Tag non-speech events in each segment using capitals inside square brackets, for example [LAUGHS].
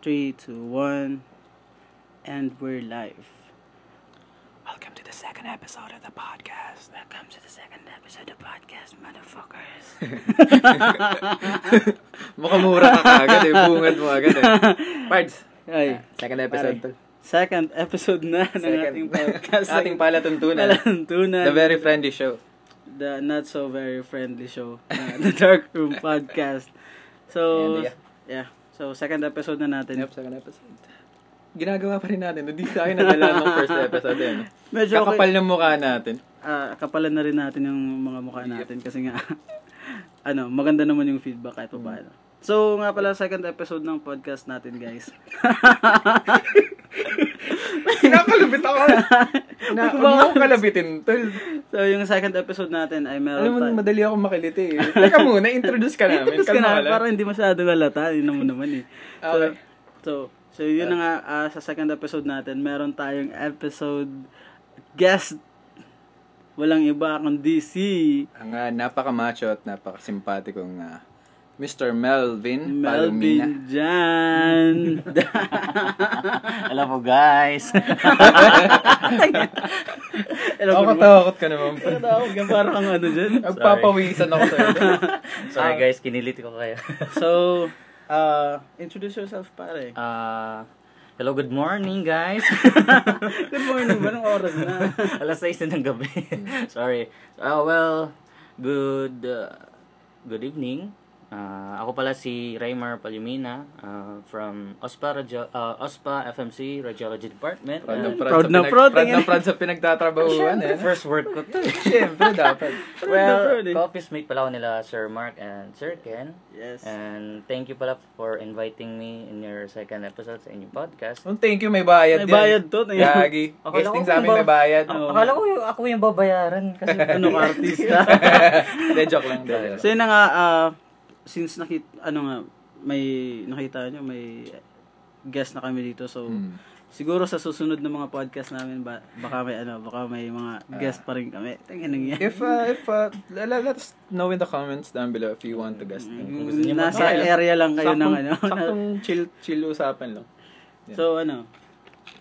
Three, two, one, and we're live. Welcome to the second episode of the podcast. Welcome to the second episode of podcast, motherfuckers. [LAUGHS] Makamura ka agad eh. Bungad mo agad [LAUGHS] eh. Pards. Ay, Second episode. Pare. to. second episode na ng Second. ating [LAUGHS] podcast. Ating palatuntunan. Palatuntunan. The very friendly show. the not so very friendly show, uh, [LAUGHS] the Dark [LAUGHS] Room Podcast. So, And, yeah. yeah. So, second episode na natin. Yep, second episode. Ginagawa pa rin natin. Hindi sa akin nadala nung first episode yun. Medyo okay- Kakapal ng mukha [LAUGHS] natin. Ah, kapalan na rin natin yung mga mukha natin kasi nga [LAUGHS] ano, maganda naman yung feedback kahit pa paano. So, nga pala second episode ng podcast natin, guys. [LAUGHS] Kinakalabit ako. [LAUGHS] Na, Huwag huwag mo akong kalabitin, tol. So, yung second episode natin ay Alam meron mo, Ano tayo. madali ako makiliti eh. Teka muna, introduce ka namin. Tapos ka na, Kalma lang. para hindi masyado halata. Yun naman naman eh. So, [LAUGHS] Okay. so, so yun na nga, ah, sa second episode natin, meron tayong episode guest. Walang iba kundi si Ang ah, napaka-macho at napaka-simpatikong ah, Mr. Melvin, Palomina. Melvin Jan. Alam mo [LAUGHS] guys. Alam Ako mo naman, katakot ka naman Ano pa. Tawag, parang ang ano dyan. Nagpapawisan ako sa'yo. Sorry guys, kinilit ko kayo. [LAUGHS] So, uh, introduce yourself pare. Ah, hello, good morning guys. [LAUGHS] Good morning, anong oras na? Alas 6 na ng gabi. [LAUGHS] Sorry. Ah, well, good uh, good evening. Ah, ako pala si Raymar Palumina ah, from OSPA, radio, ah, OSPA FMC Radiology Department. Proud na Ah, Proud na proud, eh. proud, sa pinag- proud na tingin. proud sa pinagtatrabahuhan eh. First work ko [LAUGHS] to. eh. Siyempre, dapat. proud Well, eh. office mate pala ako nila Sir Mark and Sir Ken. Yes. And thank you pala for inviting me in your second episode sa inyong podcast. Well, thank you, may May bayad yan. bayad to, tingin. [LAUGHS] Gagi. Akala Guesting ko sa amin, ba- may bayad. Oo. Akala ko yung, ako yung babayaran kasi [LAUGHS] Ano ka, artista? [LAUGHS] Hindi, joke lang. hindi, joke so, lang. yun na nga, ah, since nakita, ano nga, may, nakita nyo, may guest na kami dito. So, Hmm. siguro sa susunod na mga podcast namin, ba, baka may ano, baka may mga Ah. guest pa rin kami. Tingnan nyo yan. If, uh, if, uh, let, let us know in the comments down below if you want to guest. Kung gusto niyo Nasa mag- area lang kayo ng Saktong- ano. Saktong chill, chill usapan lang. [LAUGHS] so, ano,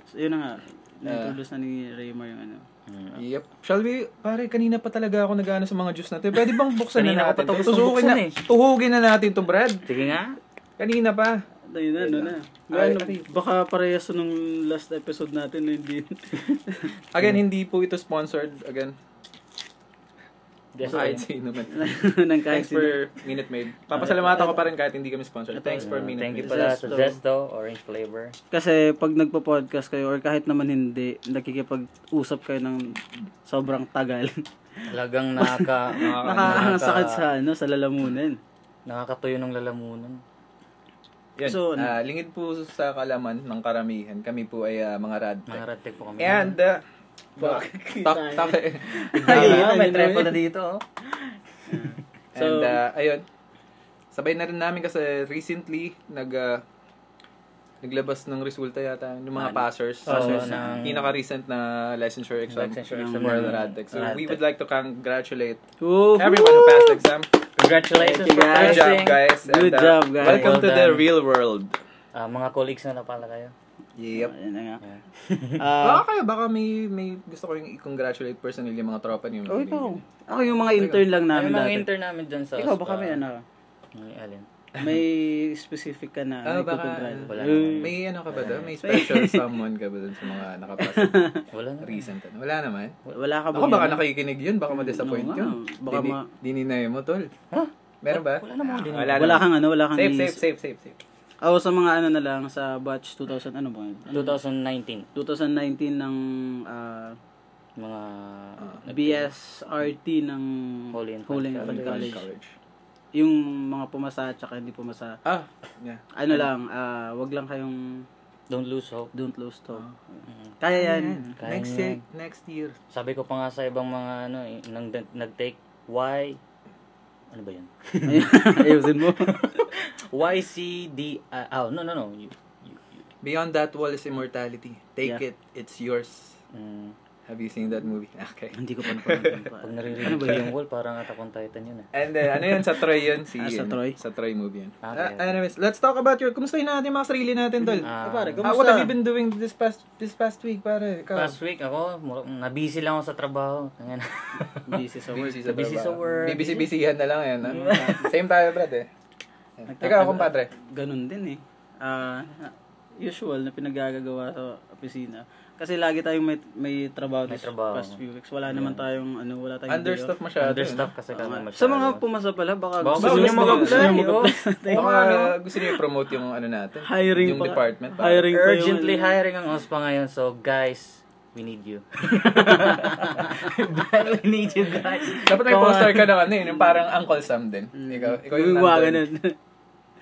so, yun na nga, Naintroduce na ni Raymar yung ano. Yep. Shall we? Pare, kanina pa talaga ako nag-ano sa mga juice natin. Pwede bang buksan Kanina na ko pa natin? to to? gustong Tusukin na, buksan eh. Tuhugin na natin to, Brad. Sige nga. Kanina pa. Ayun na, ano na. Ano, Ay, ay. baka parehas nung last episode natin na hindi. [LAUGHS] Again, Mm. hindi po ito sponsored. Again, Yes, kahit sino [LAUGHS] man. ng kahit Thanks sino. for Minute Maid. Papasalamatan ko pa rin kahit hindi kami sponsored. Ito, Thanks for Minute Thank you Maid. pala sa Zesto. Zesto, orange flavor. Kasi pag nagpo-podcast kayo or kahit naman hindi, nakikipag-usap kayo ng sobrang tagal. [LAUGHS] Talagang nakaka... [LAUGHS] Nakakasakit sa ano, sa lalamunan. Nakakatuyo ng lalamunan. Yun. So, ano? Ah, lingid po sa kalaman ng karamihan. Kami po ay ah, mga radtech. Mga radtech po kami. [LAUGHS] And, uh, [LAUGHS] tak, eh. tak, Ah, Ayun, ayun, may trepo ayun. na dito. oh. And uh, ayun, sabay na rin namin kasi recently nag uh, naglabas ng resulta yata ng mga Ah, passers. oo, passers ng- pinaka-recent na licensure exam Licensure ng exam World ng Radtech. So we Radtech. would like to congratulate Woo! everyone who passed the exam. Congratulations Thank you, for guys. Good job passing. guys. uh, Good job, guys. Welcome Well to the done. real world. Ah, mga colleagues na na pala kayo. Yep. Ayun na nga. Yeah. [LAUGHS] Ah, Baka kayo, baka may, may gusto ko yung i-congratulate personally yung mga tropa niyo. oh, Ano, ikaw. Ako yung mga intern lang Ay, namin Ano mga dati. intern namin dyan sa Ikaw, OSPA. baka may ano, May alin. may specific ka na. Ah, may baka- kukongrats. Wala Ayun. naman. May ano ka ba doon? May special someone ka ba doon sa mga nakapasa Wala na. recent? ano? Wala naman. Wala ka Ako baka yan? nakikinig yun, baka ma-disappoint Oo nga, yun. baka Dini, ma- dininay mo, tol. Ha? Meron ba? Wala namang dininay. Wala, Wala naman. kang ano, wala kang... Safe, safe, safe, safe, safe. Ako sa mga ano na lang, sa batch 2000, ano ba yun? 2019. 2019 ng ah, Mga... BSRT ng Holy Infant Infant College. College. College. Yung mga pumasa at saka hindi pumasa. Ah, yeah. Ano Hmm. lang, ah, wag lang kayong Don't lose hope. don't lose to. Ah. Hmm. Kaya yan. Kaya Next niya. year, next year. Sabi ko pa nga sa ibang mga ano, eh, nang nag-take Y ano ba 'yun? [LAUGHS] [LAUGHS] Ayusin mo. YCD ah, oh, no no no. You, you, you. Beyond that wall is immortality. Take Yeah. it, it's yours. Mm, Have you seen that movie? Okay. Hindi ko pa napanood. pa. Pag naririnig ko Eh, yung wall, parang attack on Titan yun ah. And then, ano yun? Sa Troy yun? Si, Ah, sa ano, Troy? Sa Troy movie yun. Ah, Ah, okay. anyways, let's talk about your... Kumusta yun natin yung mga sarili natin, tol? Eh, Ah. pare, Ah, what kamusta? have you been doing this past this past week, pare? Ikaw? Last week ako, mura- nabisi lang ako sa trabaho. [LAUGHS] Ayan. Busy sa work. sa busy sa trabaho. work. Bibisi-bisihan na lang yan. ah. Same tayo, brad eh. Nagtatagal- Ikaw, kumpadre. Ganun din eh. Ah, usual na pinagagagawa sa opisina. Kasi lagi tayong may, may trabaho May this trabaho. past few weeks. Wala naman tayong ano, wala tayong day off. Understaff masyado. Understaff kasi kami masyado. Sa mga pumasa pala, baka Baka gusto gusto nyo nyo mag-apply. mag-apply, [LAUGHS] oh. eh. Baka gusto niyo i-promote yung ano natin. Hiring yung pa- department. pare. hiring pa yung- Urgently hiring ang OSPA ngayon. So, guys, we need you. we need you, guys. Dapat may Come on. poster ka na ano yun, yung parang Uncle Sam din. Ikaw, ikaw yung Wiwa nandun. ganun.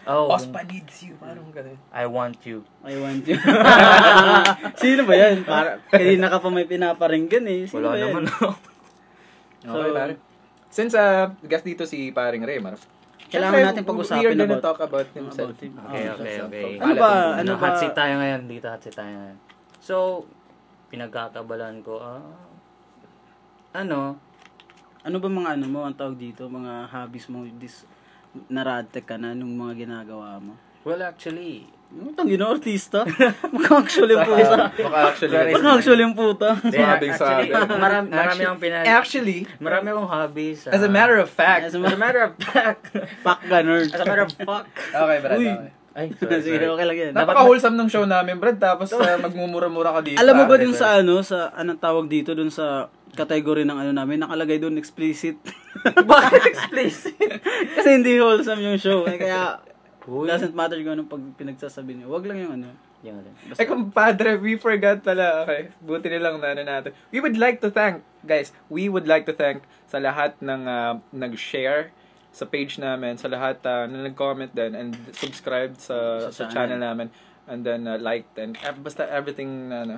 Oh, Ospa needs you. Parang ganun. I want you. I want you. [LAUGHS] Sino ba yan? Para, kanina ka pa may pinaparinggan eh. Sino ba Wala yan? naman. Okay, pare. Since uh, guest dito si paring Remar, Kailangan syempre, natin pag-usapan We are gonna about- talk about himself. About him. okay, okay, okay. Ano ba? Ano Oh, Ano ba? hot seat tayo ngayon. Dito hot seat tayo ngayon. So, pinagkakabalan ko. ah, ano? [LAUGHS] Ano ba mga ano mo, ang tawag dito, mga hobbies mo, this, naradtek ka na nung mga ginagawa mo? Well, actually, Utang gino, artista. Mukha actually puta. Baka actually, Mukha actually puta. Sabi, actually, sabi. marami, marami akong pinag... actually, Marami akong hobbies. as a matter of fact, As a As a matter matter of fact. fuck ka, nerd. As a matter of fuck. okay, Brad. Uy. Okay. Ay, [LAUGHS] sorry, Sige, sorry. okay lang yan. Napaka-wholesome ng show namin, Brad. Tapos uh, magmumura-mura ka dito. Alam mo ba pare. dun sa ano, sa anong tawag dito, dun sa category ng ano namin, nakalagay dun [LAUGHS] explicit. Bakit explicit? [LAUGHS] Kasi hindi wholesome yung show. Eh, Kaya, Uy. doesn't matter kung anong pag pinagsasabi niyo. Wag lang yung ano. Yan ulit. Ay, compadre, we forgot pala. Okay, buti nilang na ano natin. We would like to thank, guys, we would like to thank sa lahat ng ah, nag-share sa page namin, sa lahat ah, na nag-comment din, and subscribed sa, sa, Sa channel channel. namin, and then ah, liked, and eh, basta everything na ano.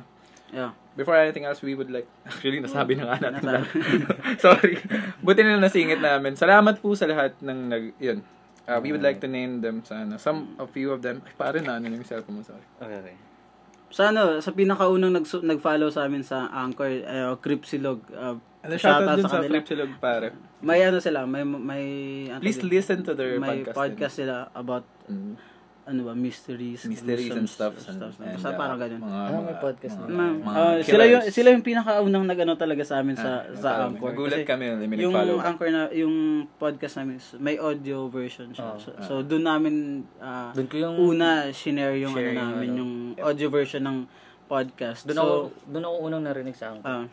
Yeah. Before anything else, we would like... [LAUGHS] Actually, nasabi na nga natin. Nasabi. [LAUGHS] Sorry. Buti na lang nasingit namin. Salamat po sa lahat ng nag... Yun. Ah, we would like to name them sa ano. Some, a few of them. Ay, pare na ano na yung cellphone mo. Sorry. Okay, okay. Sa ano, sa pinakaunang nag nag-follow sa amin sa Anchor, eh, Cripsilog. Uh, Ano, shoutout shoutout dun sa kanila. Flipsilog, pare. May ano sila, may may ano Please tawag- listen to their may podcast. podcast sila about Mm. ano ba mysteries, Mysteries and uh, gruesomes, stuff. na- Basta parang ganun. Mga, Ah, may podcast na. Ma- ah, sila yung sila yung pinakaunang nagano talaga sa amin sa sa Anchor. Kasi Nagulat Ah, kami. May yung nag-follow. Anchor na yung podcast namin is- may audio version siya. Oh, Oo. so, ah. so doon namin ah, Doon ko yung... una shinare yung ano Share yung namin ano. yung audio version ng podcast. Doon so, ako, doon ako unang narinig sa angko. ah,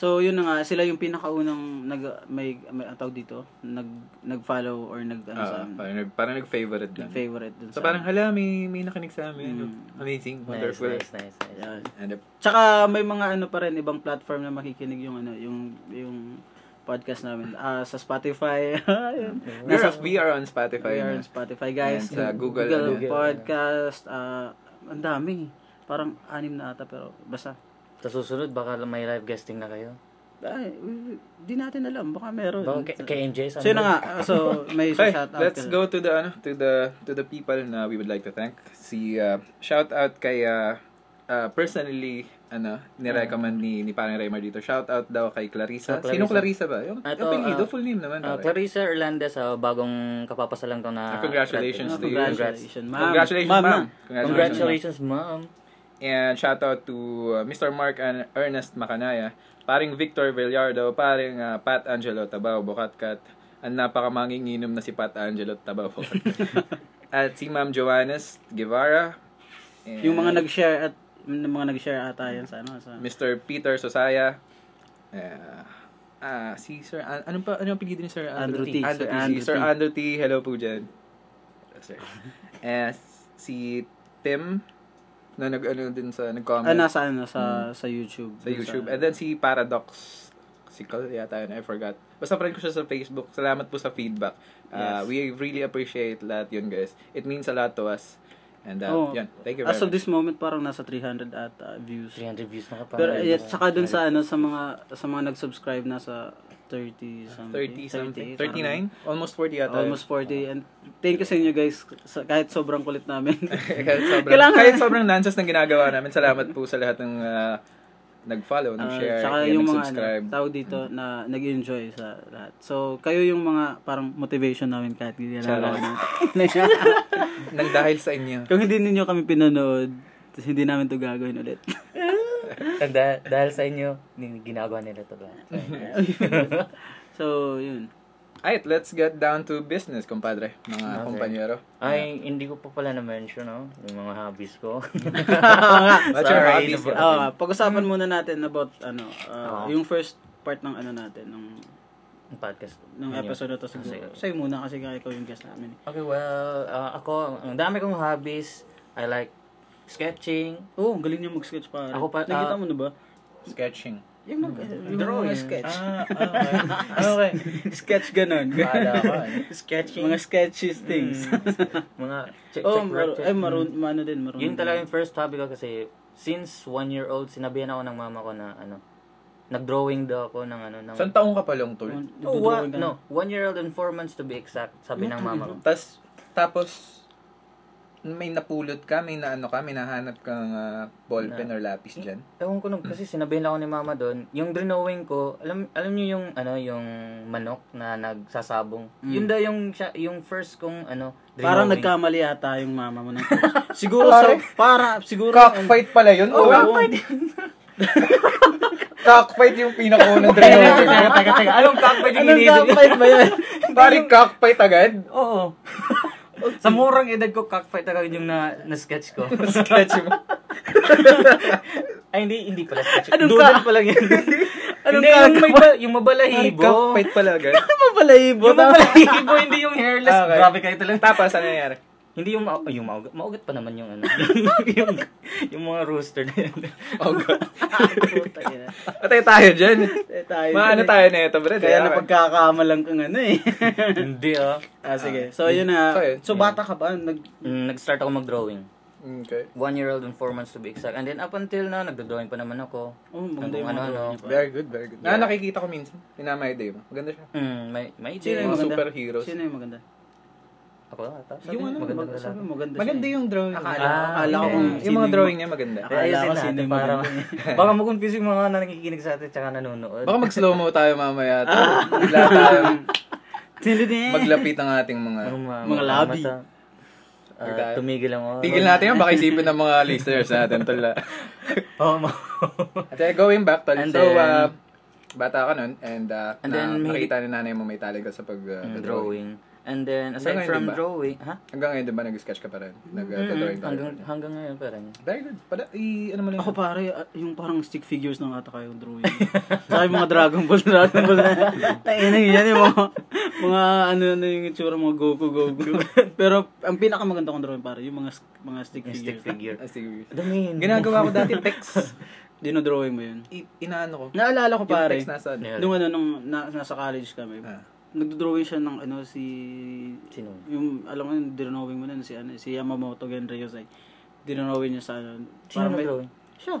so yun na nga sila yung pinakaunang nag may, may ang tawag dito, nag nag-follow or nag ano sa Ah, amin. parang, nag- parang nag-favorite lang. favorite dun So sa parang, hala, may, may nakinig sa amin. Mm. Amazing, Nice, wonderful. nice, nice, nice. Ayan. And uh, Tsaka may mga ano pa rin ibang platform na makikinig yung ano yung yung podcast namin Ah, sa Spotify. [LAUGHS] Ayun. we're, we are on Spotify. We are na. on Spotify guys. And sa Google, ano yun? Podcast ah, ang dami. Parang anim na ata pero basta Sa susunod, baka may live guesting na kayo. ay, di natin alam baka meron. Baka kay- kay MJ sa So yun na nga Ah, so may Okay, shout out. let's go to the ano, to the to the people na we would like to thank. Si uh, shout out kay uh, uh, personally ano, ni-recommend ni ni Parang Raymar dito. Shout out daw kay Clarissa. Ah, Clarissa. Sino Clarissa ba? Yung Ah, ito, apelyido, ah, full name naman. Ah, pare. Clarissa Hernandez, ah, bagong kapapasalang ko Ah, na... congratulations to you. Congratulations, ma'am. Congratulations, Ma'am, ma'am. ma'am. Congratulations, ma'am. And shout out to uh, Mr. Mark and Ernest Macanaya, paring Victor Villardo, paring uh, Pat Angelo Tabao Bukatkat, ang napakamanginginom na si Pat Angelo [LAUGHS] Tabao Bukatkat. at si Ma'am Joannes Guevara. And Yung mga nag-share at yung mga nag-share ata yan sa ano sa Mr. Peter Sosaya. Uh, ah, si Sir, an- ano pa, ano ang apelyido ni Sir Andrew, Andrew T? T. Andrew Sir T. Si Andrew Sir T. Andrew T. Hello po dyan. Sir. [LAUGHS] Eh, si Tim, na nag, ano din sa, nag-comment. ah, nasa ano sa sa YouTube. Hmm. Sa YouTube. ano? And then si Paradox Sical yata yun, I forgot. Basta friend ko siya sa Facebook. Salamat po sa feedback. Yes. Uh, We really appreciate lahat yun, guys. It means a lot to us. And uh, Oo. yun, thank you Oh. very As of much. this moment, parang nasa 300 at uh, views. 300 views na ka pa. Pero eh, yet, saka dun sa ano sa mga sa mga nag-subscribe na sa 30 something. 30 something. 38, 39? Almost 40 yata. parang Almost 40 and thank you sa inyo guys sa, kahit sobrang kulit [LAUGHS] namin. [LAUGHS] kahit sobrang, Kailangan- kahit sobrang nonsense ng ginagawa namin, salamat po sa lahat ng ah, nag-follow, Ah, nag-share, tsaka yan, yung mga ano, nag-subscribe. tao dito na nag-enjoy sa lahat. So, kayo yung mga parang motivation namin kahit hindi Shout alam out. namin. Nang dahil sa inyo. [LAUGHS] Kung hindi ninyo kami pinanood, tas hindi namin to gagawin [LAUGHS] ulit. Tanda, dahil sa inyo, nin- ginagawa nila to. so, yun. Alright, let's get down to business, compadre. Mga [LAUGHS] kumpanyero. Ay, hindi ko pa pala na-mention, no? Yung mga hobbies ko. [LAUGHS] What's your Sorry, hobbies? nab- Ah, pag-usapan muna natin about ano, ah, Oo. yung first part ng ano natin ng Ang podcast. ng Ano yun? episode na to Sige. siguro. Sa'yo muna kasi nga ikaw yung guest namin. Okay, well, ah, ako, ang dami kong hobbies. I like sketching. Oo, oh, ang galing niya mag-sketch pa. Ako pa- Nakita ah, mo na ba? Sketching. Yung mag- yung Drawing. mga sketch. Ah, okay. okay. [LAUGHS] sketch ganun. Akala ko, [LAUGHS] eh. Sketching. mga sketches things. mga [LAUGHS] check, oh, check, maro- Hmm. check. ay, maroon, maano din, maroon. Yun din. talaga yung first hobby ko kasi since one year old, sinabihan ako ng mama ko na ano, nag-drawing daw ako ng ano, ng... Saan taong ka palong, tol? Oh, Dudurugin one, ka na. no, one year old and four months to be exact, sabi ng mama ko. Tas, tapos, may napulot ka, may naano ka, may nahanap kang ah, ballpen or lapis dyan. Ewan ko nung, kasi sinabihan lang ako ni mama doon, yung drawing ko, alam alam niyo yung ano, yung manok na nagsasabong. Yun daw yung siya- yung first kong ano, drawing. Parang nagkamali ata yung mama mo ng Siguro sa, para, siguro. Cockfight pala yun, Oo. tol. Cockfight yung [LAUGHS] pinakaunang drawing. [LAUGHS] teka, teka, teka. Anong cockfight yung Anong iniisip? cockfight ba yan? Pari cockfight agad. Oo. Sa murang edad ko, cockfight agad yung na, na-sketch [LAUGHS] ko. Sketch mo. [LAUGHS] Ay, hindi, hindi pala sketch. Anong Doodle cock- pa lang yan. [LAUGHS] Anong hindi, yung, cock- may ba, yung Pari mabalahibo. cockfight pala [LAUGHS] agad. Ano pala ibo? Yung [LAUGHS] mabalahibo, hindi yung hairless. Ah, Okay. Grabe kayo talaga. Tapos, ano nangyari? Hindi yung, ma- ay, yung maugat. Maugat pa naman yung ano. [LAUGHS] yung, yung mga rooster na yun. Oh, God. Puta Ah, ina. Patay tayo dyan. Eh, tayo. Maano tayo na ito, bro. Kaya napagkakamalang kang ano eh. [LAUGHS] hindi ah. ah, sige. So, yun na. So, yun. So, bata ka ba? Nag... Mm, nag-start ako mag-drawing. Mm, Okay. One year old and four months to be exact. And then up until now, nagdo-drawing pa naman ako. Oh, maganda Hanggang yung ano, mga ano. drawing niya pa. Very good, very good. Na nakikita ko minsan. Pinamay day mo. Maganda siya. Mm, may, Sino may idea. yung Mga maganda? superheroes. Sino yung maganda? Ako ata. Sabi, Yung ano, maganda Mag- pala. sabi mo, maganda eh. Maganda eh. yung drawing. Akala, Ah, akala ko okay. kung yung sino mga drawing niya maganda. Akala Ayusin ko sino natin yung para maganda. [LAUGHS] baka makonfuse yung mga na nakikinig sa atin tsaka nanonood. [LAUGHS] Baka mag-slow mo tayo mamaya. Ah. Wala tayong Sino din? maglapit ang ating mga... Yung Mga labi. mata. Ah, Huwag tayo. tumigil ang oras. Tigil natin yun. Baka isipin ng mga listeners natin. [LAUGHS] Tala. Oo, ma- At eh, going back, tol. And So, then- uh, bata ka nun. And, uh, And na, then may- nakita ni nanay mo may talent ka sa uh, pag-drawing. Mm, drawing. And then, Hanggang aside ngayon, from di ba? drawing, ha? Hanggang ngayon, di ba, nag-sketch ka pa rin? Nag-drawing Mm, ka pa rin? hanggang, hanggang ngayon pa rin. Very good. Pala, i, ano mo lang. Ako pare, ah, yung parang stick figures ng ata kayo [LAUGHS] drawing. Sa mga Dragon Ball, Dragon Ball na. Tainan yun yan yung mga, mga ano ano yung itsura mga Goku, Goku. [LAUGHS] Pero ang pinakamaganda kong drawing pare, yung mga s- mga stick Yung stick figures. figure. Ah, sige. Damihin. Ginagawa ko [LAUGHS] dati text. Dinodrawing mo yun? I, inaano ko. Naalala ko Yung pare, text nasa... Yeah. nung ano nung na, nasa college kami. Ah. Nagdo-drawing siya ng ano si Sino? yung alam mo yung dinrawing mo na si ano si Yamamoto Genryosai. Dinrawing niya sa ano. Sino parang may- nag-drawing? Siya.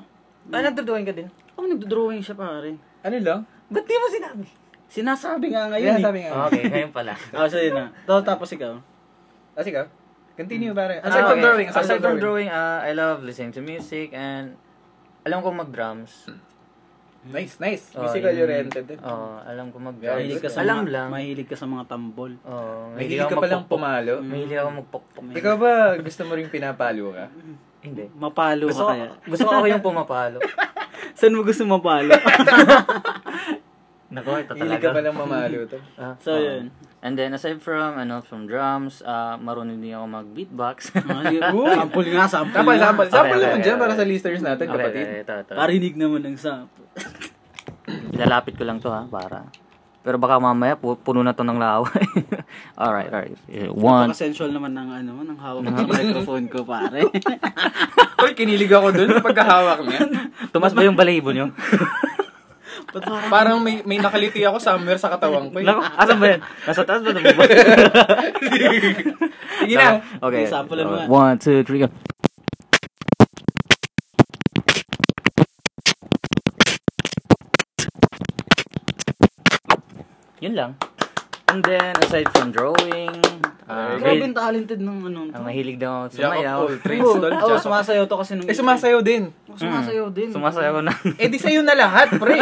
Ah, nag-drawing ka din? Oh, nagdo-drawing siya pare. Ano lang? Ba't di mo sinabi? Sinasabi nga ngayon. Ayun, eh. sabi nga. Okay, ngayon pala. Ah, so yun na. Tapos, tapos ikaw. Ah, sige. Continue, pare. Ah, [LAUGHS] Hmm. Aside from okay. drawing, Aside from drawing, ah, I love listening to music and alam ko mag-drums. Hmm. Nice, nice. Oh, Musical yun. oriented. eh. Oo, Oh, alam ko Mahilig mag-drums. ka sa Alam mga- lang. Oh, Mahilig ka sa mga tambol. Oo, May hilig Hmm. ka palang pumalo. Mahilig ako magpokpok. Ikaw ba gusto mo rin pinapalo ka? Hindi. Mapalo ka Gusto, ko, kaya. gusto ko ako yung [LAUGHS] pumapalo. Saan mo gusto [LAUGHS] mapalo? Nako, ito Hilig ka palang mamalo to. Ah, So, oo. yun. And then, aside from, ano, from drums, ah, marunong din ako [LAUGHS] mag-beatbox. Mga Ah, yun. sample nga, sample [LAUGHS] Sample, nga. sample. Sample okay, naman okay, dyan para okay. sa listeners natin, kapatid. okay, ito, ito. Parinig naman ng sample. Lalapit ko lang to ha, para. Pero baka mamaya pu- puno na to ng laway. [LAUGHS] alright, alright. Eh, One. Baka sensual naman ng ano mo, ng hawak mo sa microphone ko, [LAUGHS] pare. Tol, kinilig ako dun [LAUGHS] sa pagkahawak niya. Tumas ba yung balahibo niyo? Ba't parang Parang may, may nakaliti ako somewhere sa katawan ko. eh. Naku, asan ba yan? Nasa taas ba? [LAUGHS] Nasa baba? Sige na. Okay. Okay, sample lang nga. Alright, One, two, three, go. Yun lang. And then, aside from drawing, uh, Very Grabe may- yung talented ng ano. ah, mahilig daw ako Jack of sumayaw. Hmm. all trades. Oo, tol. oh, Jack of- sumasayaw to kasi nung... Eh, sumasayaw din. Oh, sumasayaw din. Sumasayaw ako ng Eh, di sa'yo na lahat, pre.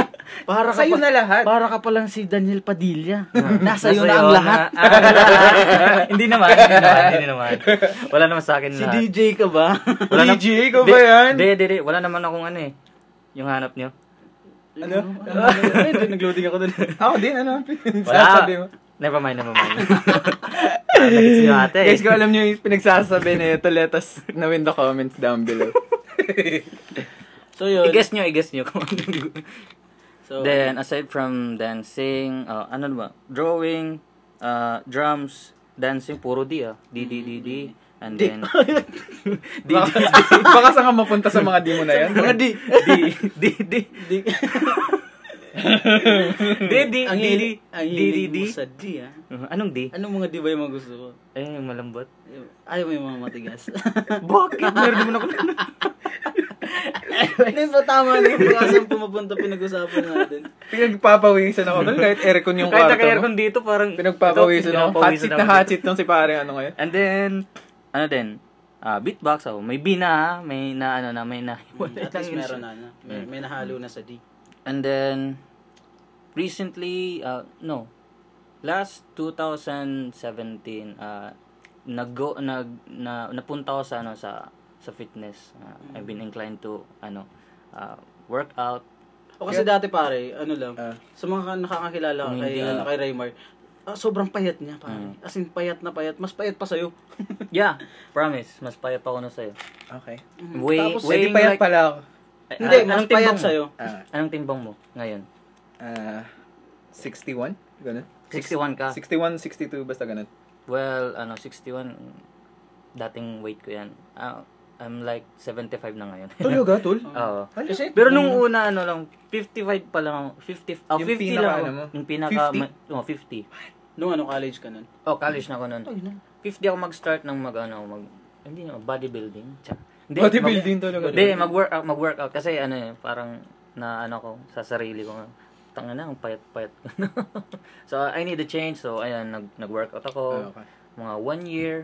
Para ka sa'yo pa- na lahat. Para ka palang si Daniel [LAUGHS] Padilla. Nasa iyo Ah, na Nasayaw ang lahat. na ang lahat. [LAUGHS] hindi naman, hindi naman, hindi naman. [LAUGHS] Wala naman sa akin Si lahat. DJ ka ba? Wala na- DJ ko ba yan? Di, di, di. Wala naman akong ano eh. Yung hanap nyo. [LAUGHS] Ano? [LAUGHS] Hindi, nagloading ako dun. Ako din, ano? [LAUGHS] Wala. Sasabi mo. Never mind, never mind. [LAUGHS] Ah, Nagets nyo ate. Guys, kung alam nyo yung pinagsasabi na ito, let us know in the comments down below. So yun. I-guess nyo, i-guess nyo. kung ano. So, Then, aside from dancing, uh, ano ba? Drawing, uh, drums, dancing, puro D ah. D, D, D, D. And then, Di, di, [LAUGHS] di. Baka saan ka mapunta sa mga di mo na yan? mga di. D, D, D. [LAUGHS] Di. D, D, [LAUGHS] Ang D, D. hilig, ang D, D, hilig D. mo sa di ah. Uh, Anong D? Anong mga di ba yung mga gusto mo? Eh, yung malambot. Ayaw mo yung mga matigas. [LAUGHS] Bakit? Meron naman ako na. Hindi ba tama [LAUGHS] na yung kasang pumapunta pinag-usapan natin? Pinagpapawisan ako. Dahil kahit aircon yung Kahit kwarto. naka-aircon dito, parang... Pinagpapawisan Ito, ako. Hot pinapawisan seat na ako hot dito. seat nung si pare ano ngayon. And then, ano din, ah beatbox ako. May bina, may na, ano na, may na. At least meron na. na. May, Mm. may nahalo na sa di. And then, recently, uh, no, last 2017, uh, nag-go, nag, na, napunta ako sa, ano, sa, sa fitness. Uh, Hmm. I've been inclined to, ano, uh, workout. O kasi dati pare, ano lang, Ah. sa mga nakakakilala ko kay, Hindi. Mm. ano, kay Raymar, ah, sobrang payat niya pare. As in, payat na payat. Mas payat pa sa'yo. Yeah, promise, mas payat ako na sa'yo. Okay. Way, Mm. Tapos, Pwede weighing pa yan like, pala ako. Ay, Hindi, anong mas timbang payat mo? sa'yo. Ah, Anong timbang mo ngayon? ah, 61? Ganun? 61 Ah. ka. 61, 62, basta ganun. Well, ano, 61, dating weight ko yan. Ah, I'm like 75 na [LAUGHS] ngayon. Tulog ha, tul? Oo. Kasi, Pero nung Mm. una, ano lang, 55 pa lang ako. 50, oh, Yung 50 pinaka lang ako. ano mo? Yung pinaka, 50? ma- oh, 50. nung ano, college ka nun. Oh, college na ako nun. Ay, na. 50 ako mag-start ng mag, ano, mag, hindi na, bodybuilding. Tsa. Hindi, Bodybuilding mag- talaga. Hindi, mag-workout, mag-workout. Kasi ano eh, parang na ano ko, sa sarili ko. Tanga na, ang payat-payat ko. [LAUGHS] so, I need a change. So, ayan, nag- nag-workout Ah, ako. okay. Mga one year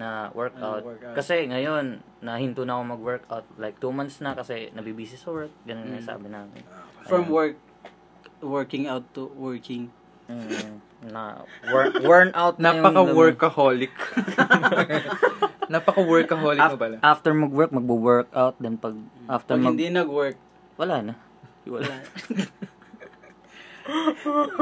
na workout. Ah, workout. Kasi ngayon, nahinto na ako mag-workout. Like, two months na kasi nabibisi sa work. Ganun Mm. na yung sabi namin. From oh. work, working out to working. Mm, na wor- worn out na yung- Napaka-workaholic. [LAUGHS] Napaka-workaholic mo Af- pala. after mag-work magbo-workout then pag Mm. after Pag mag hindi nag-work, wala na wala [LAUGHS]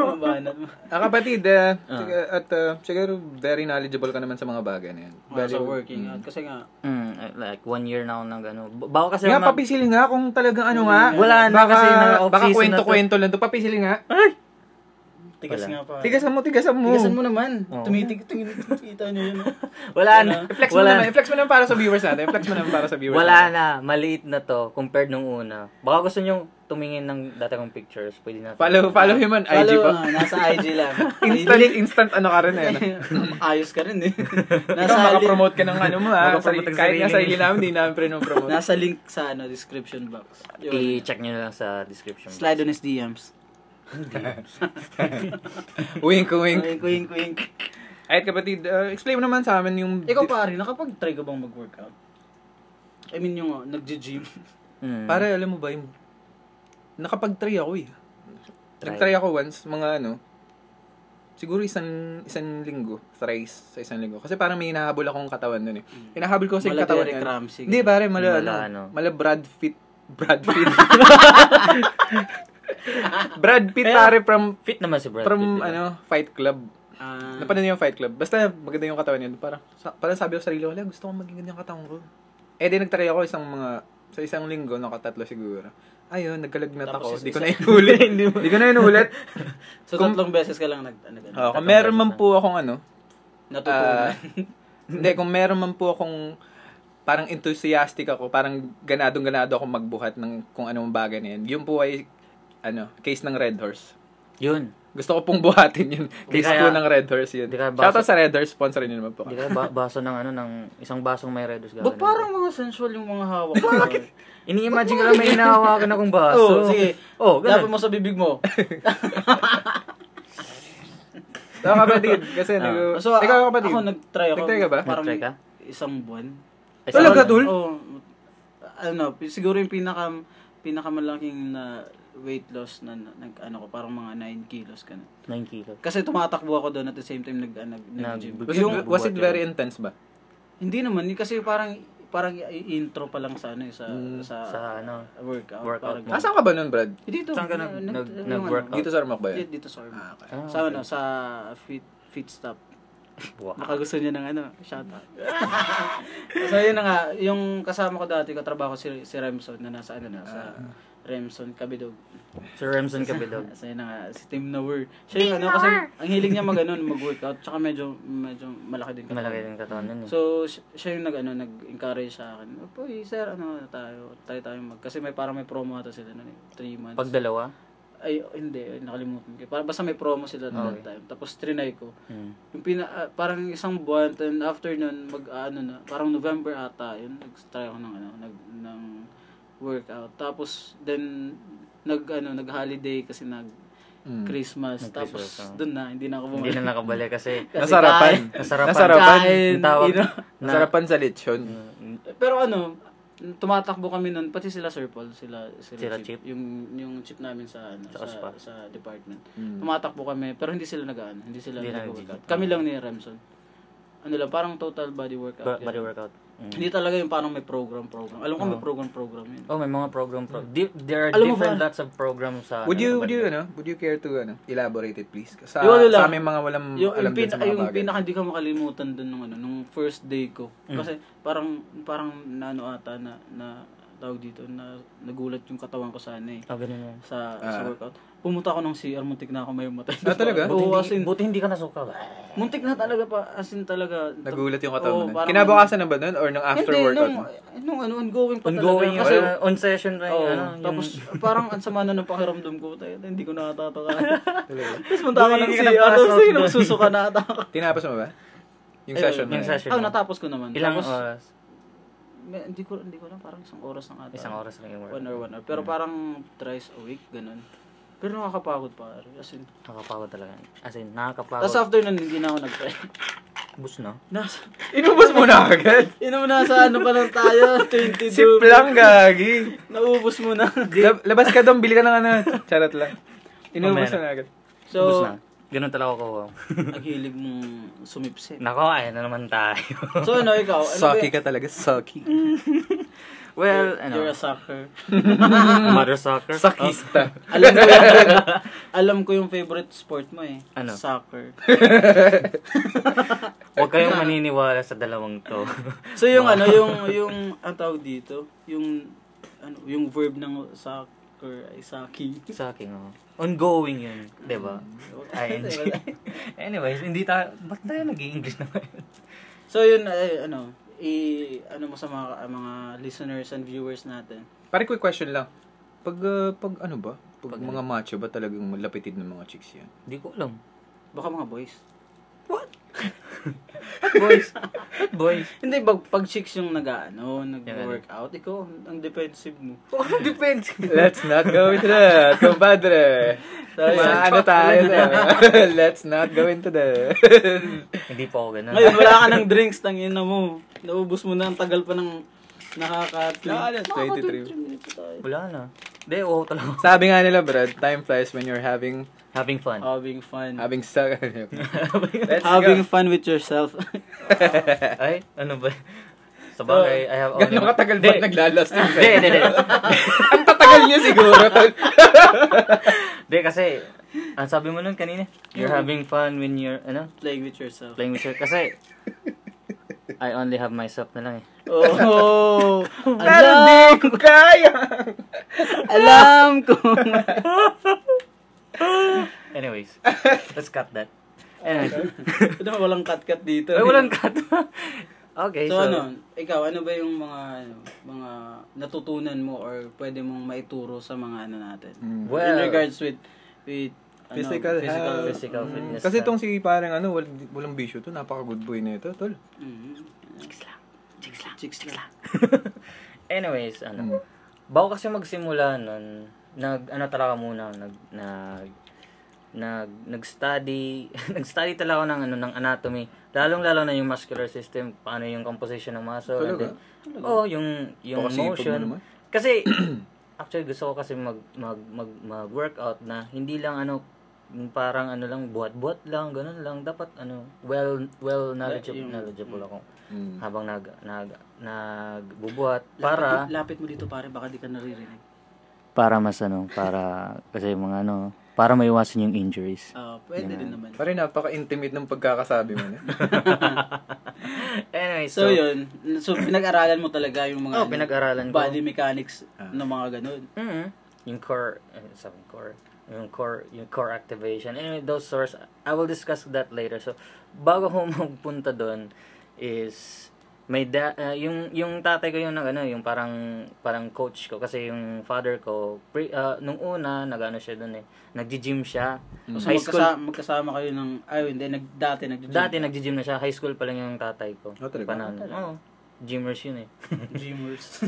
mabanat mo. Ah, kapatid, eh, siga- at eh, siguro very knowledgeable ka naman sa mga bagay na yan. Wala sa working out. Kasi nga, mm, like one year na ako ng ano B- bago kasi Nga, ako mag- papisil nga kung talagang ano nga. Wala na baka, kasi nag-off Baka season na to. kwento-kwento lang to. Papisil nga. tigas Wala. nga pa. Tigasan mo, tigasan mo. Tigasan mo naman. Oo. Tumitig, tumitig, kita [LAUGHS] niyo yun. oh. wala na Flex mo wala naman. Flex mo naman para sa viewers natin. Flex mo naman para sa viewers wala natin. na maliit na to compared nung una baka gusto niyo tumingin ng dati kong pictures pwede na Follow, follow him on IG Follow, pa. ah, nasa IG lang. [LAUGHS] Instant, instant ano ka rin eh. [LAUGHS] no? [LAUGHS] Ayos ka rin eh. [LAUGHS] Ikaw Nasa, link, makapromote [LAUGHS] ka ng ano mo ha. Makapromote Sarili, ang kahit nga sarili. sarili namin, hindi [LAUGHS] namin pre-promote. nasa link sa ano, description box. Yun. i-check niyo na lang sa description Slide on his DMs. wink, wink. Wink, wink, wink. Ay, kapatid, uh, explain mo naman sa amin yung... Ikaw pare, nakapag-try ka bang mag-workout? I mean yung oh, nag-gym. [LAUGHS] Mm. Pare, alam mo ba yung... Nakapag-try ako eh. Try. Nag-try ako once, mga ano, siguro isang isang linggo, thrice sa isang linggo. Kasi parang may hinahabol akong katawan nun eh. Mm. Hinahabol ko kasi yung Mala katawan Derek nun. Ramsey. Hindi pare, mala, Mala ano, ano. mala Brad Pitt. Brad [LAUGHS] Pitt. Brad Pitt pare from fit naman si Brad Pitt, from diba? ano, Fight Club. Ah, Napanood niyo yung Fight Club. Basta maganda yung katawan niya. Parang, sa, parang sabi ko sa sarili ko, "Ala, gusto ko maging ganyan katawan ko. Eh, di nagtry ako isang mga, sa isang linggo, nakatatlo siguro. Ayun, nagkalagnat Tapos ako. isa- Di ko na inulit. Di ko na inulit. so tatlong beses ka lang nag ano, ganun. Oh, kung meron man po akong ano, natutunan. ah, hindi, kung meron man po akong parang enthusiastic ako, parang ganadong-ganado ako magbuhat ng kung anong bagay na yan. Yun po ay, ano, case ng Red Horse. yun Gusto ko pong buhatin yun. Di Case kaya- po ng Red Horse yun. di kaya basa- Shoutout sa Red Horse, sponsorin niyo naman po. Di kaya ba- baso ng ano, ng isang basong may redos Ba't parang mga sensual yung mga [LAUGHS] hawak mo? Bakit? Ini-imagine ko lang may hinahawakan akong baso. [LAUGHS] Oo, sige. Oh, Dapat ganun. mo sa bibig mo. Ako kapatid, kasi Ah. nag- So, Ikaw ako, kapatid. ako nag-try ako. Nag-try ka ba? Parang Nag-try ka? isang buwan. Ay, sa- Talaga, Tul? Oo. Ano, pi- siguro yung pinaka, pinakamalaking na weight loss na na- nag ano ko parang mga 9 kilos ka 9 kilo. Kasi tumatakbo ako doon at the same time nag ah, nag, nag Nag- gym. Was Yung, it, was it very intense ba? hindi naman yun kasi parang parang i- intro pa lang sa ano eh, sa sa, Sa ano? workout, workout parang mo. ganun. Asan ka ba nun, Brad? Eh, dito. Saan ka na- nag- na- nag- yung nag-workout? ano, Dito sa Ormoc ba Dito, yun? dito sa Ormoc. Ah, okay. Ah, sa ano, sa fit, fit stop. Wow. Baka gusto niya ng ano, shout out. [LAUGHS] so yun na nga, yung kasama ko dati, katrabaho si, si Remson na nasa ano na, sa Remson Cabidog. Sir Remson Cabilog. So yun na nga, si Tim Nawar. Siya yung ano, kasi ang hilig niya mag ano, mag-workout, tsaka medyo, medyo malaki din. katawan. Malaki din katawan nun eh. So, si- siya yung nag, ano, nag-encourage sa akin. Uy, sir, ano tayo? Tayo tayo mag... Kasi may parang may promo ata sila nun eh. Three months. Pag dalawa? Ay, hindi. ay, Nakalimutan ko. Parang basta may promo sila that Okay. time. Tapos trinay ko. Hmm. Yung pina, ah, parang isang buwan, then after nun, mag ah, ano na, parang November ata, yun, nag-try ako ng, ano, nag, ng workout. Tapos, then, nag, ano, nag-holiday kasi nag, Mm. Christmas. Tapos, Hmm. Nag-Christmas, ah. dun na, hindi na ako Hindi bumalik. na nakabalik kasi [LAUGHS] Kasi Nasarapan. kain- nasarapan. Nasarapan. Kain, Ang tawag. ino. Nasarapan sa lechon. Mm, Pero ano, tumatakbo kami nun, pati sila Sir Paul, sila, sila, Sila Chip, yung, yung chip namin sa, ano, Sa sa, Ospa. sa, department. Mm. Tumatakbo kami, pero hindi sila nagaan, hindi sila Hindi nag-workout. nag-gym. Kami lang ni Remson. Ano lang, parang total body workout. yun. ba- Body workout. Mm. Hindi talaga yung parang may program, program. Alam ko may Oo. program, program yun. Oh, may mga program. pro- di- there are Alam mo different ba- lots of programs sa... Would ano, you, sa would you, banda. ano, would you care to, ano, elaborate it, please? Sa, Yung ano lang, sa aming mga walang Yung, alam yung, din pin, sa ay, mga yung bagay. pinaka hindi ko makalimutan dun nung, ano, nung first day ko. Hmm. Kasi parang, parang naano ata na, na tawag dito, na nagulat yung katawan ko sana eh. Oh, ganun yan. sa, sa Ah. workout. Pumunta ako ng CR, muntik na ako may matay. Ah, talaga? Buti Oo, as in, hindi, buti hindi ka nasuka ba? muntik na talaga pa, as in talaga. Nagulat yung katawan Oo, mo nun. parang- Kinabukasan na ba nun? Or nung after Hindi, workout nung, mo? nung ano, ongoing pa Ongoing talaga. yung, Kasi, ano, on session pa yung, Oo, ano, yung- tapos [LAUGHS] parang ang sama na ng pakiramdam ko. Tayo, hindi ko nakatatawa. [LAUGHS] tapos munta ako Bumili ng ka ng CR, pasok tapos doon. nagsusuka na ata ako. Tinapos mo ba? Yung session mo na yung yun? session. Ah, natapos ko naman. Ilang tapos, oras? may- hindi ko hindi ko lang parang isang oras ng ata. Isang oras lang yung workout. One hour, one hour. Pero parang thrice a week, ganun. Pero nakakapagod pa. As in, Nakakapagod talaga. As in, nakakapagod. tapos after nun, hindi na ako nag-try. [LAUGHS] Bus na? Nasa, Inubos mo na agad? [LAUGHS] Yun naman nasa ano pa lang [LAUGHS] tayo, 22. Sip lang, gagi. Naubos mo na. Lab- labas ka doon, bili ka [LAUGHS] ng ano. Charot lang. Inubos Mamaya mo na agad. Bus So, na. Ganun talaga ako. [LAUGHS] ang hilig mong sumipsip. Nako, ayan na naman tayo. [LAUGHS] So ano, ikaw? Ano ba Sucky yun? ka talaga, sucky. well, ano, You're a sucker. mother [LAUGHS] soccer. Sakista. alam ko yung, alam ko yung favorite sport mo eh. Ano? Soccer. Oh, Huwag kayong maniniwala sa dalawang to. [LAUGHS] So yung ano, yung, yung, ang tawag dito, yung, ano, yung verb ng soccer ay saki. sa akin, oh. Ongoing yun, di ba? [LAUGHS] ING. [LAUGHS] Anyways, hindi ta... Ba't tayo nag-i-English naman? so yun, ay, ano, i, ano mo sa mga, mga listeners and viewers natin. Pare, quick question lang. Pag, ah, pag ano ba? Pag, mga macho ba talagang malapitin ng mga chicks yan? Hindi ko alam. Baka mga boys. Boys. What [LAUGHS] boys? Hindi, pag, pag chicks yung nag-ano, Yan. nag-workout, ikaw, ang defensive mo. Oh, depends. [LAUGHS] Let's not go into that, compadre. Sorry. Mga ano [LAUGHS] tayo sa... Let's not go into that. [LAUGHS] [LAUGHS] hindi po ako ganun. Ngayon, wala ka ng drinks, tangin na mo. Naubos mo na, ang tagal pa ng ano, nakaka-tune. 23. Wala na. Hindi, oo talaga. Sabi nga nila, Brad, time flies when you're having... Having fun. Having fun. Having sex. [LAUGHS] Let's Having go. fun with yourself. [LAUGHS] [LAUGHS] [LAUGHS] Ay, ano ba? Sa bagay, I have Gano'ng katagal Ano ba naglalasting Hindi, sex? hindi, hindi. Ang tatagal niya siguro. Hindi, kasi, ang sabi mo nun kanina, you're having fun when you're, ano, Playing with yourself. playing with your, kasi, I only have myself na lang eh. [LAUGHS] Oh, Pero alam, di ko [LAUGHS] kaya. alam ko. [LAUGHS] Anyways, let's cut that. Anyway, Ano, walang cut-cut dito. ay, walang cut. [LAUGHS] okay, So, ano, ikaw, ano ba yung mga ano, mga natutunan mo or pwede mong maituro sa mga ano natin? In well, regards with, with ano, Physical physical, health. physical Mm. fitness. Kasi itong si parang ano, wal- walang bisyo to. Napaka good boy na ito, tol. Mm. Chicks lang. Chicks lang. [LAUGHS] anyways, Hmm. ano, bago kasi magsimula nun, nag, ano talaga muna, nag, nag, nag nag-study [LAUGHS] nag-study talaga ako ng ano ng anatomy lalong lalo na yung muscular system paano yung composition ng muscle and Talaga? then- oo yung yung Pakasipag mo motion naman. [CLEARS THROAT] kasi actually gusto ko kasi mag mag mag mag-workout na hindi lang ano yung parang ano lang buhat-buhat lang ganun lang dapat ano well well knowledgeable, yung- knowledgeable ako Mm. habang nag nag nagbubuhat para Lapit mo dito pare, baka di ka naririnig. para mas ano para kasi mga ano para maiwasan yung injuries Ah, pwede din naman. Pare, napaka-intimate ng pagkakasabi mo. no? anyway So, yun. So, pinag-aralan mo talaga yung mga ano, Oh, pinag-aralan ko. Ah. body mechanics ng mga ganun. Mhm. Yung core, eh, sabi ko core, yung core, yung core activation. Anyway, those source, I will discuss that later. So, bago ko [LAUGHS] magpunta doon is may da, ah, yung yung tatay ko yung nag- ano, yung parang parang coach ko kasi yung father ko pre, ah, nung una nagano siya doon eh. Nagji-gym siya. Mm. So, High school magkasama, magkasama kayo ng, ay, hindi, nag, dati, nag dati nagji-gym na siya. High school pa lang yung tatay ko. Oh, talaga? Panahon. Oo. Gymmers yun eh. [LAUGHS] Gymers.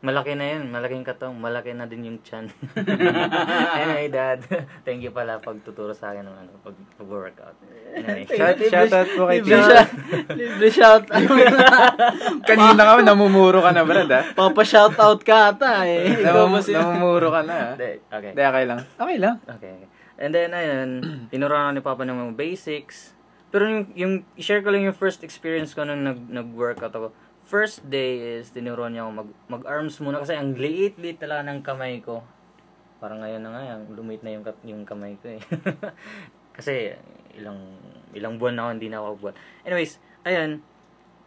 Malaki na yun. Malaking katong. Malaki na din yung chan. anyway, Dad. [LAUGHS] Thank you pala pagtuturo sa akin ng ano, pag, pag-workout. Anyway. [LAUGHS] Shout, shout out po kay Libre Chad. shout. Libre [LAUGHS] shout [LAUGHS] Kanina ka, namumuro ka na, Brad, ah. ha? Papa shout out ka ata eh. [LAUGHS] Ikaw Namum- ba siya? namumuro ka na, ha? Hindi, okay. Hindi, okay lang. Okay [LAUGHS] lang. Okay. And then, ayun, tinuruan ako ni Papa ng mga basics. Pero yung, yung share ko lang yung first experience ko nung nag, nag-workout ako. First day is, tinuruan niya ako mag, mag-arms muna kasi ang liit-liit talaga ng kamay ko. Parang ngayon na nga, ang lumit na yung, kat- yung kamay ko eh. [LAUGHS] kasi ilang ilang buwan na ako hindi na ako buwan. Anyways, ayun,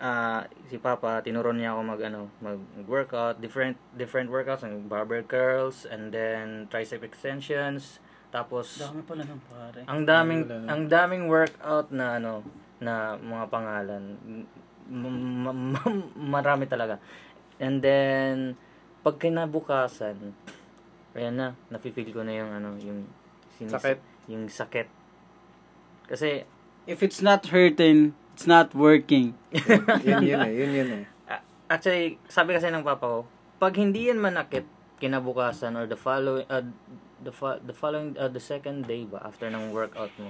ah, si Papa, tinuruan niya ako mag, ano, mag-workout, different, different workouts, ang barber curls, and then tricep extensions, tapos... Dami pala ng pare. Ang daming ang daming workout na ano na mga pangalan. M- m- m- marami talaga. And then pag kinabukasan, ayan na, nafe-feel ko na yung ano, yung sinis- Sakit. yung sakit. Kasi If it's not hurting, it's not working. Yun, yun, eh. Yun, yun, eh. a- actually, sabi kasi ng papa ko, pag hindi yan manakit kinabukasan or the following uh, the fo- the following uh, the second day ba after ng workout mo,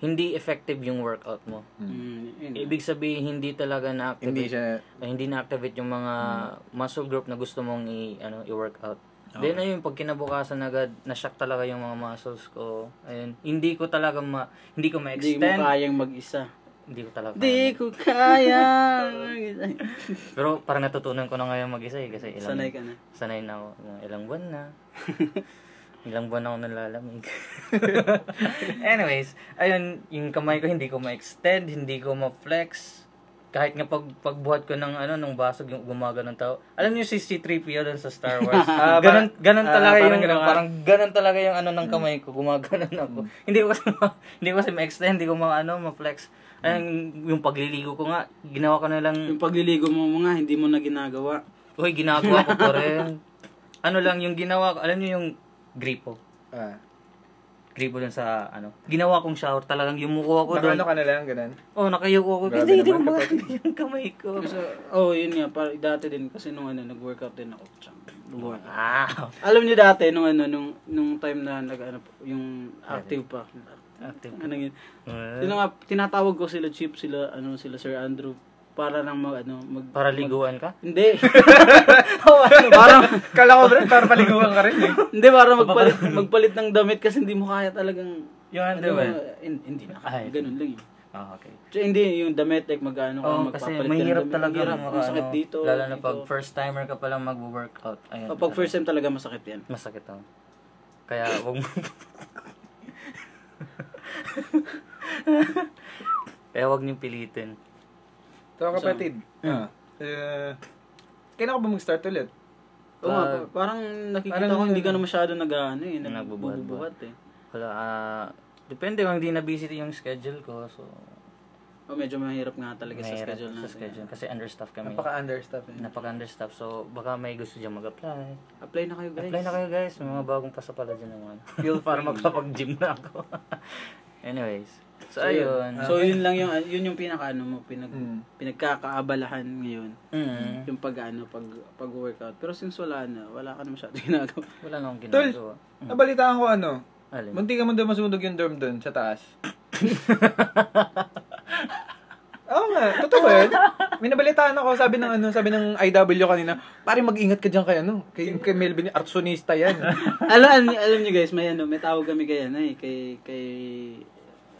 hindi effective yung workout mo. Mm, yun. Ibig sabihin hindi talaga na-activate. Hindi siya... ay, hindi na-activate yung mga Hmm. muscle group na gusto mong i ano i-workout. Then ayun pag kinabukasan agad na-shock talaga yung mga muscles ko. Ayun, hindi ko talaga ma hindi ko Hindi mo ma-extend. Hindi, kayang mag-isa. ko talaga. Di ko [LAUGHS] kaya. Pero parang natutunan ko na ngayon mag-isa eh kasi ilang Sanay ka na. sanay na ako. Mga Ilang buwan [LAUGHS] na. ilang buwan na ako nalalamig. [LAUGHS] Anyways, ayun, yung kamay ko hindi ko ma-extend, hindi ko ma-flex. Kahit nga pag pagbuhat ko ng ano nung basog yung gumaga ng tao. Alam niyo si C3PO doon sa [LAUGHS] Star Wars. Ah, ganun parang- ganun ah, talaga parang yung ano. ganun ka. parang ganun talaga yung ano ng kamay ko gumaganon ako. Mm. Hindi ko kasi ma- hindi ko kasi ma-extend, hindi ko ma ano ma-flex. Ayun, yung pagliligo ko nga, ginawa ko na lang Yung pagliligo mo mga, hindi mo na ginagawa. Uy, ginagawa ko pa rin. Ano lang yung ginawa ko, alam niyo yung gripo. Ah. Gripo dun sa ano. Ginawa kong shower talagang yumuko ako Baka doon. ano ka na lang, [LAUGHS] ganun. Oh, nakayuko ako. Grabe Kasi hindi ko naman, maganda yung kamay ko. Kasi, oh, yun nga. Par- dati din kasi nung ano, nag-workout din ako. Tsang, nag-workout. Wow. Alam niyo dati nung ano nung nung time na nag ano, yung active pa. Active. Ano yun? Eh, Yun nga tinatawag ko sila Chip, sila ano sila Sir Andrew para lang mag ano mag Para liguan ka? hindi. [LAUGHS] Ano, Parang... [LAUGHS] Kala ko, Brad, parang paliguan ka rin, eh. hindi para magpalit magpalit ng damit kasi hindi mo kaya talagang Yung ano, underwear. hin- hindi na. Ay. Ganun lang yun. Ah, okay. So, hindi yung damit like magano Oo, kasi magpapalit ka ng mahirap damit. talaga Mahirap, mag- ang sakit ano, dito. Lalo na dito. pag first timer ka palang mag-workout. Ayun. kapag first time talaga masakit 'yan. Masakit ako. Kaya wag mo... [LAUGHS] Kaya wag Eh, niyong pilitin. So, kapatid. Mm. Ah. Eh, kailan ka ba mag-start ulit? Oo nga, pa- parang nakikita Parang ko hindi ka na masyado nag-ano eh, nagbubuhat eh. Wala, ah, depende kung hindi na busy yung schedule ko. So, Oh, medyo mahirap nga talaga sa mahirap schedule sa natin. ah. schedule. Kasi understaff kami. Napaka-understaff. Eh. Napaka-understaff. So, baka may gusto dyan mag-apply. Apply na kayo, guys. Apply na kayo guys. May mga bagong pasa pala dyan naman. Feel [LAUGHS] para magkapag-gym na ako. [LAUGHS] Anyways. So, ayun. So, yun ah. lang yung, yun yung pinaka, ano mo, pinag, Mm. pinagkakaabalahan ngayon. Mm. Yung pag, ano, pag, pag-workout. Pero since wala na, wala ka na masyado [LAUGHS] ginagawa. Wala na akong Tol! Mm. ginagawa. Nabalitaan ko ano, Alin? Munti ka mo daw masunog yung dorm doon sa taas. Oo nga, totoo eh. May nabalitaan ako, sabi ng ano, sabi ng IW kanina, pare mag-ingat ka diyan kay ano, kay, kay Melvin, artsonista yan. alam, alam, alam nyo guys, may ano, may tawag kami kay ano eh, kay, kay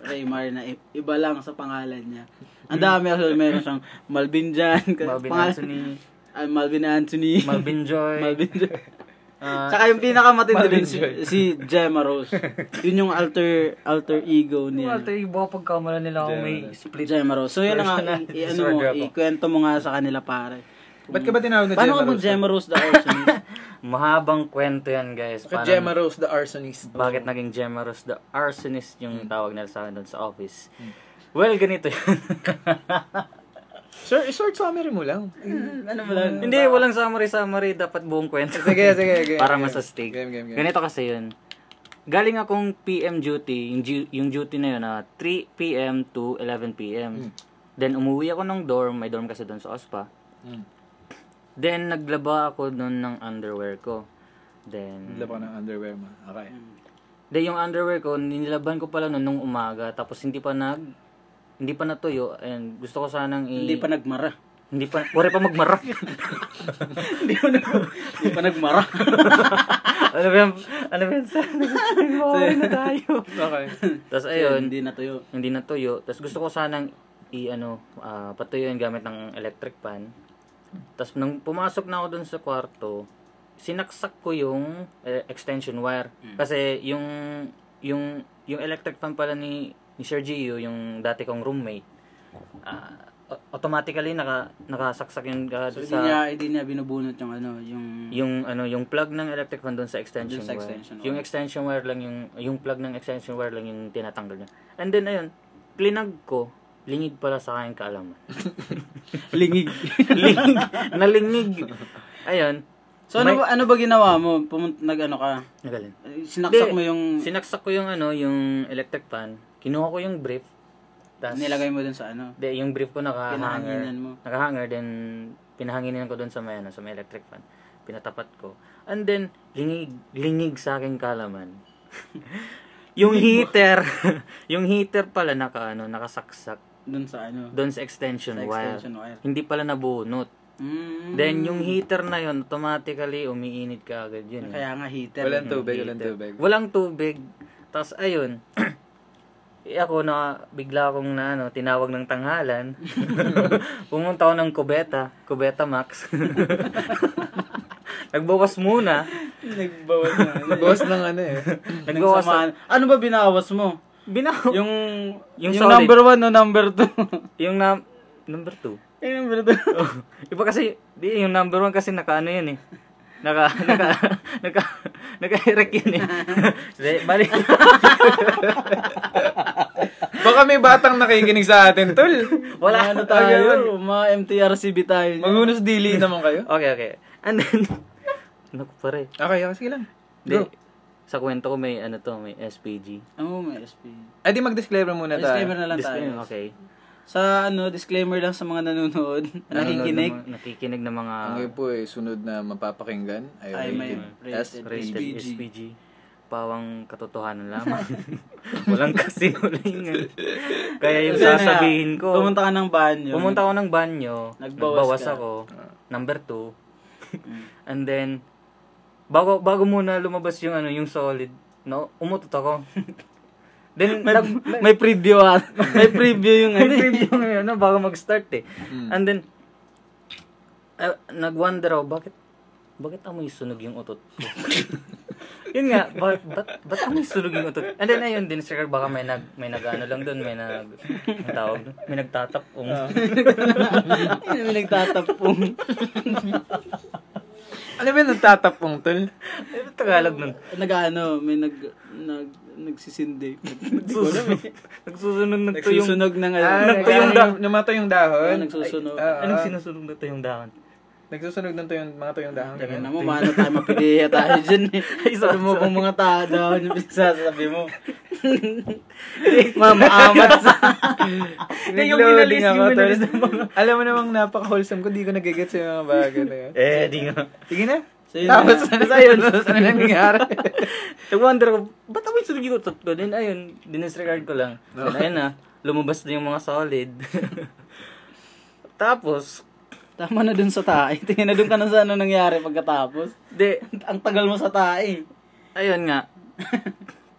Raymar na i- iba lang sa pangalan niya. Ang dami actually, meron siyang Malvin Jan. [LAUGHS] Malvin pangalan- Anthony, Ah, Malvin Anthony. [LAUGHS] Malvin Joy. Malvin Jan. [LAUGHS] ah, Tsaka yung pinakamatindi Malvin din si, Joy. si Gemma [LAUGHS] Rose. Yun yung alter alter ego niya. Walter, iba pagkamala nila kung may split. Gemma Rose. So yun na nga, i- i- ano mo, Disorder ako. ikwento mo nga sa kanila pare. Ba't ka ba tinawag na Paano ka mag Gemma Rose? Gemma Rose the [LAUGHS] Arsonist? Mahabang kwento yan, guys. Bakit Parang- Gemma Rose the arsonist? Bakit naging Gemma Rose the arsonist Hmm. yung tawag nila sa akin doon sa office? Well, [LAUGHS] ganito yun. Sir, short summary mo lang. ano mo lang? Hmm. Hindi, walang summary-summary. Dapat buong kwento. Sige, sige, [LAUGHS] sige. Para Game. masastig. Game, game, game. Ganito kasi yun. Galing akong PM duty, yung, ju- yung duty na yun ah, na 3 PM to 11 Hmm. PM. Then umuwi ako ng dorm, may dorm kasi doon sa OSPA. Mm. Then naglaba ako doon ng underwear ko. Then, Hindi pa ng underwear mo. Okay. then yung underwear ko, nilaban ko pala noon nung umaga. Tapos hindi pa nag, hindi pa natuyo. And gusto ko sanang i... Hindi pa nagmara. Hindi pa, wari pa magmarak. [LAUGHS] Hindi pa nag hindi pa nagmara. ano ba yan? Ano ba yan? Sorry na tayo. Okay. Tapos [LAUGHS] Ayun, ayun, hindi na tuyo. hindi natuyo. Tapos gusto ko sanang i ano, ah, patuyuin gamit ng electric pan. Tapos nung pumasok na ako dun sa kwarto, sinaksak ko yung eh, extension wire. Hmm. Kasi yung yung yung electric fan pala ni ni Sir Gio, yung dati kong roommate, ah, au- automatically naka nakasaksak yung ah, So, hindi sa niya, hindi niya binubunot yung ano, [LAUGHS] yung... yung ano yung plug ng electric fan doon sa extension Dun sa wire. extension wire. Yung extension wire lang yung yung plug ng extension wire lang yung tinatanggal niya. And then ayun, plinag ko, lingid pala sa akin [LAUGHS] kaalaman. Lingig. lingig, nalingig. Ayun, so, ano, ba, ano ba ginawa mo? Pumun- nag ano ka? nagalin. Sinaksak Hindi. mo yung... Sinaksak ko yung ano, yung electric fan, kinuha ko yung brief, tas Nilagay mo dun sa ano? De, yung brief ko nakahanger. Pinahanginan mo. Nakahanger, then pinahanginan ko doon sa may, ano, sa may electric fan. Pinatapat ko. And then, lingig, lingig sa aking kalaman. [LAUGHS] yung heater, [LAUGHS] yung heater pala naka, ano, nakasaksak Dun sa ano? doon sa extension, Sa wire. extension wire. Hindi pala nabunot. Mm. Then, yung heater na yun, automatically, umiinit ka agad yun. eh. Kaya nga heater. Walang tubig, walang tubig. Walang tubig. Tapos, ayun. [CLEARS THROAT] eh, ako na bigla akong na ano, tinawag ng tanghalan. [LAUGHS] Pumunta ako ng Cubeta, Cubeta Max. [LAUGHS] Nagbawas muna. Nagbawas [LAUGHS] na. Boss ng ano eh. Nagbawas. Nagsamaan. sa- Ano ba binawas mo? Binaw. Yung, Yung, Yung yung, solid. number one o number two? na, number 2. [LAUGHS] yung number two. [LAUGHS] Iba kasi, di, yung number 1 kasi naka ano yun eh. Naka, [LAUGHS] naka, naka, naka erect yun eh. [LAUGHS] Di, Bali, [LAUGHS] Baka may batang nakikinig sa atin, tol. wala. ano tayo? Mga MTRCB tayo. Magunos dili E naman kayo. Okay, okay. And then, [LAUGHS] naku pare. Okay, okay, sige lang. Di, Go. sa kwento ko may ano to, may SPG. Oo, may SP. Ay, Ah, di mag-disclaimer muna Disclaimer tayo. na lang Disclaimer, tayo. okay. Sa ano, disclaimer lang sa mga nanonood, nakikinig. Nanonood ng mga- nakikinig ng mga Ang ngayon po eh, sunod na mapapakinggan ay Ay, may rated rated as rated PG. SPG. Pawang katotohanan lamang. [LAUGHS] Walang kasinungalingan. Kaya yung Yun na nga, sasabihin ko, ano Pumunta ka ng banyo. pumunta ako ng banyo, Nagbawas nagbawas ka. ako, number two. [LAUGHS] And then, bago, bago muna lumabas yung ano, yung solid, no, umutot ako. Then, May, nag- ah. may preview at may preview yung ano. May eh. preview ngayon, no, bago mag-start eh. And then, uh, nag-wonder ako, bakit, bakit amoy sunog yung utot ko? Yun nga, ba, ba't, ba't amoy sunog yung utot? And then, ayun din, sir, baka may nag, may nag-ano lang doon, may nag, ang tawag, doon? may nagtatapong. [LAUGHS] Ayun, may nagtatapong. [LAUGHS] Ano ba yung nagtatapong, tol? Ano ba Tagalog nun? Nag-ano, may nag, nag nagsisindi. Nagsusunog, nagsusunog na to yung, Nagsusunog ng ano. Ah, nag- nagtayo yung nagtuyong dahon. dahon. Numatay yung dahon. Ah, nagsusunog. Ay, ah, ah. anong sinusunog na to yung dahan? Nagsusunog ng tuyong, mga tuyong dahon. Teka na mo, maano tayo mapiliya tayo [LAUGHS] dyan eh. Ay, Sabi sorry, mo kung mga tao daw, yung pinagsasabi [LAUGHS] mo. Mamaamat [LAUGHS] sa... Hindi, yung Nag-loading inalis, yung tol. inalis ng mga- Alam mo namang napaka-wholesome ko, di ko nagigets sa mga bagay na yun. Eh, di nga. Sige na. So, yun Tapos na. ano sa'yo? Ano nangyari? [LAUGHS] Nag-wonder ko, ba't ako yung sinagot ko? Then ayun, dinisregard ko lang. Then ayun na, lumabas na yung mga solid. [LAUGHS] Tapos, Tama na dun sa tae. Tingin na dun ka na sa ano nangyari pagkatapos. de, Ang tagal mo sa tae. ayun nga.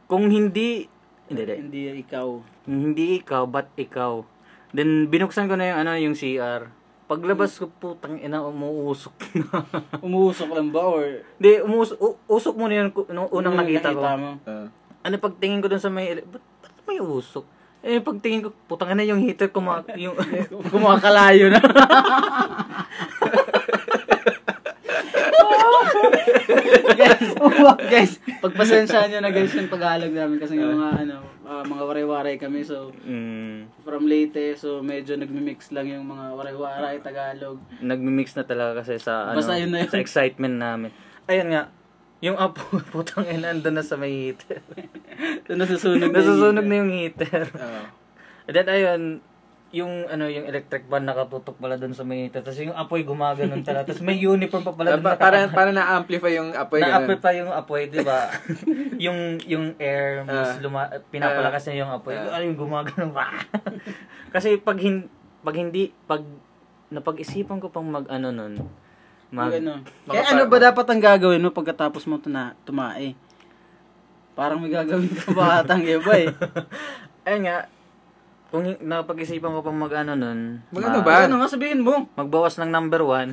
Kung hindi, hindi, hindi, Hindi ikaw. hindi ikaw, ba't ikaw? Then binuksan ko na yung ano, yung CR. Paglabas ko, putang ina, umuusok na. [LAUGHS] Umuusok lang ba or... Hindi, umuusok, u- usok muna yun ku- nung Ano unang nakita ko. mo? Ah. ano pagtingin ko dun sa may, ele- ba't, ba't may usok? Eh, pagtingin ko, putang na yung heater ko, [LAUGHS] ma- yung, Kumakalayo na. guys, uwa, guys, pagpasensya nyo na guys yung Tagalog namin kasi nga mga ano, ah, mga waray-waray kami so mm, from Leyte so medyo nagmi-mix lang yung mga waray-waray Tagalog. nagmi-mix na talaga kasi sa, ano, Basta yun na yun. sa excitement namin. Ayun nga, yung apo, [LAUGHS] putang ina, andun na sa may heater. So nasusunog na. Nasusunog na yung heater. Oo. And then, ayun, yung ano yung electric fan nakatutok pala doon sa may heater. Tapos yung apoy gumaganon talaga. Tapos may uniform pa pala Ah, doon. pa- para para na-amplify yung apoy Na-apoy ganun. pa yung apoy, di ba? [LAUGHS] yung yung air, mas Ah. luma, pinapalakas niya yung apoy. Ah. ano yung gumagano pa? [LAUGHS] Kasi pag, hin, pag hindi, pag napag-isipan ko pang mag-ano nun, mag, Yung ano. Makapa- Kaya ano ba dapat ang gagawin mo pagkatapos mo tuna, tumae? Parang may gagawin ka ba atang iba eh. ayun nga, kung hin- napag-isipan ko pang mag-ano nun, Mag-ano ma- ba? Ano nga sabihin mo? Magbawas ng number [LAUGHS] one.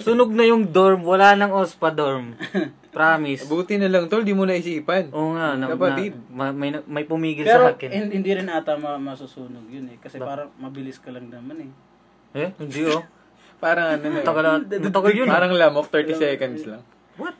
Sunog na yung dorm, wala nang OSPA [LAUGHS] dorm. Promise. Buti na lang tol, di mo naisipan. Oo nga, na, Kapatid. na- ma- may, na- may pumigil Pero sa akin. hin- hindi rin ata ma- masusunog yun eh. Kasi parang mabilis ka lang naman eh. Eh, hindi oh. Parang ano na yun. Tagal, tagal yun. ah. Parang lamok, 30 seconds lang. [LAUGHS] What?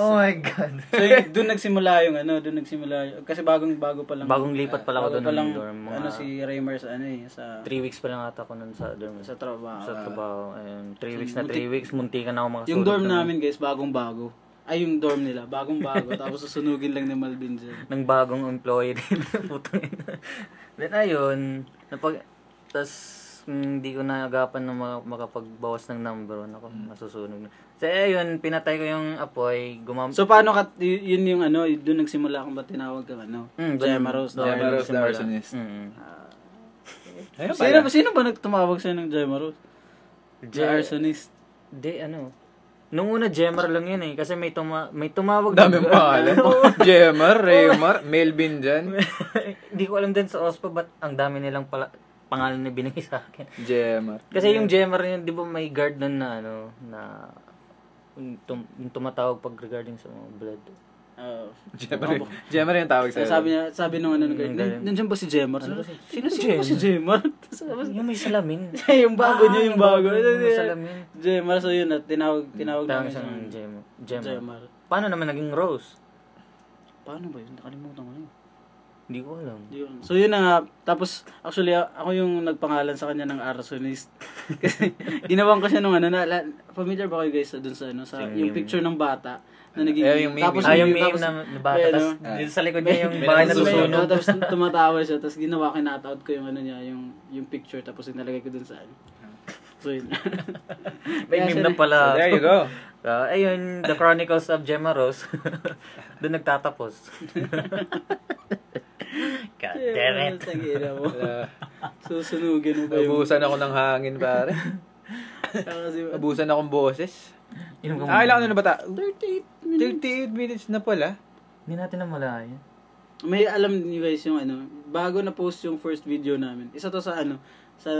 oh my God. So yun, doon nagsimula yung ano, doon nagsimula yung, kasi bagong bago pa lang. Bagong lipat pala bago ako doon pa lang, ng dorm. Mga Ano si Raymer sa ano eh, sa, Three weeks pa lang ata ako nun sa dorm. sa Sa, trabaho. trabaho. Ayun, three weeks na three weeks, munti ka na ako makasulog. Ah. yung dorm ng- namin guys, bagong bago. Ay yung dorm nila, bagong bago. tapos susunugin lang ni Malvin dyan. ng bagong employee din. [LAUGHS] Putang ina. Then ayun, napag... tas mm, hindi ko nagapan na ma- makapagbawas ng number Hmm. one ako. Masusunog na. So ayun, pinatay ko yung apoy. Gumam... So paano ka, y- yun yung ano, y- doon nagsimula kung ba't tinawag ka ano? Mm, Gemma Rose. diba? doon Gemma Rose, the nagsimula. arsonist. Mm. Ayun Sino, pala. sino ba nagtumawag sa'yo ng Gemma Rose? The Je- arsonist. Di, ano. Nung una, Gemmer lang yun eh. Kasi may, tuma may tumawag. Dami ang pangalan. Jemmer, Raymar, Melvin dyan. [LAUGHS] Hindi ko alam din sa OSPA, ba't ang dami nilang pala pangalan na binigay sa akin. Jemmer. Kasi yung Gemmer yun, di ba may guard nun na ano, na yung, tum- yung tumatawag pag regarding sa mga blood. Oo. Jemmer, Jemmer yung tawag Kaya sa'yo. sabi niya, sabi nung ano, nan- nandiyan ba si Jemar? Sino, sino ba si Jemar? Yung may salamin. Ah, yung bago niya, yung bago. Yung salamin. [LAUGHS] Jemar, so yun, at tinawag, tinawag Tawag namin siya ng siyang Gemmer. Gemmer. Jemar. Paano naman naging Rose? Paano ba yun? Nakalimutan ko na yun. Hindi ko alam. Di yun. So yun na nga, tapos actually a- ako yung nagpangalan sa kanya ng arsonist. [LAUGHS] Kasi ginawan ko siya nung ano, na, la- familiar ba kayo guys sa, dun sa ano, sa yung picture ng bata na naging Eh, yung meme. tapos Ah, yung tapos- meme na, na bata. may ano, Tapos dito sa likod niya yung may bahay na Tapos may- susunog. oh, tapos tumatawa siya, tapos ginawa ko, out ko yung ano niya, yung, yung picture, tapos inalagay ko dun sa ano. So yun. [LAUGHS] May Kaya meme siya na pala. So, Oh, there you go. Ah, ayun, The Chronicles of Gemma Rose. [LAUGHS] Doon nagtatapos. [LAUGHS] God damn it. Ang ina [LAUGHS] mo. Uh, Susunugin mo ba yung... abusan ako ng hangin, pare. Kasi, Abusan akong boses. Inom ka Ah, muna. ilan ko na bata? 38 minutes. 38 minutes na pala. Hindi natin na eh. malaya. may alam niyo guys yung ano, bago na post yung first video namin. Isa to sa ano, sa...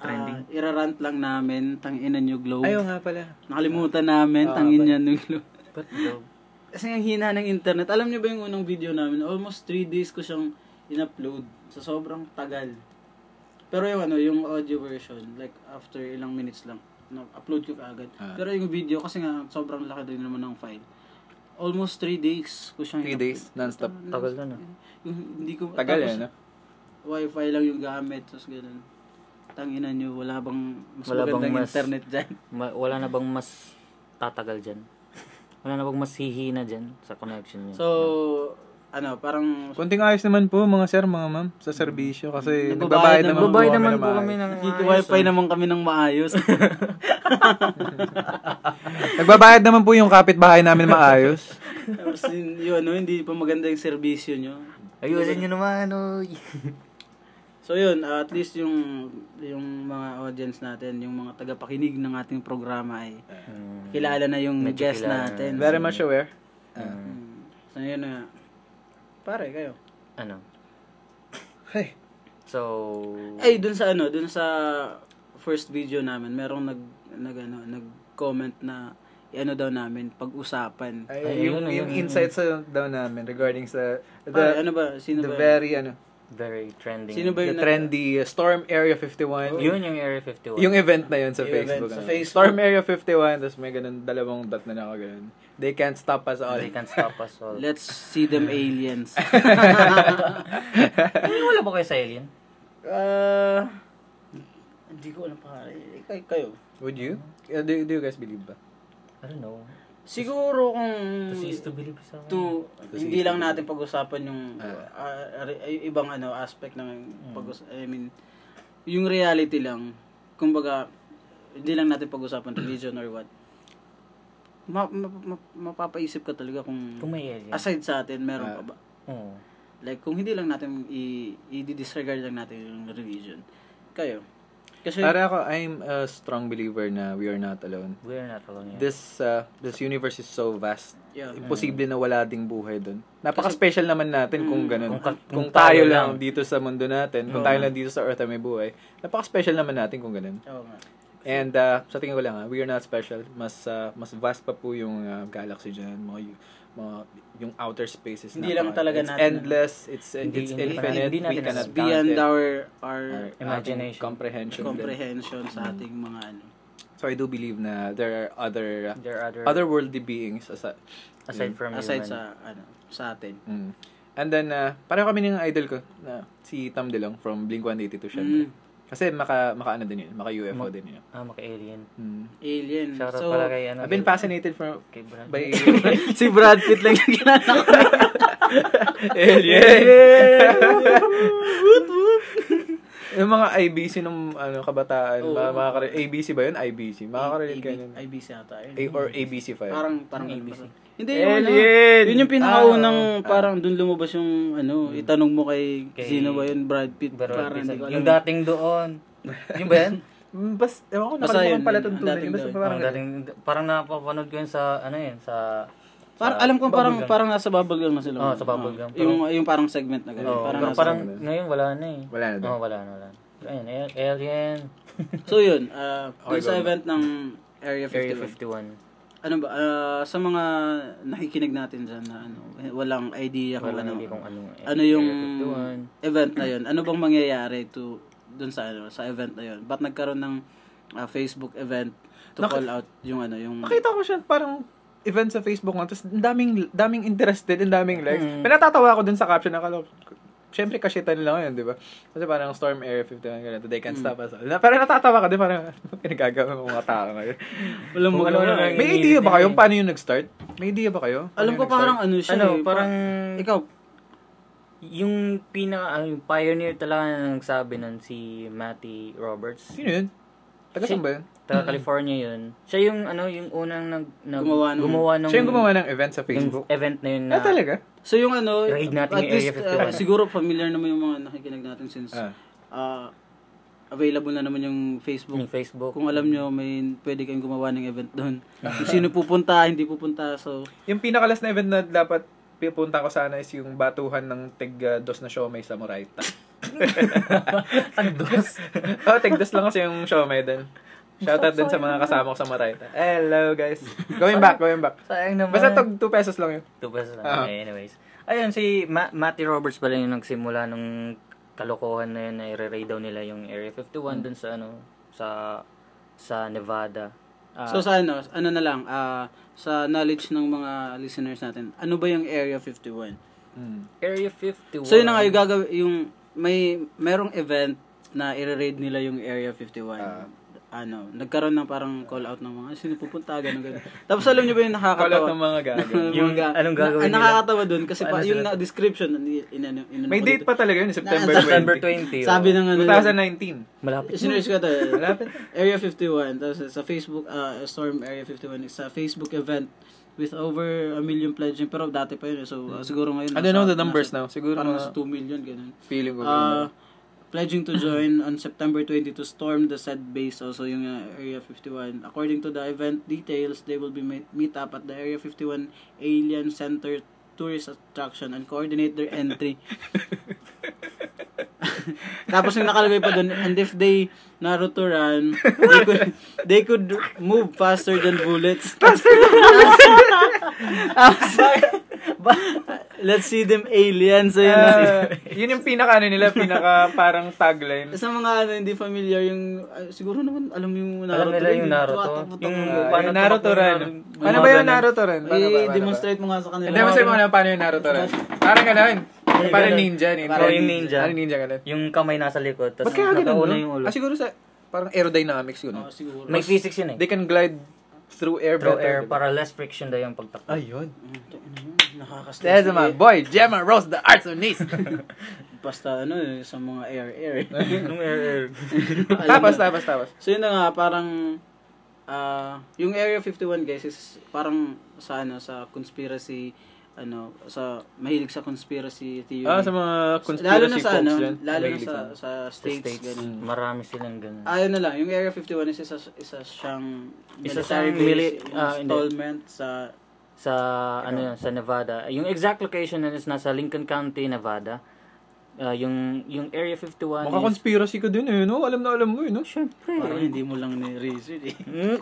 Trending. Uh, irarant lang namin, tanginan yung globe. Ayaw nga pala. Nakalimutan namin, Ah, tangin niya yung globe. But though, Kasi ang hina ng internet. Alam niyo ba yung unang video namin? Almost 3 days ko siyang in-upload. Sa sobrang tagal. Pero yung ano, yung audio version, like after ilang minutes lang, na-upload ko kaagad. Ah. Pero yung video, kasi nga sobrang laki din naman ng file. Almost 3 days ko siyang 3 days, non-stop. tagal na eh, na. Yung, hindi ko, Tagal tapos, yan, no? Wi-Fi lang yung gamit, tapos ganun. Tanginan niyo, wala bang mas Wala bang magandang mas- internet [LAUGHS] dyan? Ma- wala na bang mas tatagal dyan? Wala na bang mas hihina dyan sa connection niya? So, ano, parang Kunting ayos naman po mga sir, mga ma'am, sa serbisyo kasi Nagbabayad nagbabayad naman naman, po Babae kami ng maayos. naman po kami ng Nagki-wifi naman kami ng [LAUGHS] maayos. Nagbabayad naman po yung kapitbahay namin maayos. Tapos yun, yun, ano, hindi pa maganda yung serbisyo nyo. Ayusin nyo naman, oy. [LAUGHS] So yun, uh, at least yung yung mga audience natin, yung mga tagapakinig ng ating programa ay kilala na yung Medyo guest kilala na. natin. Very much uh, aware. Mm. So yun na. Pare, kayo. ano? Hey. So, Mm. Ay, dun sa ano, dun sa first video namin, merong nag, nag ano, nag-comment na ano daw namin, pag-usapan. Ay, Ay, yung, ayun, yung ayun, insights sa daw namin regarding sa the, Pare, ano ba? Sino the ba? very ano very trending. Sino ba the yung nag- trendy uh, Storm Area 51. Yun yung Area 51. yung event na yun sa Yung Facebook. event sa ano. Facebook. Storm Area 51 tapos may ganun dalawang dot na naka ganun. They can't stop us all. They can't stop us all. Let's see them [LAUGHS] aliens. Wala ba kayo sa alien? Ah, hindi ko alam pare. Kay kayo. Would you? Uh, do, do you guys believe ba? I don't know. Siguro kung Kasi is to believe sa akin. to hindi lang natin pag-usapan yung Ah. ah, ari- ay- ibang ano aspect Hmm. ng pag I mean yung reality lang kumbaga hindi lang natin pag-usapan religion or what ma, ma- ma- mapapaisip ka talaga kung Kung may alien. aside sa atin meron Ah. pa ba Oo. like kung hindi lang natin i- i-disregard lang natin yung religion kayo kasi Para ako, I'm a strong believer na we are not alone. We're not alone here. This uh, this universe is so vast. Yeah. Imposible na wala ding buhay doon. Napaka-special naman natin kung ganun. Mm. Kung, Kung ka- kung tayo, tayo lang lang. dito sa mundo natin, kung tayo lang dito sa earth na may buhay, napaka-special naman natin kung ganun. Oo nga. And uh, sa tingin ko lang, ah, we are not special. Mas uh, mas vast pa po yung uh, galaxy dyan, mga, y- mga yung outer spaces. Hindi lang talaga it's natin, endless, it's uh, Hindi- it's hindi pa- infinite, hindi natin we cannot It's count beyond it. our our Our- ating Imagination. comprehension. comprehension sa ating mga ano So I do believe na there are other uh, There are other, otherworldly beings as aside from aside human. sa ano sa atin Mm. And then, uh, pareho kami ng idol ko, na si Tam DeLong from Blink-182 siya. Mm. Kasi maka, maka ano din yun, maka UFO Ma- din yun. Ah, maka-alien. Mm. Alien. Shoutout so, pala kay ano. I've been kay- fascinated from, Kay Brad. by [LAUGHS] [LAUGHS] si Brad Pitt lang yung kilala ko. alien. [LAUGHS] yung mga IBC nung ano, kabataan, Oo. mga, mga kare- ABC ba yun? IBC. Makakarelate ka nun. IBC ata. yun. A- or ABC5. Parang, parang ABC. ABC. Hindi, yung ano. Alien! Yun yung pinakaunang, Ah. parang dun lumabas yung, ano, itanong mo kay, Kay- sino ba yun, Brad Pitt. Brad parang Pitt. hindi ko alam. yung dating doon. yung ba [LAUGHS] yan? Mm, Bas, ewan ko, Basta nakalimutan yun, pala yun, itong ang tunay. dating Basta daw. parang Parang, dating, parang napapanood ko yun sa, ano yun, sa... Parang, sa alam ko, parang, bubblegum. parang nasa bubblegum na sila. Oo, sa bubblegum. Oo. yung, yung parang segment na gano'n. Oo, parang parang, nasa- ngayon wala na eh. Wala na daw. Oo, wala na, wala na. Ayun, al- [LAUGHS] alien. so yun, ah, dun Okay, sa go. event ng Area Area 51. 51. Ano ba, ah, sa mga nakikinig natin dyan na ano, walang idea kung Wala na ano, hindi kung ano. ano yung Area 51. event na yun? Ano bang mangyayari to dun sa ano, sa event na yun? Ba't nagkaroon ng ah, Facebook event to Naki- call out yung ano, yung Nakita ko siya parang event sa Facebook nga, tapos ang daming, daming interested, ang daming likes. Pero natatawa ako dun sa caption, nakala ko, syempre kashitan lang yun, di ba? Kasi parang Storm Area 51, ganito, they can't stop us. all." Na, parang natatawa ka, di ba? Parang, [LAUGHS] pinagagawa ng mga tao ngayon. Walang Kung ano- magawa ano- eh. May idea ba kayo? Paano yung nag-start? May idea ba kayo? Alam ko Paano yung parang nag-start? ano siya. Ano, eh, parang... ikaw, Yung pinaka, ano, yung pioneer talaga na nagsabi nun si Matty Roberts. Sino yun? Taga saan ba yun? Taga California yun. Siya yung ano, yung unang nag, nag Gumawa ng- ng- Siya yung gumawa ng event sa yung Facebook. event na yun na. Ah, talaga? so yung ano, Raid natin at yung least, Area 51. ah, siguro familiar naman yung mga nakikinig natin since Ah. ah, available na naman yung Facebook. Yung Facebook. Ah. Kung alam nyo, may pwede kayong gumawa ng event doon. Kung sino pupunta, hindi pupunta. So, Yung pinakalas na event na dapat pipunta ko sana is yung batuhan ng tig uh, dos na siomay sa [LAUGHS] Moraita. Tagdos. [LAUGHS] oh, tigdas lang kasi yung siomay dun. Shoutout dun sa mga kasama ko sa Moraita. Hello, guys. Going back, going back. [LAUGHS] Sayang uh, naman. Basta tag 2 pesos lang yun. Two pesos lang. Ah. Eh, Anyways. Ayun, si Ma- Matty Roberts pala yung nagsimula nung kalokohan na yun na i-raid daw nila yung Area Hmm. 51 dun sa ano, sa sa Nevada. Ah, so sa ano, ano na lang, ah, sa knowledge ng mga listeners natin, ano ba yung Area 51? Hmm. Area 51. So yun na nga yung Ah. gagawin, yung may merong event na i-raid nila yung Area 51. ano, nagkaroon ng parang call out ng mga sino pupunta ganun ganun. Tapos alam niyo ba yung Call out nakakatawa? ng mga gago. [LAUGHS] Yung anong na, gagawin ah, nila? Nakakatawa doon kasi Paano pa, yung na, sila- description in, in, in, in, May date pa talaga yun, September Na- September 20. 20. Sabi ng ano. 2019. Malapit. Sinerge ko to. eh. Malapit. Area 51. Tapos sa Facebook, ah, Storm Area 51. Sa Facebook event with over a million pledging. Pero dati pa yun. eh. So, ah, siguro ngayon. I don't know nasa- the nasa- numbers now. Siguro Parang mga nasa 2 million, ganun. feeling ko. Uh, pledging to join on September 20 to storm the said base, also yung uh, Area 51. According to the event details, they will be meet, meet up at the Area 51 Alien Center tourist attraction and coordinate their entry. [LAUGHS] Tapos yung nakalagay pa doon, and if they naruturan, they could, they could move faster than bullets. [LAUGHS] Faster than [LAUGHS] bullets! Let's see them aliens. Ayun na sila. Ah, yun yung pinaka ano nila, pinaka parang tagline. Sa mga ano, hindi familiar yung, ah, siguro naman alam yung Alam nila yung Naruto. Yung, Yung- Ah, Paano yung Naruto tumakbo ran. ng- Ano mga ba yung ganun? Naruto ran? Paano ba? Paano ba? i-demonstrate mo nga sa kanila. Demonstrate mo na paano yung Naruto ran. Parang ganun. Yung Parang ganun. ninja, ninja. Parang yung ninja. Parang ninja ganun. Yung kamay nasa likod. Tapos Ba't kaya ganun? nakauna no? yung ulo. Ah, siguro sa, parang aerodynamics yun. Oo, Ah, siguro. May physics yun eh. They can glide through air Through better, air diba? para less friction daw yung [LAUGHS] pagtakbo. Ayun. ano Nakakastress. There's my boy, Gemma Rose, the arts on [LAUGHS] this. Basta ano, eh, sa mga [LAUGHS] air-air. Ah, Anong air air? tapos, tapos, tapos. So yun na nga, parang, ah, yung Area 51 guys is parang sa ano, sa conspiracy, ano, sa, mahilig sa conspiracy theory. Ah, sa mga lalo conspiracy na sa folks ano, dyan. lalo na Mahilig sa, sila. sa states, States. ganun. Marami silang ganun. Ayun Ah, na lang, yung Area 51 is isa, isa siyang Isa military siyang base mili- ah, hindi. installment sa Sa, ano yun, sa Nevada. Yung exact location nun is nasa Lincoln County, Nevada. Ah, yung yung Area 51 Mukha is... conspiracy ka dun eh, no? Alam na alam mo eh, no? [LAUGHS] Siyempre. parang hindi mo lang ni-research eh. Mm.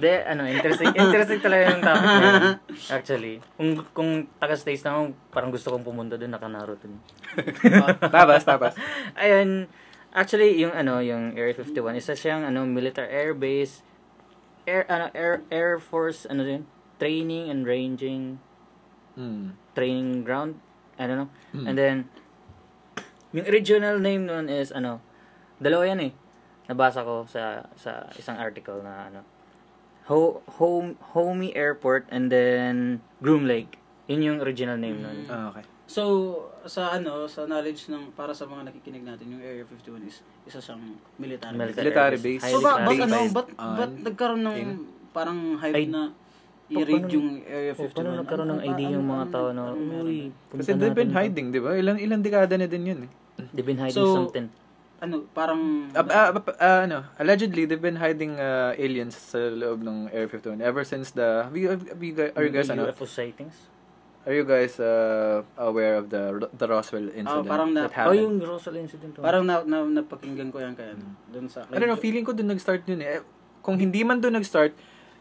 De, ano, interesting, interesting talaga yung topic na yun, Actually, kung, kung taga-states na ako, parang gusto kong pumunta doon, naka Naruto. Diba? Tapos, tapos. Ayun, actually, yung ano, yung Area 51, isa siyang ano, military air base, air, ano, air, air force, ano yun, training and ranging, Mm. training ground, I don't know. Hmm. And then, yung original name nun is, ano, dalawa yan eh. Nabasa ko sa sa isang article na, ano, Ho, home, Homey Airport and then Groom Lake. Yun yung original name nun. Ah, okay. [LAUGHS] So, sa ano, sa knowledge ng para sa mga nakikinig natin, yung Area 51 is isa siyang military. base. Military air base. So, ba, Highly ba't classified. ano, ba't, on- ba't nagkaroon ng in- parang hype Ay, na pa- i-raid paano- yung Area 51? O, Oh, paano nagkaroon ng Ano ba- idea yung ano- mga ano- tao na, ano meron? uy, punta Kasi they've been natin to." hiding, di ba? Ilang, ilang dekada na din yun eh. They've been hiding So, something. Ano, parang... Ab- ah, ab- ah, ano, allegedly, they've been hiding uh, aliens sa loob ng Area 51 ever since the... Have you, have you guys, are you guys, ano, UFO sightings? are you guys uh, aware of the the Roswell incident parang na- that Oh, happened? yung Rosal incident. oh. Parang na, na, napakinggan ko yan kaya doon sa... I don't know, feeling ko dun nag-start yun eh. Eh, Kung hindi man dun nag-start,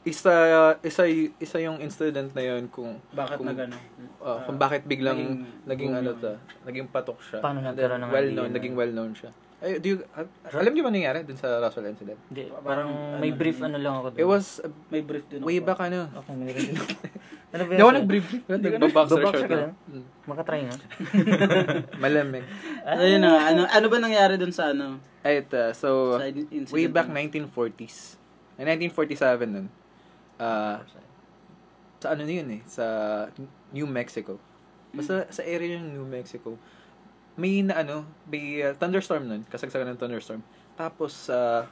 isa, isa, y- isa yung incident na yun kung, Bakit kung, na gano'n? uh, kung bakit biglang Ah, naging- naging, ano to, naging patok siya. Paano And nagkaroon then ng well-known, idea na- ah. naging well-known siya. Ay, do you, ah, alam niyo ba nangyari dun sa Roswell incident? Hindi, parang may brief ano lang ako. It was uh, May brief din ako. way back ano. Ako, meron [LAUGHS] din ako. Ano ba Hindi yun? ako nag-brief. Nag-boxer Baboxer short ka lang. lang? Makatry nga. eh. Malamig. Ah, ayun na nga. Ano, ano ba nangyari dun sa ano? Ay, ito. So, Sa in- incident way back na- 1940s. Ay, 1947 nun. Ah, sa ano na yun eh, sa New Mexico. Basta sa area ng New Mexico, may na ano, may uh, thunderstorm nun, kasagsagan ng thunderstorm. Tapos, ah,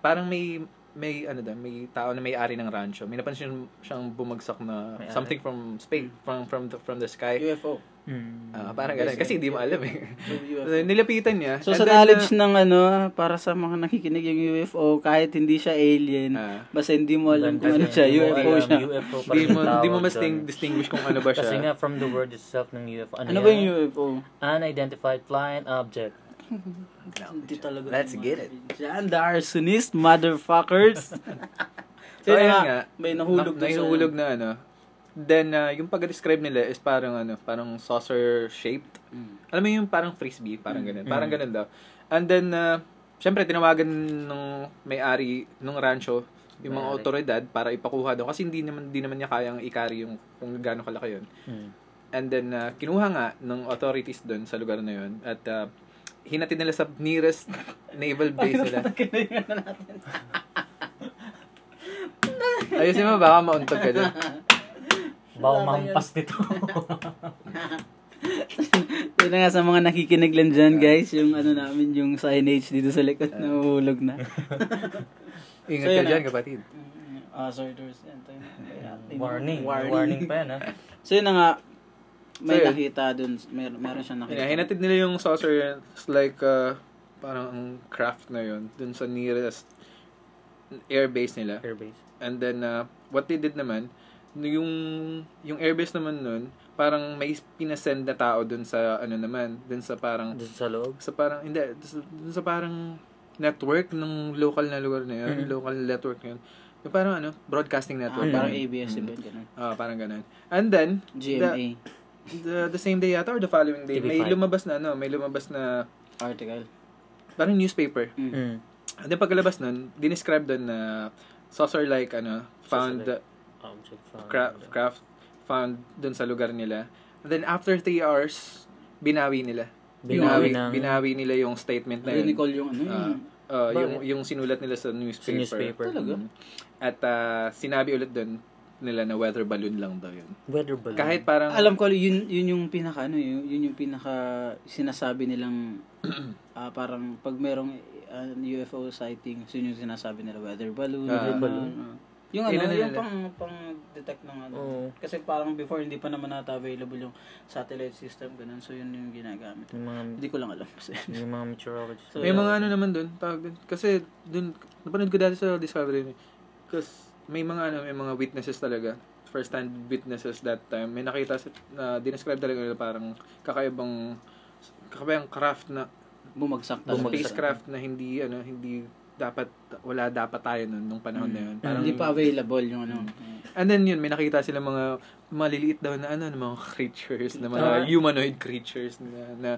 parang may, may ano daw, may tao na may-ari ng rancho. May napansin siyang bumagsak na May-ari. something from space, from from the, from the sky. UFO. Ah, parang ganun. Kasi hindi mo alam eh. So, UFO. So, nilapitan niya. So And sa then, knowledge ah, ng ano, para sa mga nakikinig yung UFO, kahit hindi siya alien, ah, basta hindi mo alam kung ano siya, Hindi mo UFO alam, siya. UFO pa Hindi rin mo, yung hindi mo tawag mas doon. distinguish kung ano ba siya. Kasi nga from the word itself ng UFO. Ano, Ano ba yung UFO? Unidentified flying object. Hindi talaga. Let's naman. get it. Diyan, the arsonist, [LAUGHS] motherfuckers. So, Yun ayun nga, nga. May nahulog na, doon sa- nahulog na ano. Then, ah, yung pag-describe nila is parang ano, parang saucer-shaped. Alam mo yung parang frisbee, parang Mm, ganun. Parang ganun daw. And then, ah, syempre, tinawagan nung may-ari nung rancho yung mga May-ari. otoridad para ipakuha daw kasi hindi naman hindi naman niya kayang ikari yung kung gaano kalaki yun. Mm. uh, Hmm. And then, ah, kinuha nga ng authorities doon sa lugar na yun. At ah, hinatid nila sa nearest [LAUGHS] naval base nila. Kinahingan na natin. Ayusin mo, baka mauntog ka [LAUGHS] dyan. Wala Bawa ba yun? mampas [LAUGHS] nito. Yun na nga sa mga nakikinig lang dyan, guys. Yung ano namin, yung signage dito sa likod, Uh, nahuhulog na. Ingat So, yun ka na. dyan, kapatid. Ah, sorry, Doris. Yan, tayo na. Mm-hmm. warning. Warning pa yan, ha? So yun na nga, may So, yun. nakita dun. Mer meron siyang nakita. Yeah, hinatid nila yung saucer. It's like, uh, parang ang craft na yun. Dun sa nearest airbase nila. Airbase. And then, uh, what they did naman, yung yung airbase naman nun, parang may pinasend na tao dun sa, ano naman, dun sa parang, Doon sa loob. sa parang, hindi, dun sa, dun sa parang network ng local na lugar na yun, local network na yun. Yung parang ano, broadcasting Mm-hmm. Ah, network. parang ganun. ABS-CBN, ganun. Ah, parang ganun. And then, the, GMA the, the same day yata or the following day, may TV5. lumabas na ano, may lumabas na article. parang newspaper. Mm. And then pagkalabas nun, dinescribe dun na uh, saucer-like ano, found Saucer-like. Object found. craft, craft found dun sa lugar nila. And then after three hours, binawi nila. Binawi Binawi, ng- binawi nila yung statement na yun. Rinicol yung ano Ah, yun. ah, yung, Bakit? yung sinulat nila sa Sa newspaper. newspaper. Talaga? Mm. At ah, sinabi ulit dun nila na weather balloon lang daw yun. Weather balloon. Kahit parang... Alam ko, yun, yun yung pinaka, ano, yun, yun yung pinaka sinasabi [CLEARS THROAT] nilang, ah, parang pag merong ah, UFO sighting, yun yung sinasabi nila, weather balloon. Ah. ganun, balloon. ah. yung ano, Yun na yung nila. pang, pang detect ng ano. Oo. Kasi parang before, hindi pa naman nata available yung satellite system, ganun. So, yun yung ginagamit. Yung mga, Hindi ko lang alam kasi. [LAUGHS] yung mga meteorologists. So, May mga ano naman dun, tawag dun. Kasi dun, napanood ko dati sa Discovery. Kasi may mga ano, may mga witnesses talaga. First hand witnesses that time. May nakita sa, na dinescribe talaga nila parang kakaibang kakaibang craft na Bumagsak talaga. Bumagsak. spacecraft na hindi ano, hindi dapat wala dapat tayo nun nung panahon na ano, yun. Mm. Parang Mm. Hindi pa available yung ano. And then yun, may nakita sila mga maliliit daw na ano, na mga [LAUGHS] creatures, na mga Ah. humanoid creatures na, na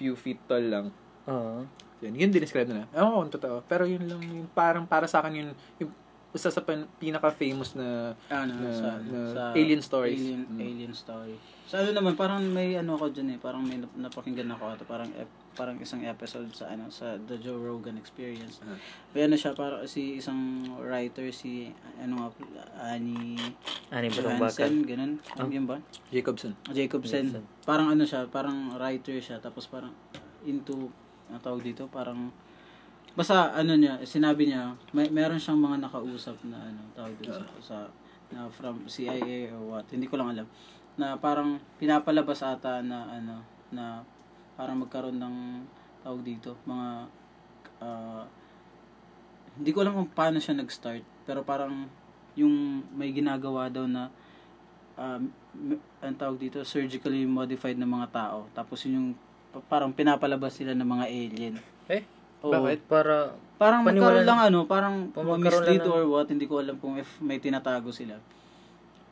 few feet tall lang. Oo. Yun, yun dinescribe nila. Ewan ko kung totoo. Pero yun lang, yung parang para sa akin yun, yung isa sa pan- pinaka-famous na, Ano, na, sa, na sa alien stories. Alien, Mm. alien story. Sa ano naman, parang may ano ako dyan eh. Parang may nap- napakinggan ako ito. Parang, ep- parang isang episode sa ano sa The Joe Rogan Experience. Ah. May ano siya, parang si isang writer, si ano nga, Annie Ano yung batang baka? Johansen, ganun. Ano yun ba? Ah. Jacobson. Jacobson. Jacobson. Parang ano siya, parang writer siya. Tapos parang into, ang tawag dito, parang, basta ano niya, sinabi niya, may, meron siyang mga nakausap na ano, tawag dito sa, sa na from CIA or what, hindi ko lang alam. Na parang pinapalabas ata na ano, na parang magkaroon ng tawag dito, mga ah, hindi ko alam kung paano siya nag-start, pero parang yung may ginagawa daw na um, m- ang tawag dito, surgically modified ng mga tao. Tapos yun yung pa- parang pinapalabas sila ng mga alien. Eh? Oo. Bakit? Para, Parang magkaroon Paniwala- lang ano, parang mga Parang magkaroon mislead lang ng- or what, hindi ko alam kung if may tinatago sila.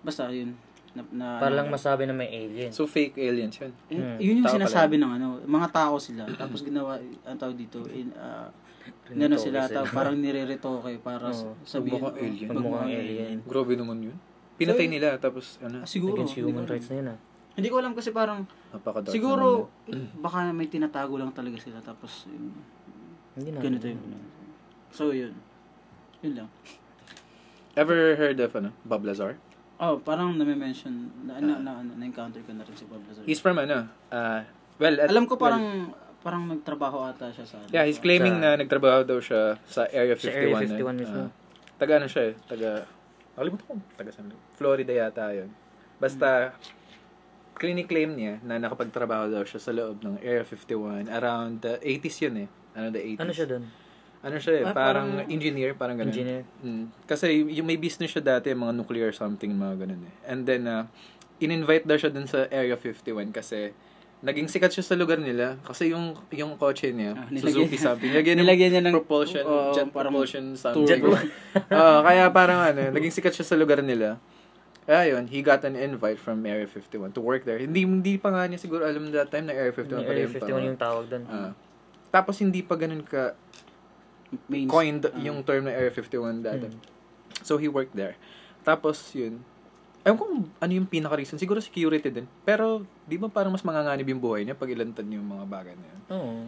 Basta yun. Na, na, para lang hmm, ano, masabi na may alien. So, fake aliens yun. yun, yun yung Tao pala sinasabi ng ano, mga tao sila. Tapos ginawa, ang tawag dito, in, ah, ano Rinitoke sila, sila. tawag, [LAUGHS] parang nire-retoke para sa Oo. sabihin. Pagmukhang alien. pagmukhang Pagmukhang alien. Grabe naman yun. Pinatay nila, tapos Ah, ano, siguro. Against hindi human ko- rights na yun ah. Hindi ko alam kasi parang napaka-dark Siguro, [CLEARS THROAT] baka may tinatago lang talaga sila tapos yun, Hindi na. ganito yun. So, yun. Yun lang. naman. Ever heard of ano, Bob Lazar? Oh, parang nami-mention, na, na, na, na, encounter ko na rin si Bob Lazar. He's from ano, uh, well, at- Alam ko parang, parang nagtrabaho ata siya sa ano. yeah, he's claiming na Sa- nagtrabaho daw siya sa Area 51. Sa Area 51 na, mismo. ah, taga ano siya eh, taga, nakalimutan ko, taga saan. Florida yata yun. Basta, clinic-claim niya na nakapagtrabaho daw siya sa loob ng Area 51 around the 80s yun eh. Ano the 80s? Ano siya doon? Ano siya eh, Ah, parang, parang- engineer, parang ganun. Engineer. Mm. Kasi yung may business siya dati, mga nuclear something, mga ganun eh. And then, ah, in-invite daw siya dun sa Area 51 kasi naging sikat siya sa lugar nila kasi yung yung kotse niya, Ah, nilagyan [LAUGHS] Suzuki niya- something, nilagyan, nilagyan niya ng- propulsion, oo, jet parang turbo. propulsion something. [LAUGHS] Oo, kaya parang ano, naging sikat siya sa lugar nila. Kaya yun, he got an invite from Area 51 to work there. Hindi hindi pa nga niya siguro alam that time na Area 51 pala Area yung 51 yung tawag doon. Ah. tapos hindi pa ganun ka Main, coined yung term na Area 51 dati. Hmm. So, he worked there. Tapos, yun. Ewan kung ano yung pinaka-reason. Siguro security din. Pero, di ba parang mas manganganib yung buhay niya pag ilantad niyo yung mga bagay na yun? Oo. Oo,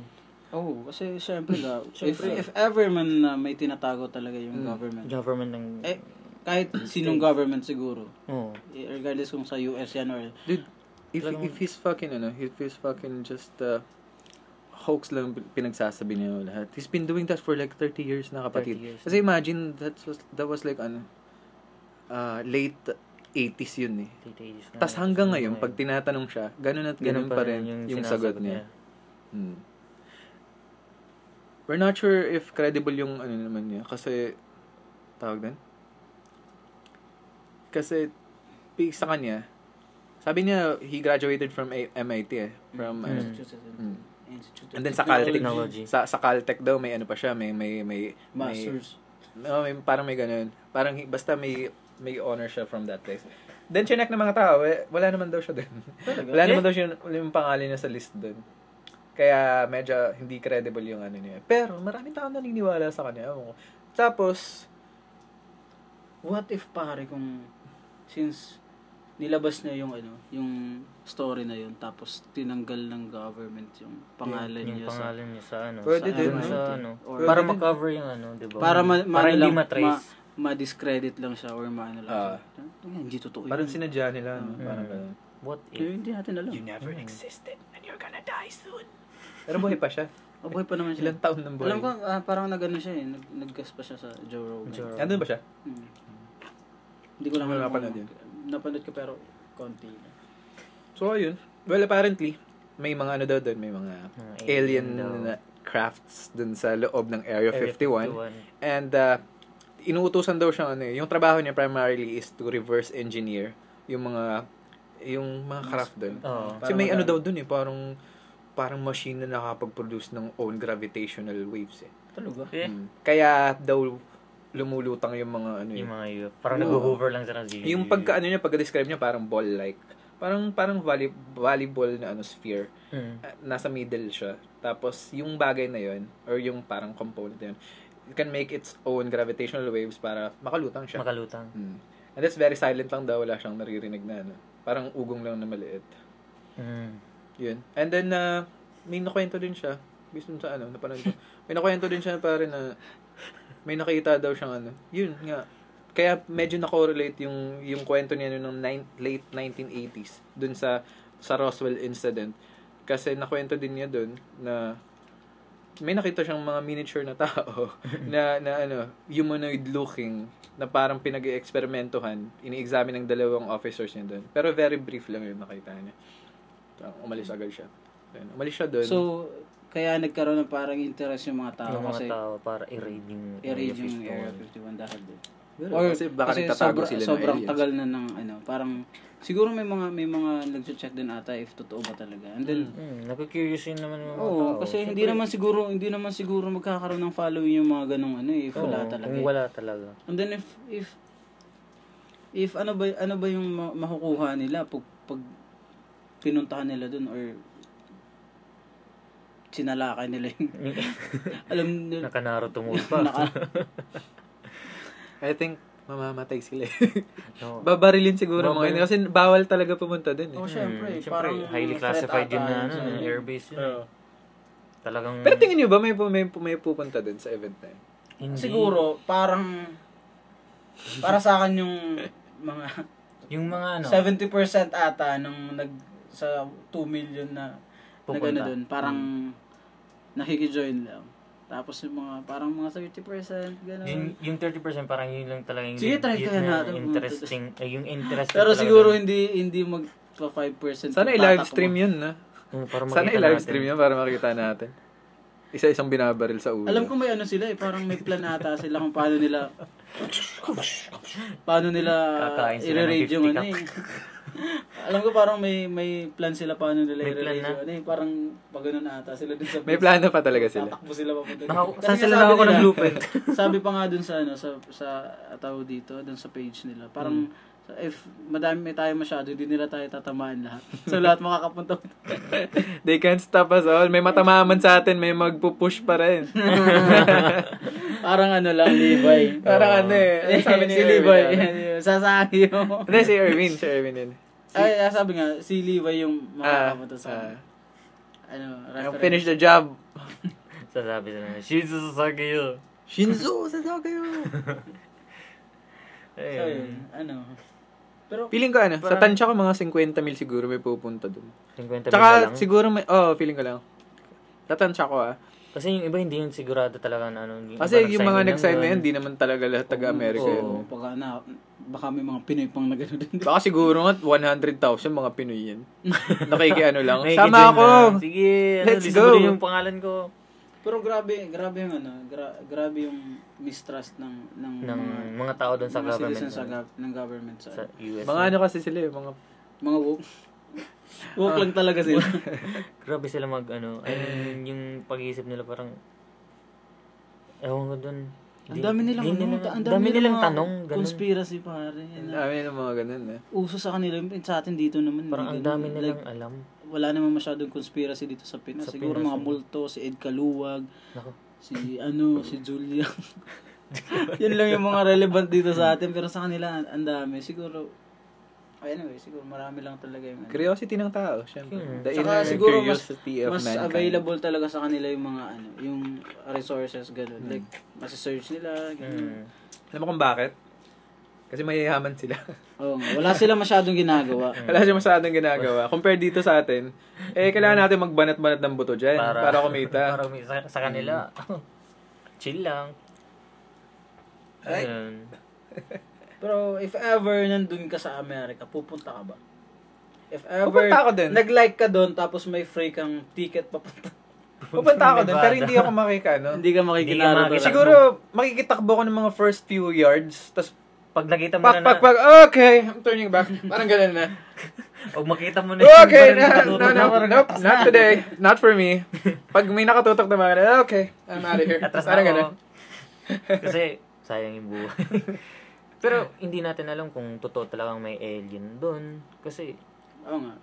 Oh, kasi syempre daw. If- Syempre, if ever man na may tinatago talaga yung government. Government ng... Eh, kahit sinong government siguro. Oo. Eh, Regardless kung sa US yan or... Dude, if, Talagang- if he's fucking, ano, if he's fucking just, uh, hoax lang pinagsasabi niya lahat. He's been doing that for like 30 years na kapatid. 30 years Kasi imagine, that was, that was like, ano, uh, late 80s yun eh. Late 80s na. Ano Tapos hanggang ngayon, pag tinatanong siya, ganun at ganun, pa rin yung, sagot sinasagot niya. Hmm. We're not sure if credible yung ano naman niya. Kasi, tawag din? Kasi, pi- sa kanya, sabi niya, he graduated from A- MIT eh. From, ano, Massachusetts Mm. Institute of and then sa Caltech, Hmm. Technology. sa, sa Caltech daw, may ano pa siya, may, may, may, may- Masters. No, may, parang may ganun. Parang hi- basta may may honor siya from that place. Then chinek ng mga tao, eh, wala naman daw siya dun. wala naman daw siya wala yung pangalan niya sa list dun. Kaya medyo hindi credible yung ano niya. Pero maraming tao naniniwala sa kanya. Ewan ko. Tapos, What if pare kung since nilabas niya yung ano, yung story na yun tapos tinanggal ng government yung pangalan Yung niya sa pangalan niya sa ano. Pwede sa, din, ano, no? Sa ano. Pwede para din. makover yung ano, di ba? para ma, para maano hindi lang, matrace. ma, discredit lang siya or maano lang. Ah. siya. Ano yan, Hindi totoo. parang yun. sinadya nila. no? Mm. Parang ganun. What Eh, if? Hmm. hindi natin alam. never existed and you're gonna die soon. Mm. Pero buhay pa [LAUGHS] siya. Abuhay pa naman siya. Ilang taon nang buhay. Alam ko, ah, parang nag-ano siya eh. Nag- nag-guest pa siya sa Joe Rogan. Joe Andun ba siya? Hmm. Hindi ko lang Wala alam kung- napanood yun. Napanood ko pero konti. lang. So, ayun. Well, apparently, may mga ano daw dun, may mga Mga alien daw. na crafts dun sa loob ng Area Area 51. And uh, inuutosan daw siya ano, eh, yung trabaho niya primarily is to reverse engineer yung mga yung mga craft dun. Oo. Kasi may ano daw dun eh, parang parang machine na nakakapag-produce ng own gravitational waves eh. Talaga? Eh, Mm. Kaya daw lumulutang yung mga ano eh. yung mga yun. Parang Oo. nag-hover lang sila. Z- Yung pagka ano niya, pagka-describe niya parang ball-like. Parang parang volley, volleyball na ano sphere. Hmm. Mm. Uh, nasa middle siya. Tapos yung bagay na yon or yung parang component na yun, it can make its own gravitational waves para makalutang siya. Makalutang. Mm. And that's very silent lang daw, wala siyang naririnig na ano. Parang ugong lang na maliit. Mm. Yun. And then uh, may nakwento din siya based dun sa ano, napanood ko. May nakwento din siya pare na may nakita daw siyang ano. Yun nga. Kaya medyo na-correlate yung yung kwento niya noong nine, late 1980s dun sa sa Roswell incident. Kasi nakwento din niya dun na may nakita siyang mga miniature na tao [LAUGHS] na na ano, humanoid looking na parang pinag-eksperimentuhan, ini-examine ng dalawang officers niya doon. Pero very brief lang yung nakita niya. Ah, So, umalis agad siya. Then, umalis siya doon. So, kaya nagkaroon ng parang interest yung mga tao Yung mga kasi tao para i-raid yung i-raid yung Area 51 51. dahil doon. Pero kasi baka nagtatago sila ng sobrang aliens. tagal na ng ano, parang siguro may mga may mga nagche-check din ata if totoo ba talaga. And then Mm, naku-curious yun naman yung mga tao. Oo, kasi hindi naman siguro hindi naman siguro magkakaroon ng following yung mga ganung ano eh, if Oo, wala talaga. Kung eh. wala talaga. And then if if if ano ba ano ba yung ma- makukuha nila pag, pag pinuntahan nila dun or sinalakay nila [LAUGHS] yung alam nila Nakanaro tumulog pa. [LAUGHS] naka, I think mamamatay [LAUGHS] sila. eh. Oo. Babarilin siguro mga Babaril. yun. Kasi bawal talaga pumunta doon. Eh. oh, syempre, Mm, parang highly threat classified ata yun na yun ano, sa- yung airbase yun. Talagang Pero tingin niyo ba may, pu- may, pu- may pupunta doon sa event na yun? hindi. siguro parang para sa akin yung mga Yung mga ano, 70% ata nung nag sa 2 million na Pupunta. Hmm. nagano doon parang nakikijoin lang. Tapos yung mga parang mga 30% ganun. yung, yung 30% parang yun lang talaga yung Sige, try legit kaya na natin. interesting, eh, yung interesting Pero talaga. siguro hindi hindi mag pa 5%. Sana yung i-live tatakbo. stream yun, na? Oo, para Sana makita i-live natin. stream yun para makita natin. Isa-isang binabaril sa ulo. Alam ko may ano sila eh, parang may plan ata sila kung paano nila paano nila Kakain sila ng i-raid yung 50 ano eh. [LAUGHS] Alam ko parang may may plan sila paano nila May plan i-raid na? yung ano eh. Parang pag ganun ata sila dun sa May plano pa talaga sila. Tatakbo sila papunta. Naka, Kasi saan nga sila sabi nakakuha ng nila- blueprint? [LAUGHS] sabi pa nga dun sa ano sa sa ataw dito dun sa page nila parang sa- if madami tayo masyado hindi nila tayo tatamaan lahat so lahat makakapunta They can't stop us all. May matamaman sa atin, may magpupush pa [LAUGHS] rin. parang ano lang Levi Parang ano eh. [LAUGHS] Ano sabi [LAUGHS] ni si Levi [LAUGHS] Irwin? ano? sasabi yung Hindi, si Irwin. Si Irwin yun. ay ah, sabi nga si Levi yung Ah, makakapunta sa ah. ano I'll reference finish the job. Sasabi sila na, Shizu Sasagayo! [LAUGHS] Shinzo, sasama kayo. So, yun, ano. Pero, Feeling ko ano, sa tansya ko mga 50 mil siguro may pupunta dun. 50 na Tsaka lang. siguro may, oh, feeling ko lang. Sa tansya ko ah. Kasi yung iba hindi yun sigurado talaga na ano. Kasi iba yung mga nag-sign na lang yan, di naman talaga lahat taga-America oo. yun. oh, baka na, baka may mga Pinoy pang nagano din. Baka siguro nga 100,000 mga Pinoy [LAUGHS] yan. Nakikiano lang. ano, May Sama kijoin ako! na, Sige, ano, Let's Let's go." go. yung pangalan ko. Pero grabe, grabe yung ano, gra- grabe yung mistrust ng ng, Ng mga tao doon sa mga government. citizens Sa gov- ng government sa, Sa US. Mga ano kasi sila eh, mga... mga [LAUGHS] woke. woke lang talaga sila. Grabe sila mag ano. I mean, yung pag-iisip nila parang... Ewan ko doon. [LAUGHS] ang dami nilang, di ano, nila- ang dami nilang mga tanong. Ganun. uh, Conspiracy pare. Ang Ano. dami ng mga ganun eh. Uso sa kanila yung sa atin dito naman. Parang hindi ang dami ganun. nilang Like, alam. wala naman masyadong conspiracy dito sa Pinas. Sa Siguro Pinas, mga eh. multo, si Ed Kaluwag, Nako. si ano, si Julia. [LAUGHS] Yan lang yung mga relevant dito sa atin. Pero sa kanila, ang- ang dami. Siguro, anyway, siguro marami lang talaga yung... ano. Curiosity ng tao, syempre. The Saka inner siguro mas, curiosity of mas mankind. available talaga sa kanila yung mga ano, yung resources, gano'n. Hmm. Like, masi-search nila, Mm. gano'n. Alam mo kung bakit? Kasi mayayaman sila. Oo, nga. wala sila masyadong ginagawa. Wala siya masyadong ginagawa. Compare dito sa atin, eh, kailangan natin magbanat-banat ng buto dyan Eh, para, kumita. [LAUGHS] Para kumita. Sa, sa kanila. [LAUGHS] Chill lang. Ay. Ayun. Pero if ever nandun ka sa Amerika, pupunta ka ba? If ever, Pupunta ako din. nag-like ka doon, tapos may free kang ticket papunta. Pupunta ako dun, Nevada. pero hindi ako makikano. Hindi ka makikinaro Hindi ka doon. makikinaro. Siguro, makikitakbo ko ng mga first few yards, tapos Pag nakita mo pak, Ano na, pak, pak, okay, I'm turning back. Parang ganun [LAUGHS] na. pag makita mo na, Okay, yung na, baril no, no, parang nope, not today. Not for [LAUGHS] me. Pag may nakatutok na mga ganun, okay, I'm out of here. Atras na Parang ako. ganun. [LAUGHS] Kasi, sayang yung buhay. Pero, hindi natin alam kung totoo talagang may alien doon. Kasi, Oo nga.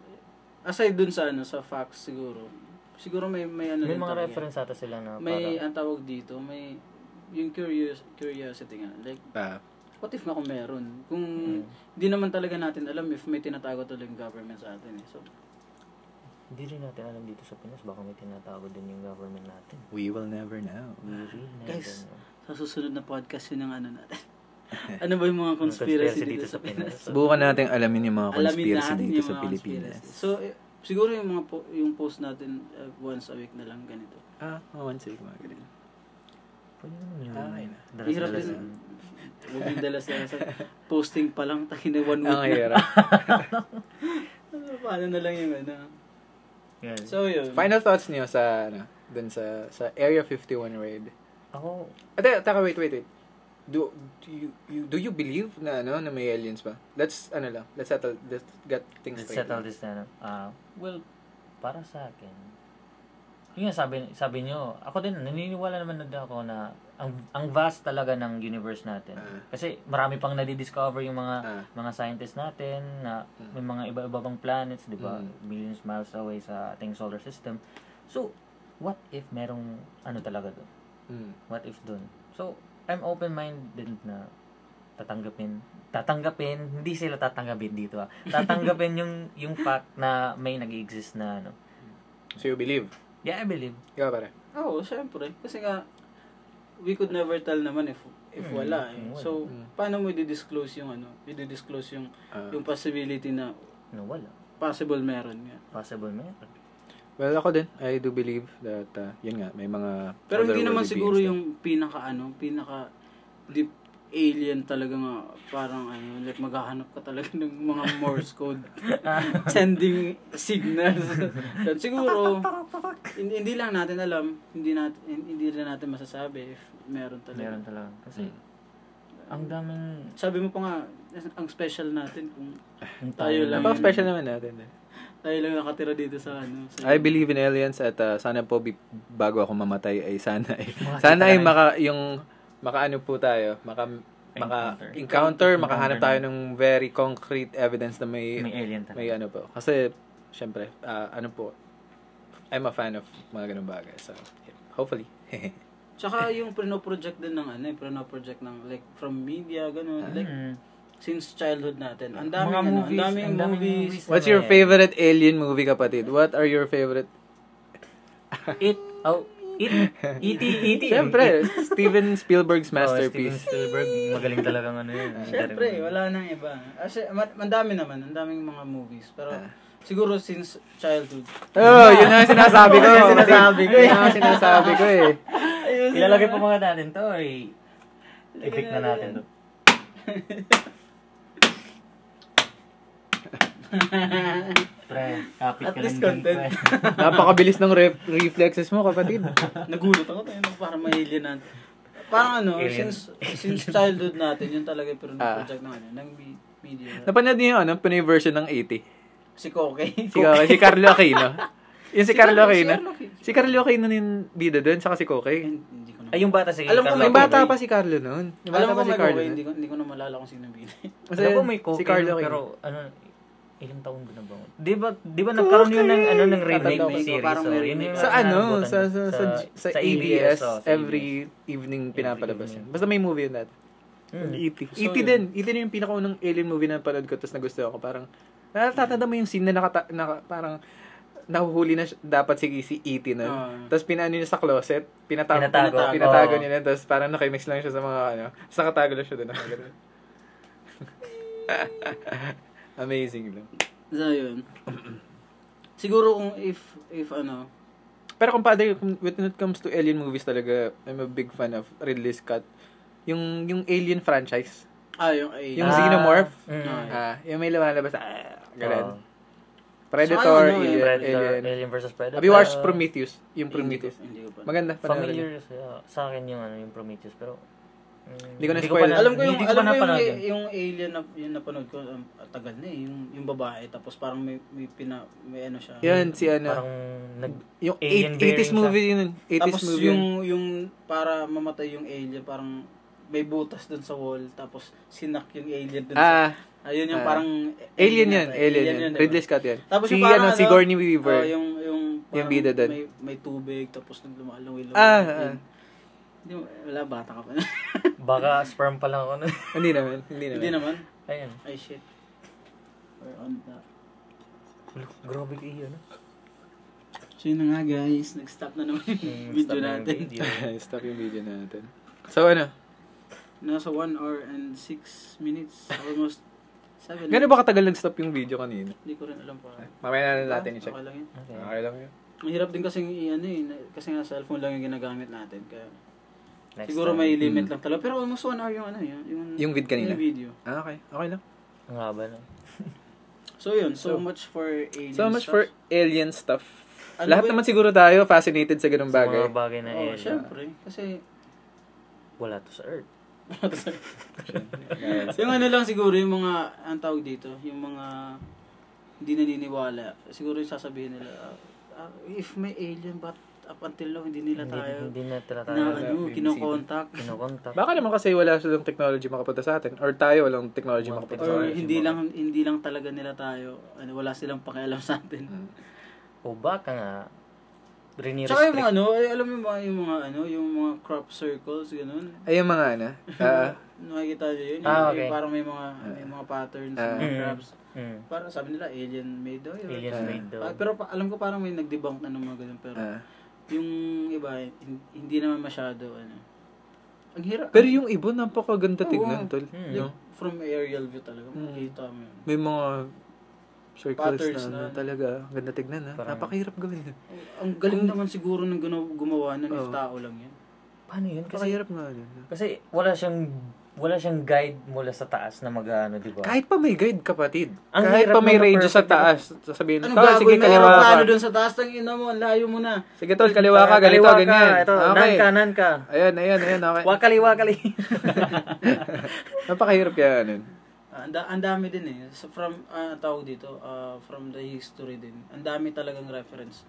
Aside dun sa ano, sa facts siguro, siguro may may ano may din mga talaga. reference ata sila na May ah, para... ang tawag dito, may yung curious curiosity nga. Like, Ah, what if nga kung meron? Kung hindi naman talaga natin alam if may tinatago talaga yung government sa atin. Eh. So, Hindi rin natin alam dito sa Pinas. Baka may tinatago din yung government natin. eh, we will never know. Guys, sa susunod na podcast yun ang ano natin. ano ba yung mga Conspiracy conspiracy, dito, sa Pinas? Subukan natin alamin yung mga [LAUGHS] Alamin natin yung mga conspiracy. So, eh, siguro yung mga po- yung post natin uh, once a week na lang ganito. Ah, oh, one second, mga ganun. Pwede naman yun. Okay na. Ah, Hirap Dalas-dalas din. yun. [LAUGHS] Huwag yung dalas na sa posting pa lang, takin na one week Ang na. [LAUGHS] Ah, hirap. Paano na lang yung ano. Yan. So, yun. Final thoughts niyo sa, ano, dun sa, sa Area 51 raid. Ako, Ate, taka, wait, wait, wait. Do, do you, you do you believe na ano na may aliens ba? Let's ano lang, let's settle let's get things Let's straight. settle this na. Ah, well, para sa akin, yun nga sabi, sabi nyo, ako din, naniniwala naman na din ako na ang, ang vast talaga ng universe natin. Ah. Kasi marami pang nadidiscover yung mga Ah. mga scientists natin na may mga iba-iba pang planets, di ba? Mm. Billions miles away sa ating solar system. So, what if merong ano talaga doon? Mm. What if dun? So, I'm open-minded na tatanggapin. Tatanggapin, hindi sila tatanggapin dito ah. Tatanggapin yung yung fact na may nag-exist na ano. So you believe? Yeah, I believe. Ikaw pare. Oo, syempre. Kasi nga, we could never tell naman if if Hmm, Mm, wala. Eh. mm, wala. So, Mm. paano mo i-disclose yung ano? I-disclose yung, Ah. yung possibility na No, wala. possible meron nga. Possible meron. well, ako din, I do believe that uh, yun nga, may mga Pero hindi otherworldly naman beings siguro din. yung pinaka ano, pinaka deep alien talaga nga parang ano, like maghahanap ka talaga [LAUGHS] ng mga Morse code sending signals. But siguro hin- hindi lang natin alam, hindi natin hindi rin natin masasabi if meron Meron talaga. talaga. Kasi, ang daming Sabi mo pa nga ang special natin kung ang Tayo lang. Napaka special naman natin. eh. tayo lang nakatira dito sa ano. Sa I believe in aliens at uh, sana po bi- bago ako mamatay ay sana ay sana ay maka yung makaano po tayo, maka maka Encounter. encounter, Encounter makahanap na. tayo ng very concrete evidence na may may alien talaga. May ano po. Kasi, syempre, ah, ano po, I'm a fan of mga ganung bagay. So, yeah, hopefully. [LAUGHS] Tsaka yung prino-project din ng ano, eh, prino-project ng like from media ganun, like Mm. since childhood natin. Ang Mga daming ano, ang movies, daming ang daming [LAUGHS] movies. movies. What's your May- favorite alien movie, kapatid? What are your favorite? It, oh, It, E E.T. E.T. Siyempre, Steven Spielberg's Oh, Steven masterpiece. Spielberg, magaling talagang ano [LAUGHS] yun. ah, Siyempre, director. wala nang iba. Kasi, ma- mandami naman, ang daming mga movies. Pero, Ah. siguro since childhood. Oh, yun ang sinasabi ko. Yun ang sinasabi ko eh. Yun ang sinasabi ko eh. Ayun, Ilalagay pa mga natin to, eh. Epic na natin [LAUGHS] to. Pre, kapit At ka least lang dyan, content. pre. Napakabilis ng ref- reflexes mo, kapatid. Nagulat ako tayo nung parang mahilin natin. Parang ano, Alien. [LAUGHS] since since childhood natin, yun talaga yung Ah. project ng ano, ng me- media. Napanood niyo yung ano, pinoy version ng 80. Si Koke. [LAUGHS] Si, si Carlo Aquino. Yung si Carlo Aquino. Carlo Aquino. Si Carlo Aquino na yung bida doon, saka si Koke. Hindi ko na. Ay, yung bata sige. Alam ko Carlo may Yung bata Kobe. pa si Carlo noon. Yung Alam bata ko pa si may Carlo Koke, noon. hindi ko, hindi ko na malala kung sino yung bida. Alam ko may cocaine, si Carlo Aquino. pero ano, ilang taon ba na ba? Di ba, di ba nagkaroon yun ng, ano, ng remake Tatanda ko, series? parang oh, may yun remake. yung Sa mga ano, nanabutan. sa, sa, sa, sa, ABS, EBS, oh, sa every evening pinapalabas yan. Basta may movie yun natin. Mm. E.T. So, yun. E.T. E din. E.T. din yung pinakaunang alien movie na napanood ko tapos nagustuhan ko. Parang, natatanda mo yung scene na nakata, naka, parang, nahuhuli na siya- dapat si, si E E.T. na. Ah. Tapos pinaano niya sa closet. Pinatago. Pinatago. Pinatago, Oo. niya na. Tapos parang nakimix lang siya sa mga ano. Tapos nakatago lang siya doon. Nakagano'n. [LAUGHS] Amazing lang. So, yun. Siguro kung if, if ano, Pero kumpadre, kung- when it comes to alien movies talaga, I'm a big fan of Ridley Scott. Yung, yung alien franchise. ah, yung A. Yung Xenomorph. mm. Ah, Ah, yung may lumalabas. Ah, Oo. ganun. So, Predator, ayun, no, Alien, eh, Predator, Alien. Alien versus Predator. Uh, Have you watched Prometheus? Hindi Yung ko, Prometheus. hindi ko pa. Maganda. Familiar. Familiar sa, sa akin yung, ano, yung Prometheus, pero... mm, Hindi ko na pa spoil. alam ko yung hindi alam pa ko yung, napanood yun. yung alien na yung napanood ko um, tagal na eh yung yung babae tapos parang may may pina may ano siya. Yan, si ano. Parang nag... Yung alien eight- bearing 80s siya. movie yun. 80s Tapos movie yung yun. yung para mamatay yung alien parang may butas dun sa wall tapos sinak yung alien dun sa Ah, ayun yung ah. parang Alien yun. yata, Alien yun. diba? Ridley Scott yun. Tapos yung Si parang ano, si Sigourney oh, Weaver. yung yung parang Yung bida dun. may may tubig tapos naglumalawil. Ah, ah. Hindi mo- wala bata ka pa. [LAUGHS] Baka [LAUGHS] sperm pa lang ako nun. [LAUGHS] Hindi naman. Hindi naman. Hindi naman. Ayan. Ay shit. We're on the Look, Grabe ka iyo, [LAUGHS] no? So yun na nga guys, nag-stop na naman Mm, yung video natin. [LAUGHS] Stop yung video natin. So ano? Nasa 1 hour and 6 minutes, almost 7 Gano'n ba katagal nag-stop yung video kanina? Hindi ko rin alam pa. Mamaya na lang natin i-check. Ah, Okay lang yun. Okay. Okay lang yun. Ang hirap din kasing i-ano eh, na- kasi nga cellphone lang yung ginagamit natin. Kaya Next siguro time. may limit Mm. lang talaga. Pero almost 1 hour yung ano yun. Yung, Yung vid kanina. Yung video. Ah, okay. Okay lang. Ang haba na. So yun, so, So- much for alien So much for stuff. alien stuff. Ano Lahat ba- naman siguro tayo fascinated sa ganung Sa bagay. [LAUGHS] mga bagay na Oh, alien. syempre. Kasi Wala to sa Earth. yung ano lang siguro yung mga ang tawag dito, yung mga hindi naniniwala. Siguro yung sasabihin nila, ah, ah, if may alien but up until now hindi nila Hindi, tayo hindi na tila na tayo ano, Bibisita. kinokontak kinokontak. Baka naman kasi wala silang technology makapunta sa atin or tayo walang technology Walang makapunta sa or atin. hindi lang hindi lang talaga nila tayo ano, wala silang pakialam sa atin. Hmm. O baka nga, Tsaka yung rinirestrict. mga ano, ay, alam mo yung mga, yung mga ano, yung mga crop circles ganun. Ay, yung mga [LAUGHS] ano. ah, Nakikita niyo yun, Ah, Yung- yung okay. parang may mga may mga patterns, Ah. mga Mm. crops. Mm. Parang sabi nila alien made daw. yun. Alien Ah. made daw. Ah, pero pa- alam ko parang may nag-debunk na ng mga ganun pero ah. yung iba hin- hindi naman masyado ano. Ang hirap. Pero yung ibon, napakaganda tignan, Oo. tol. Hmm. No? Mm. from aerial view talaga makikita mo yun. May mga circles Patterns na, na. na talaga. Ang Ganda tignan, ha? ano. Parang- Napakahirap [LAUGHS] gawin. ah. Ang, ang galing naman siguro ng guna- gumawa nun if tao lang yun. Paano yun? Kasi, Napakahirap nga. ano, Yun. kasi wala siyang wala siyang guide mula sa taas na mag-ano, di ba? Kahit pa may guide, kapatid. Ang Kahit hirap pa may naman, radio sa perfect. taas. Sasabihin, Ano tol, ba sige, sige, may kaliwa ka. aeroplano doon sa taas ng ina mo, ang layo mo na. Sige, tol, kaliwa ka, ganito, Kaliwa ka, ganyan. Ah, Ito, nan ka, nan ka. Ayan, ayan, ayan, [LAUGHS] okay. Wakali, [LAUGHS] wakali. Napakahirap kaya ano, nun. Ah, Ang, da- ang dami din eh. So from ah, ang tawag dito, ah, from the history din. Ang dami talagang reference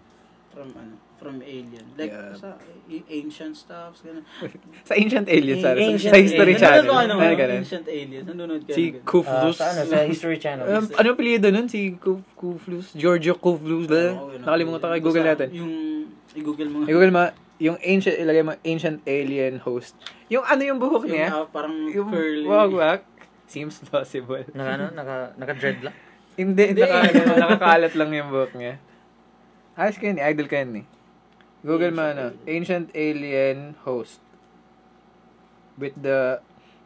from ano, from alien. Like Yeah. sa i- ancient stuffs ganun. Sa ancient aliens, sa, Eh, Ancient sa History aliens. Ano Channel. Nanonood ba kayo ng Ayan, mga ganun. ancient aliens. Nanonood kayo. ng Si ganun? Ah, Kuflus. sa ano, sa History Channel. Um, ano apelyido nun? Si Ku- Kuflus? Giorgio Kuflus? Oo, Oh, yun ang- Nakalimutan ko. I-google Basta natin. Yung, i-google mo nga. I-google mo. Yung ancient, ilagay mo, ancient alien host. Yung ano yung buhok Yung, niya? ah, parang Yung curly. wag Seems possible. Naka, ano, naka, naka-dreadlock. Hindi, Hindi. naka- ano, nakakalat lang yung buhok niya. Ayos ka yun, eh. idol ka yun eh. Google mo ano, ancient alien host with the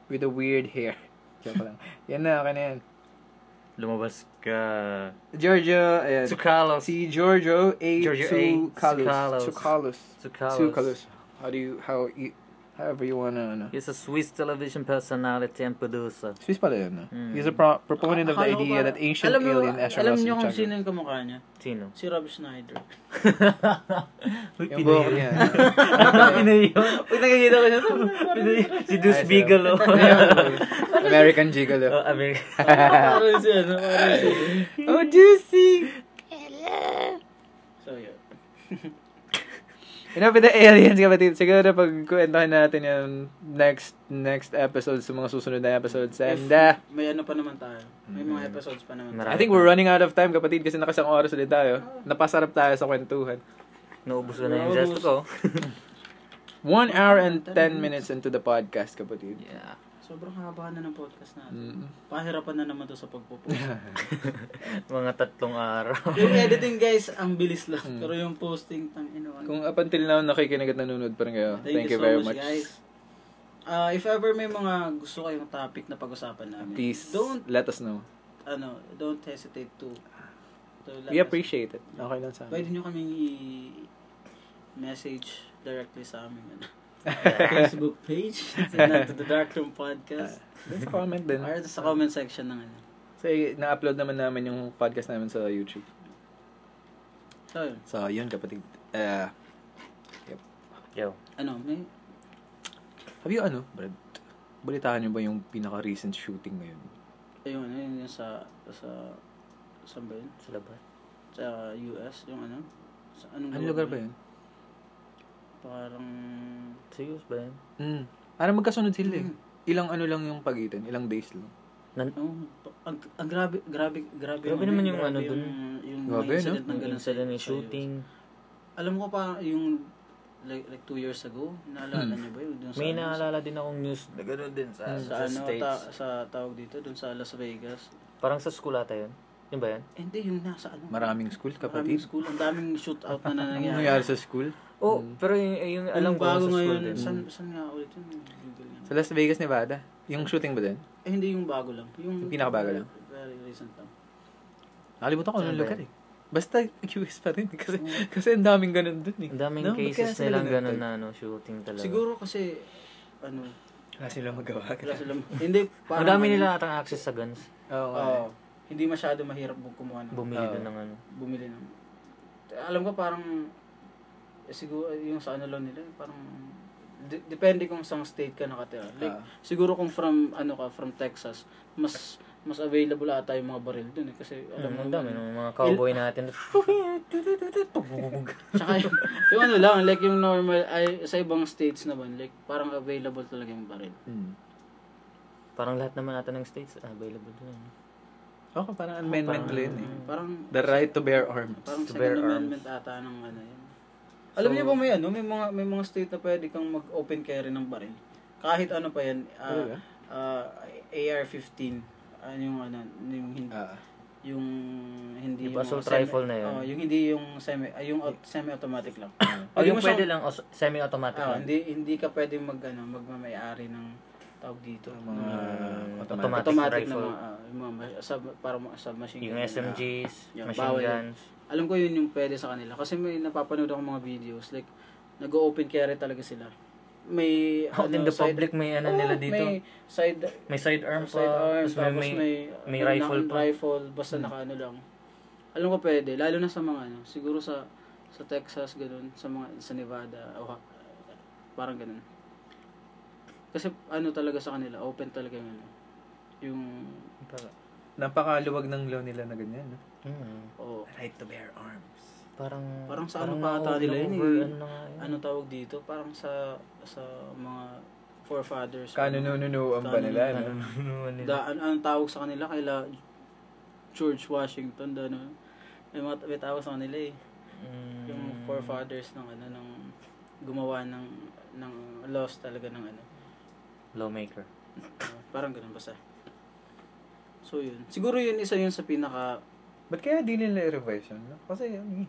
with the weird hair. Joke lang. Yan na, akin na yan. Lumabas ka. Giorgio, ayan. Tsukalos. Si Giorgio A. Giorgio A. Tsoukalos. Tsoukalos. Tsoukalos. Tsukalos. Tsoukalos. How do you, how you, however you wanna, ano. He's a Swiss television personality and producer. Swiss pala yun, no? Hmm. He's a pro- proponent of the Akala ko idea ba- that ancient alam niyo- alien Alam astronauts niyo in kung China. sino yung kamukha niya? Sino? Si Rob [LAUGHS] Schneider. Yung buhok [LAUGHS] niya. Pinoy yun. Pag nakikita ko siya, Pinoy. Si Deuce oh. Bigelow. [LAUGHS] American [LAUGHS] Gigolo. Oh, America. [LAUGHS] parang siya, ano, parang siya. Oh, juicy! So, yun. Enough with the aliens, kapatid. Siguro pagkuwentahin natin yung next next episode sa mga susunod na episodes. And, uh, May ano pa naman tayo. May mga episodes pa naman. Marami. I think we're running out of time, kapatid, kasi nakasang oras ulit tayo. Napasarap tayo sa kwentuhan. Naubos ko na yung zest ko. One hour and ten minutes into the podcast, kapatid. Yeah. Sobrang haba na ng podcast natin. Mm. Pahirapan na naman to sa pagpo-post. Mga tatlong araw. [LAUGHS] yung editing guys, ang bilis lang. Pero yung posting, tang ino. ano. Hmm. Kung up until now nakikinig at nanonood pa rin kayo, thank, you so very much. guys. Ah, if ever may mga gusto kayong topic na pag-usapan namin, Please, don't let us know. ano, don't hesitate to to let We us- appreciate it. Okay lang sa Pwede amin. nyo kaming i-message directly sa aming [LAUGHS] ano, Facebook page. Send to the Dark Room Podcast. Let's comment din. Or sa comment section ng ano. So, na-upload naman namin yung podcast namin sa YouTube. So, yun. So, yun kapatid. Uh, Yo. ano, may have you ano, Brad? Balitaan nyo ba yung pinaka-recent shooting ngayon? Ayun, ayun yung sa, sa, sa ba yun? Sa labas. Sa US, yung ano? Sa anong Anong lugar ba yun? Parang, Serious ba yan? Mm. Parang magkasunod sila eh. Mm. Ilang ano lang yung pagitan, ilang days lang. Nan- oh, pa- ang, ang grabe, grabe, grabe. Grabe ano, naman yung ano yung, dun. Yung, mga Grabe, incident ng no? Nang ganun ganun sa, sila Mm. sa ng shooting. US. Alam ko pa yung, like, like two years ago, naalala Hmm. niyo ba yun? Dun sa, May ano, naalala din akong news na ganun din sa, sa, sa, ano, States. ta- sa tawag dito, dun sa Las Vegas. Parang sa skulata yun. Yun ba yan? Hindi, yung nasa ano. Maraming school, Maraming kapatid. school, ang daming shootout [LAUGHS] na Ano nangyayari. nangyari sa school? Mm. Oh, pero yung, yung alam Yung ko sa bago school ngayon, din. saan, saan nga ulit yun? Google nga. Sa Las Vegas, Nevada. Yung shooting ba din? Eh, hindi yung bago lang. Yung, Yung pinakabago lang? Very recent lang. Nakalimutan ko anong Saan ba lugar eh. Basta US pa rin. [LAUGHS] Kasi, kasi ang daming ganun dun eh. Ang daming No, ba't kaya cases sila nilang ganun ganun? na ano, shooting talaga. Siguro kasi, ano, Wala silang magawa. wala [LAUGHS] silang, hindi, Ang dami nila atang access sa guns. Oo. nga eh. Oo. hindi masyado mahirap bu- kumuha ng, Bumili Oo. doon ng ano. bumili ng, alam ko parang, eh, siguro, yung sa ano lang nila, parang, de- depende kung saan state ka nakatira. Like, Ah. siguro kung from, ano ka, from Texas, mas, mas available ata yung mga baril dun eh, kasi alam Alam mo mo, naman, ang Mm, dami ng mga cowboy natin. eh. [LAUGHS] Tsaka yung, yung ano lang, like yung normal, ay, sa ibang states naman, like parang available talaga yung baril. Mm. Parang lahat naman ata ng states ah, available doon. Okay, parang amendment lang yun eh. Parang, The right to bear arms. parang to bear second amendment ata ng ano yun. Alam niyo ba may ano, may mga, may mga state na pwede kang mag-open carry ng baril. Kahit ano pa yan, ah, Talaga? ah, AR-15, ano yung ano, yung hindi, Ah. yung hindi Yung assault semi- rifle na yun. oh, yung hindi yung semi, ah, yung au- semi-automatic lang. O Hindi yung mo siyang- pwede lang, o, semi-automatic. Ah, lang. hindi hindi ka pwede mag ano, magmamayari ng tawag dito. Ah, mga automatic. automatic. automatic na rifle. mga, ah, yung mga ma- sub, para mga submachine Yung gun. SMGs, Yun, machine bawal yun. guns. Alam ko yun yung pwede sa kanila. Kasi may napapanood ako mga videos. Like, nag-open carry talaga sila. May, Out in the public, may ano nila Oo, dito. Ano, Oh, May side, May sidearm pa. sidearm, Tapos may, may, may ano, rifle na- pa. Hmm. rifle, basta naka ano lang. Alam ko pwede, lalo na sa mga ano, siguro sa sa Texas, ganun, sa mga, sa Nevada, o, parang ganun. Kasi ano talaga sa kanila, open talaga yung ano, yung, Parang- Napakaluwag ng law nila na ganyan. No? Mm, oh, Right to bear arms. parang, Parang sa ano pa ata nila yun, over, eh. ano na nga yun. ano tawag dito, parang sa, sa mga forefathers. Kanunununuan ba nila? Ano, No? ano nila. Da, an, anong tawag sa kanila? Kaila George Washington, da, no? May, mga, may tawag sa kanila eh. Mm, Yung forefathers ng ano, ng gumawa ng, ng laws talaga ng ano. Lawmaker. Uh, parang ganun basta. So yun. Siguro yun isa yun sa pinaka hmm, Ba't kaya di nila i-revise yun? No? Kasi yun.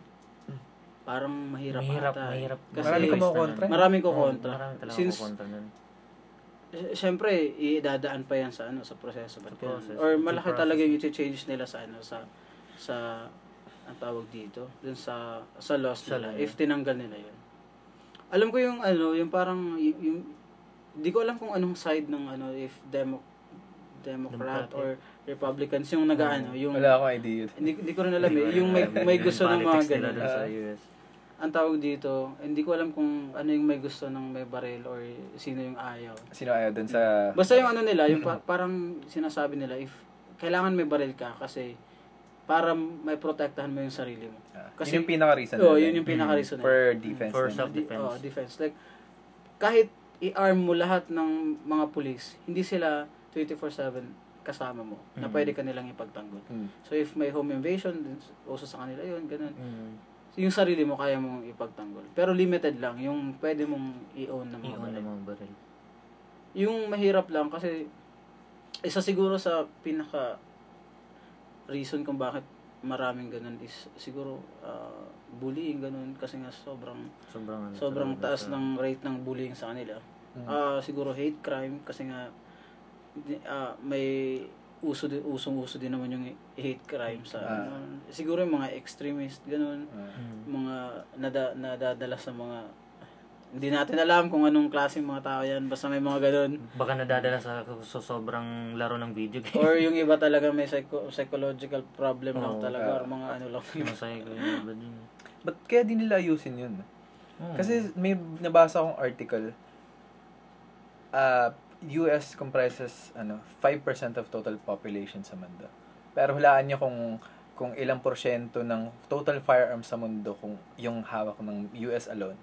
parang mahirap, Mahirap, ata. eh. mahirap. Kasi Marami ka Waste na makukontra. nun. marami ko Oo, kontra. Marami talaga Since, makukontra nun. eh, syempre, idadaan pa yan sa ano sa proseso. Ba't Sa process. kailangan? Or Sa malaki process. talaga yung change nila sa ano sa sa ang tawag dito, dun sa sa loss Sa nila, layo. if tinanggal nila yun. Alam ko yung ano, yung parang y- yung, di ko alam kung anong side ng ano if demo, Democrat Democratic. or Republicans yung nag-ano, yung Wala akong idea. hindi, hindi ko rin alam eh. Yung may, may gusto ng mga Politics nila ganun. dun sa Ah. US. Ang tawag dito, hindi ko alam kung ano yung may gusto ng may baril or sino yung ayaw. Sino ayaw dun sa... Basta yung ano nila, yung pa- parang sinasabi nila, if kailangan may baril ka kasi para may protektahan mo yung sarili mo. Ah, kasi- yun yung pinaka-reason. Oo, nila. yun yung pinaka-reason nila. Mm-hmm. For defense. For nila. self- Di- Defense. oh, defense. Like, kahit i-arm mo lahat ng mga pulis, hindi sila 24-7 kasama mo na Mm. Mm-hmm. pwede ka nilang ipagtanggol. Mm. So, if may home invasion, dun- uso sa kanila yun, ganun. Mm. yung sarili mo kaya mong ipagtanggol. Pero limited lang yung pwede mong i-own ng mga Iyon baril. na mga baril. Yung mahirap lang kasi isa siguro sa pinaka reason kung bakit maraming ganun is siguro ah, bullying ganun kasi nga sobrang Sobrang ano. sobrang talaga taas sa- ng rate ng bullying sa kanila. Ah, siguro hate crime kasi nga di- ah, may uso din usong-uso din naman yung hate crime sa Ah. ano. siguro yung mga extremist ganun Ah. Mm. mga nada, nadadala sa mga hindi natin alam kung anong klase mga tao yan basta may mga ganun Baka nadadala sa, sa sobrang laro ng video game. or yung iba talaga may psycho- psychological problem lang Oo, talaga ah. or mga ano lang [LAUGHS] Masaya ko [LAUGHS] yung iba dun. Ba't kaya di nila ayusin Mm. yun? Hmm. Kasi may nabasa akong article. Uh, US comprises ano 5% of total population sa mundo. Pero hulaan niyo kung kung ilang porsyento ng total firearms sa mundo kung yung hawak ng US alone.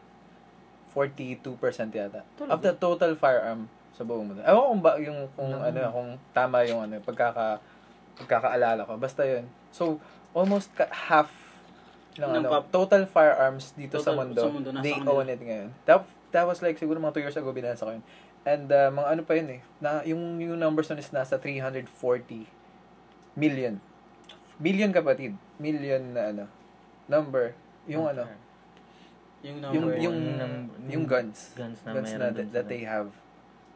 42% yata. Of the total firearm sa buong mundo. Ewan ko kung ba yung kung ano kung tama yung ano pagkaka pagkakaalala ko. Basta yun. So almost ka- half ng, Ng ano, pop- total firearms dito sa Total- mundo, sa mundo, nasa they kanila. own it ngayon. That, that was like siguro mga 2 years ago binasa ko yun. And uh, mga ano pa yun eh, na, yung, yung numbers nun is nasa 340 million. Million kapatid. Million na ano, number. Yung ano, yung yung, number yung, Num- yung guns. Guns na guns meron na dun that, sa- that they have.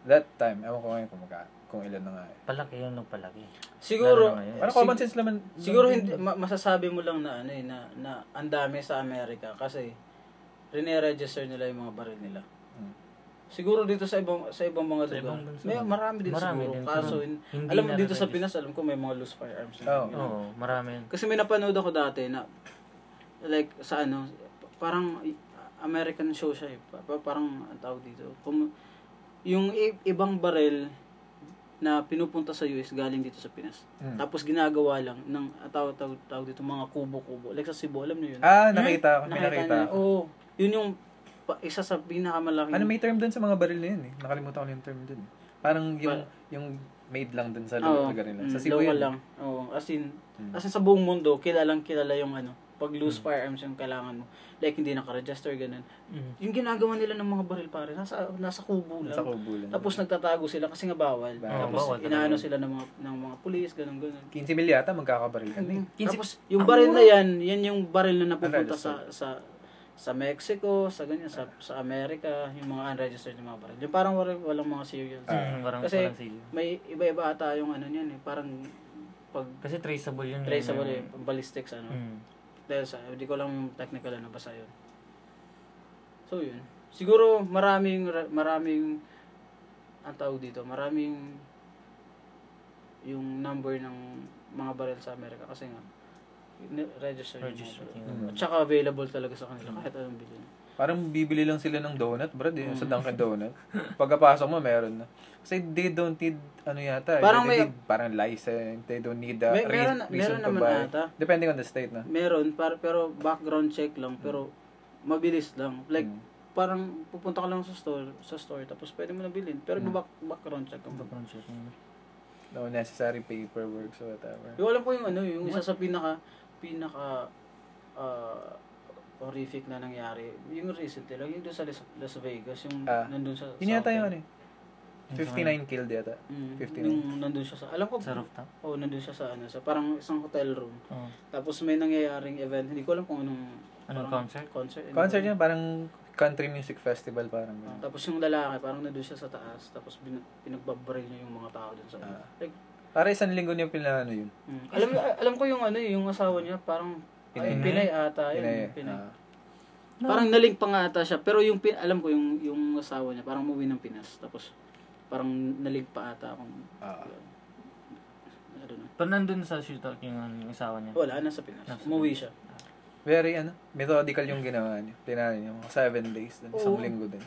That time, ewan ko ngayon kung, magka, kung ilan na nga eh. Palaki yun ng palaki. siguro Lalo na ngayon. Parang common sense naman. siguro hindi ma- masasabi mo lang na ano eh, na, na ang dami sa Amerika kasi rene-register nila yung mga baril nila Hmm. siguro dito sa ibang sa ibang mga lugar ibang bansa. may marami din Marami siguro din, kaso pero in- hindi alam mo dito na-register. sa Pinas alam ko may mga loose firearms na Oo. ganyan. Oo, marami yun. Kasi may napanood ako dati na like sa ano, parang American show siya eh. Pa- pa- Parang ang tawag dito. Pum- yung i- ibang barel na pinupunta sa US galing dito sa Pinas. Mm. Tapos ginagawa lang ng ang tawag, tawag, tawag dito mga kubo-kubo. Like sa Cebu, alam niyo yun? Ah, nakita ko. May Nakita nakita niyo? ko. Oo. yun yung pa- isa sa pinakamalaking Ano may term dun sa mga baril na yun eh? Nakalimutan ko na yung term dun. eh. Parang yung yung made lang dun sa Oo, lugar nila. mm, Sa Cebu local yun. Mm. lang. Oo, as in, as in sa buong mundo, kilalang kilala yung ano, pag loose firearms yung kailangan mo. Like hindi naka-register ganun. Yung ginagawa nila ng mga baril pare, nasa nasa kubo lang. Sa Cebu lang. Tapos nagtatago sila kasi nga bawal. Bawal. Tapos Bawal talaga. inaano sila ng mga ng mga pulis ganun ganun. 15 mil yata magkakabaril ka Mm. na eh. Tapos yung baril na yan, yan yung baril na napupunta sa Unregistered. sa sa Mexico, sa ganyan, sa sa Amerika, yung mga unregistered na mga baril. Yung parang walang, walang mga serial. Ah. Mm, Parang Kasi- walang sila. May iba-iba ata yung ano niyan eh, parang pag Kasi traceable yun. traceable eh, yun. ballistics ano. Mm. Dahil sa, hindi ko lang yung technical na basa yun. So yun. Siguro maraming, ra- maraming, ang tawag dito, maraming yung number ng mga barrel sa Amerika kasi nga, ni- register yung mga Register Mm. barrel. yung Mm. At saka available talaga sa kanila kahit anong bilhin. Parang bibili lang sila ng donut, brad, eh, Mm. sa Dunkin' Donut. Pagkapasok mo, meron na. Kasi they don't need, ano yata, eh, Parang may- they need parang license, they don't need a May- rea- meron na- meron reason to naman buy. ata. Depending on the state na. Meron, par, pero background check Mm. lang, pero mabilis lang. Like, Mm. parang pupunta ka lang sa store, sa store tapos pwede mo na bilhin. Pero Mm. back, background check lang. Background check. Mm. No necessary paperwork, so whatever. Yung alam ko yung ano, yung isa sa pinaka pinaka ah, horrific na nangyari, yung recent lang, yung doon sa Las, Las Vegas, yung Ah. nandun sa... Yun eh. yata hotel. yung ano eh. 59 killed yata. Mm, 59. Yung nandun siya sa... Alam ko, Sa rooftop. oh, nandun siya sa ano, sa parang isang hotel room. Oh. Oo. Tapos may nangyayaring event, hindi ko alam kung anong Anong Parang concert? Concert. and- Concert niya, parang country music festival, parang Ano? Ah, ganun. tapos yung lalaki, parang nandun siya sa taas, tapos bin, pinagbabaril niya yung mga tao dun sa... Ah. like, Para isang linggo niya pinano yun. mm. alam, alam ko yung ano, yung asawa niya, parang Pinay. Pinay, Pinay ata. yun, Pinay. Pinay. ah. Parang naling pa nga ata siya, pero yung, pin- alam ko yung, yung asawa niya, parang umuwi ng Pinas, tapos parang naling pa ata akong... Ah. I don't know. Pero nandun sa shootout yung, ano, yung asawa niya. Wala, nasa Pinas. Nasa Umuwi siya. very ano, methodical yung ginawa niya. Tinano niya, mga seven days, dun, isang Oo. linggo din.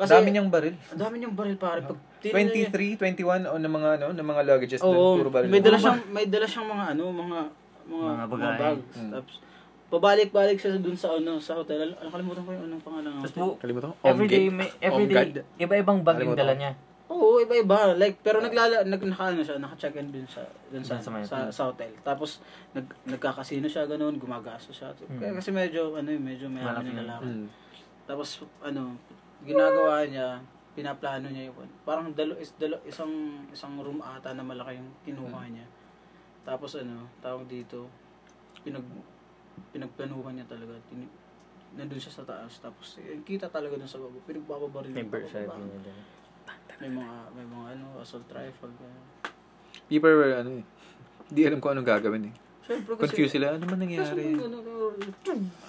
Kasi, Dami niyang baril. ang dami niyang baril, pare. Pag tinignan niya- 23, 21 o ng mga ano, ng mga luggages Oo, dun, puro baril. may dala siyang may dala siyang mga ano, mga mga, Mga mga, bagay. bags. Mm. Tapos pabalik-balik siya dun sa ano, sa hotel. Al- Nakalimutan ko yung anong pangalan ng Tapos hotel. po, Kalimutan ko. everyday, Omgad. may, everyday, Omgad. iba-ibang bag yung Kalimutan dala ko. niya. Oo, iba-iba. Like, pero naglala, nag, naka, ano siya, naka-check-in dun sa, dun Dun sa, sa may- sa, sa hotel. Tapos, nag, nagkakasino siya, ganun, gumagaso siya. Kaya kasi medyo, ano yun, medyo may ano Malaki yung lalaki. Mm. Tapos, ano, ginagawa niya, pinaplano niya yun. Parang dalo, is, dalo, isang, isang room ata na malaki yung kinuha niya. Tapos, ano, tawag dito, pinag, pinagplanuhan niya talaga. Tin, nandun siya sa taas. Tapos, eh, kita talaga dun sa baba. Pinagbababaril yung Never sabi pababa. niya doon. May mga, may mga, ano, assault rifle. ganyan. People were ano eh. Hindi alam kung anong gagawin eh. Siyempre kasi, Confused sila, ano ba Kasi, nangyayari? ano, ano,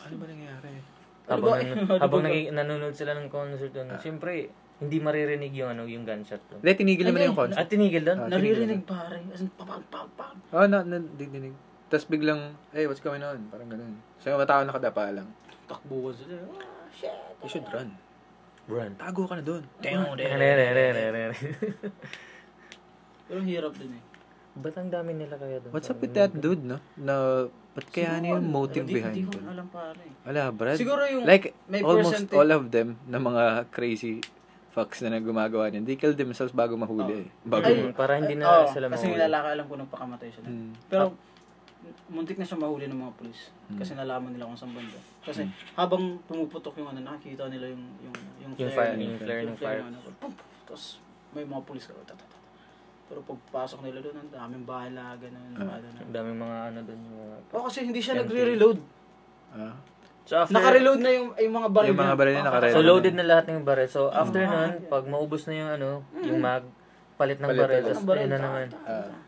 Ano ba nangyayari? Ano Habang, ba? nan- [LAUGHS] habang nagi- nanonood sila ng concert Ah. doon, siyempre, hindi maririnig yung, ano, yung gunshot doon. Hindi, tinigil naman yung concert. At tinigil Ah. doon? naririnig pare. As in, pabang, pabang. Oo, oh, na, na, dinig. Tapos biglang, hey, what's going on? Parang ganun. So yung mga tao nakadapa lang. Takbuhan sila. Ah, shit. You should run. Run. Tago ka na doon. Pero hirap din eh. [LAUGHS] Ba't ang dami nila kaya doon? What's up with that dude, no? Na, ba't kaya ano yung motive Hindi behind hindi ko it? alam pare. Wala, Brad. Siguro yung like, may almost percentage- all of them na mga crazy fucks na nagumagawa niyan, they kill themselves bago mahuli. eh. Bago Oh. Ay, ma- Para hindi na Oo, sila Ah, Ah. Kasi yung lalaki alam ko nagpakamatay siya. na. Hmm. Pero muntik na siya mahuli ng mga pulis. Hmm. Kasi nalaman nila kung saan banda. Kasi habang pumuputok yung ano, nakikita nila yung yung yung, Yung fire- yung flare ng fire. ng ano, pum! Tapos may mga pulis ka. tata, tata. Pero pagpasok nila doon, ang daming bala, ganun, bala Ah, na. Ang daming mga ano doon. yung mga- O Oh, kasi hindi siya nagre-reload. Ah. So after, Naka-reload na yung, yung mga baril Yung mga niya. baril niya nakareload. so loaded na lahat ng baril. So Ah, after nun, pag maubos na yung ano, Mm. yung mag, palit ng Palit baril, na tapos Ang baril, ayun na ta- naman. ta- ta-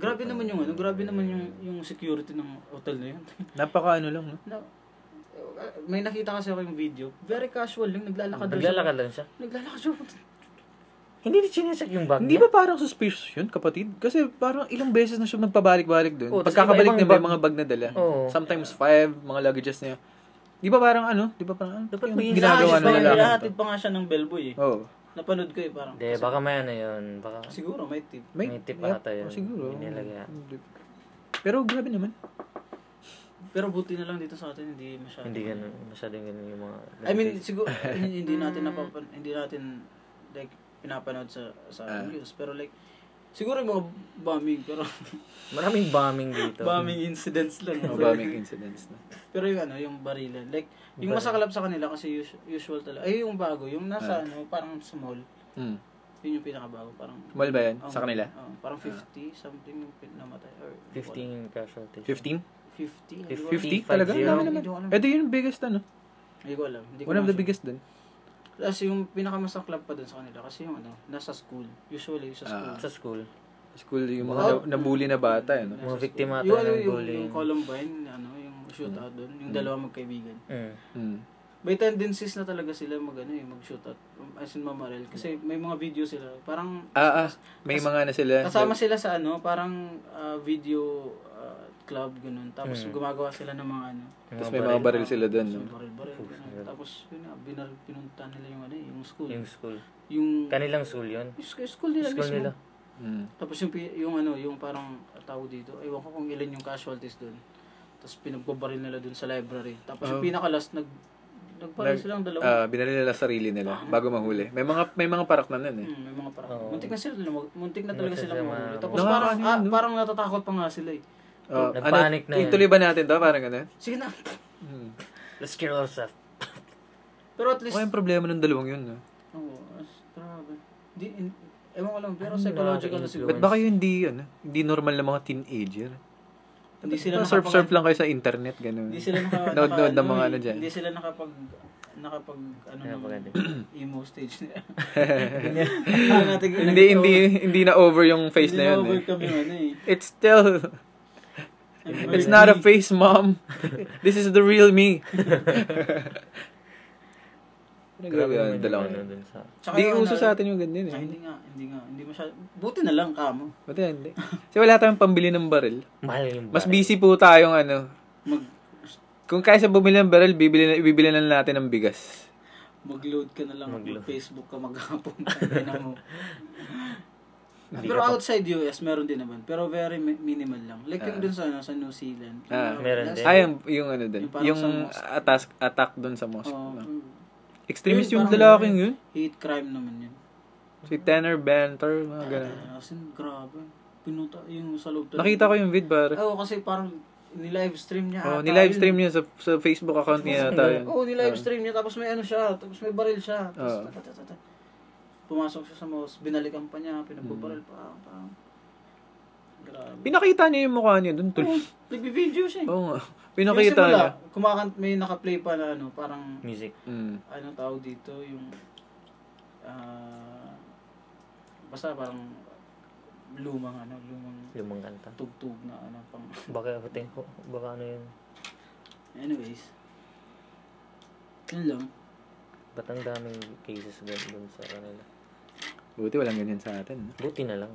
Grabe naman yung ano, grabe naman yung yung security ng hotel [LAUGHS] na yun. Napaka ano lang, no? Na- May nakita kasi ako yung video. Very casual lang, naglalakad lang. siya. Naglalakad lang siya. Naglalakad siya. Hindi na chinesak yung bag Hindi ba niya. parang suspicious yun, kapatid? Kasi parang ilang beses na siya magpabalik-balik doon. Oo, tas Pagkakabalik niya, iba-ibang may mga bag- bag na dala. Oo. Sometimes five, mga luggages niya. Di ba parang ano? Di ba parang ano? Dapat Yung may Ginagawa ginagawa na na nila. Oh. Nilahatid pa nga siya ng bellboy eh. Oo. Napanood ko eh parang. Hindi, baka may ano yun. Baka Siguro may tip. May, May tip yeah, ata yun. oh, Siguro. Inilagay. Pero grabe naman. Pero buti na lang dito sa atin hindi masyado. hindi ganun. Masyadong ganun yung mga... I mean, [LAUGHS] siguro hindi hindi natin napapan hindi natin like pinapanood sa sa Ah. news pero like siguro yung mga bombing pero Maraming bombing dito. bombing incidents lang. [LAUGHS] Ang daming incidents na. Pero yung ano, yung barilan. Like, yung masakalap sa kanila kasi us- usual talaga. Ay, yung bago. Yung Ah. nasa ano, parang sa mall. Hmm. Yun yung pinakabago. Parang, Mall ba yan? Oo, Sa kanila? Ah. oo, parang 50 something yung pin- namatay. Or, 15 casualty. 15? 50? Hindi ko alam. 50? Fifty, Talaga? Ang dami five, zero. naman. Hindi ko alam. Ito yung biggest ano. Hindi ko alam. Hindi ko One of the masya- biggest dun. Tapos yung pinakamasaklap pa dun sa kanila kasi yung ano, nasa school. Usually, Ah. sa school. Sa school. School, yung mga na- nabully na bata. Ano? Mga biktima yung, ata ano, ng yung, bullying. yung Columbine, ano, yung shootout doon. Yung dalawa magkaibigan. Mm. Hmm. may tendencies na talaga sila mag ano, eh, mag-shootout. As in mamaril. Kasi may mga video sila. Parang Ah, ah. May mga na sila. Kasama sila sa ano, parang ah, video ah, club ganun. Tapos Mm. gumagawa sila ng mga ano. Tapos may mga baril sila dun. No? Tapos baril-baril. ganun. Tapos yun nga, binar, pinunta nila yung ano, eh, yung school. Yung school. Yung, Kanilang school yun. yung sk- school nila School mismo. nila. Hmm. Tapos yung, pi- yung ano, yung parang tao dito, ewan ko kung ilan yung casualties doon. Tapos pinagbabaril nila doon sa library. Tapos yung pinaka-last, nag, nagbaril silang dalawa. Oh. Ah, binaril nila sarili Ah. nila bago mahuli. May mga may mga parak na nun eh. Mm, may mga parang. Muntik na sila, lumag- muntik na talaga Muntik sila sila mahuli. ma- Tapos Nakaka- parang, ano ah, yun, no? parang natatakot pa nga sila eh. Oh, Nagpanic na yun. Ituloy ba natin to? Parang ganun. Sige na. [LAUGHS] Hmm. Let's kill ourselves. Pero at least, Oh, yung problema ng dalawang yun. No? Oo, as grabe. Di, in, ewan ko lang, pero psychological na siguro. ano, Ba't ba kayo hindi yun? Hindi normal na mga teenager? Hindi sila surf surf lang kayo sa internet ganun. Hindi sila [LAUGHS] naka... Nood-nood naka- ng mga eh, ano dyan. Hindi sila nakapag... Nakapag... Ano Kaya pag- nung [CLEARS THROAT] emo [LAUGHS] stage [LAUGHS] nila. Hindi natin hindi hindi hindi na over yung face na yun. Hindi Eh. na-overcome yun eh. It's still Ang- It's not a face, mom. This is the real me. naman Nagaganda yung lang. ano dun sa... Tsaka Hindi yung uso ano- sa atin yung ganyan Ay, eh. hindi nga, hindi nga. Hindi masyado. Buti na lang kamo. Buti hindi. Kasi wala tayong pambili ng baril. Mahal yung Mas bahay. busy po tayong ano. Mag, Kung kaya sa bumili ng baril, bibili na, bibili na natin ng bigas. mag-load ka na lang. Mag-load. Mag-Facebook ka maghapon. Tangina mo. Pero outside US, meron din naman. Pero very mi- minimal lang. Like yung dun sa, ano, sa New Zealand. Ah, meron Last- din. Ay, yung, yung ano dun. Yung parang Yung sa mosque. atas, attack dun sa mosque. Oo. No? Extremist Yun, yung parang lalaking yun. oh, hate crime naman yun. Ah, Si Tanner Banter, mga Ah, ganun. As in, grabe. Pinuta yung sa loob. talaga. Nakita ko yung vid Oo, para. kasi parang nilivestream niya. Oh, ata nilivestream yun. niya sa, sa Facebook account niya yata yun. Oo, oh, nilivestream niya. Tapos may ano siya. Tapos may baril siya. Tapos Oo. tatatata. Pumasok siya sa mouse. Binalikan pa niya. Pinagbabaril pa. Hmm. pa. Grabe. Pinakita niya yung mukha niya dun. Tul- Oo, Nagbibideo siya. eh. Oo nga. Yung Oh, Pinakita simula, niya. kumakant, may nakaplay pa na ano, parang, Music. Mm. ano tao dito, yung, ah, basta parang, lumang ano, lumang Lumang kanta. tugtog na ano, pang, Baka abutin ko. Baka ano yun. anyways. Yun lang. Ba't ang daming cases dun, dun sa kanila? Buti walang ganyan sa atin. no? Buti na lang.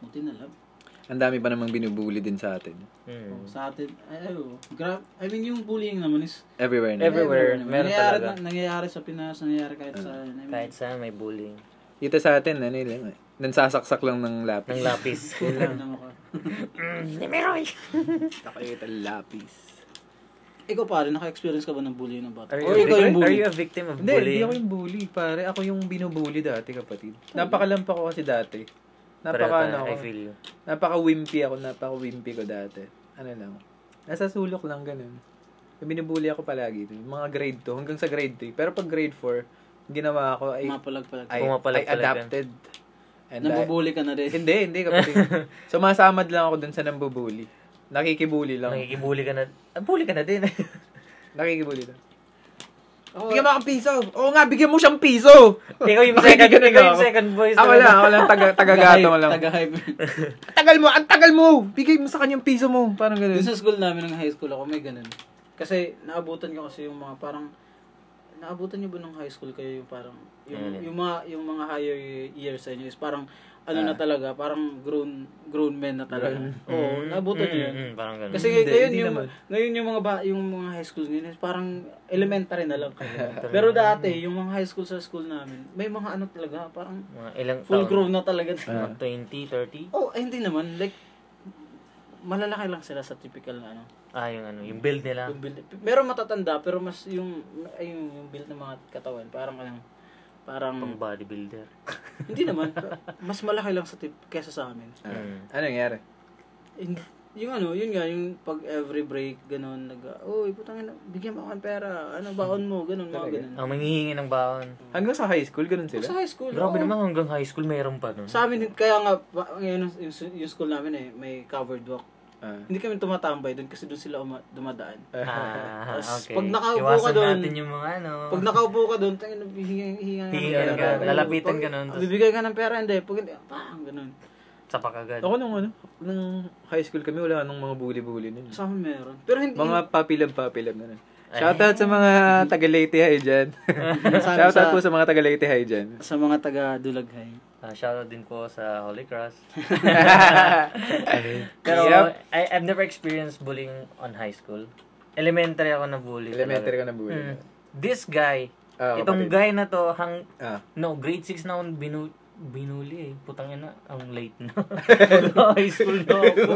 Buti na lang. Ang dami pa namang binubuli din sa atin. Hmm. Sa atin, ay, ayo, gra- I mean, yung bullying naman is, Everywhere na. Everywhere. meron nangyayari, talaga. na- nangyayari sa Pinas, nangyayari kahit sa, I mean, Kahit saan may bullying. Dito sa atin, ano yun, eh, nansasaksak lang ng lapis. Ng lapis. [LAUGHS] yun lang na mukha. Nakakita lapis. Ikaw pare, naka-experience ka ba ng bullying ng bata? [LAUGHS] Are Or you, ikaw yung a, are bully? you a victim of Hindi, hindi bullying? ako yung bully, pare. Ako yung binubuli dati, kapatid. Napakalampa ko kasi dati. Napaka Napaka, ano, I ako, feel you. napaka-wimpy ako, napaka-wimpy ko dati. Ano lang. Nasa sulok lang, ganun. Yung binubuli ako palagi. dun. Mga grade 2, hanggang sa grade 3. Pero pag grade 4, ginawa ko ay Mapalag-palag. I, I Pumapalag talaga. adapted. And I- Nabubuli ka na rin. [LAUGHS] hindi, hindi [LAUGHS] kapatid. Sumasamad lang ako dun sa nambubuli. Nakikibuli lang. ako. Nakikibully ka na. Ah, bully ka na din. [LAUGHS] Nakikibuli lang. Oo. Bigyan mo akong piso. Oo nga, bigyan mo siyang piso. ikaw yung Nakikigano second, ikaw yung ako. second voice. Ako lang, ako lang, taga, taga-gato lang. Taga-hype. Ang tagal mo, ang tagal mo! Bigay mo sa kanyang piso mo. Parang Doon ganun. sa school namin ng high school ako, may ganun. Kasi naabutan ko kasi yung mga parang naabutan niyo ba nung high school kayo yung parang yung, yung mga yung mga higher years sa inyo is parang ano na talaga, parang grown grown men na talaga. Oo, naabutan niyo yun. Mm, parang ganun. Kasi Hindi, ngayon, hindi yung, naman. ngayon yung mga ba, yung mga high school ngayon, is parang elementary na lang. [LAUGHS] Pero dati, yung mga high school sa school namin, may mga ano talaga, parang Mga ilang full taon. grown na talaga. Ah. Mga 20, 30. [LAUGHS] Oh, eh, hindi naman. Like, malalaki lang sila sa typical na ano. Ah, yung ano, yung build nila. Yung build. Meron matatanda, pero mas yung, ay, yung, yung build ng mga katawan, parang ano, parang, Pang bodybuilder. hindi naman, [LAUGHS] mas malaki lang sa tip kesa sa amin. Ah, ano nangyari? In- yung ano, yun nga, yung pag every break, ganun, nag, uy, putang ina, bigyan mo ako ng pera, ano, baon mo, ganun, mga ganun. Ang manghihingi ng baon. Hanggang sa high school, ganun sila. Sa high school, oo. Grabe naman hanggang high school mayroon pa nun. Sa amin, kaya nga, ba- ngayon, yung, yung school namin eh, may covered walk. Ah. Hindi kami tumatambay doon kasi doon sila uma- dumadaan. [LAUGHS] Ah, Tas okay. pag nakaupo ka Iwasan dun- natin yung mga ano. Pag nakaupo ka doon, tangin, hihingan hihingan ka. ng Hihingan pera. ka, lalapitan ka nun, Pag, tas- bibigay ka ng pera, hindi. Pag hindi, bang, ganun. Sa pakagad. Ako nung ano, nung high school kami, wala nung mga bully-bully nun. Sa amin meron. Pero hindi, Mga papilab-papilab na nun. Shoutout sa mga taga-Leyte High [LAUGHS] dyan. Shoutout po sa mga taga-Leyte High [LAUGHS] dyan. sa mga taga Dulaghay. Ah, shoutout din ko sa Holy Cross. [LAUGHS] Pero Pero, yep. I, I've never experienced bullying on high school. Elementary ako na bully. elementary ka na talaga. bully. Mm. This guy, Ah, itong kapatid. guy na to, hang, Ah. no, grade 6 na akong binu, binuli eh. Putang ina, ang late [LAUGHS] na. high school na ako.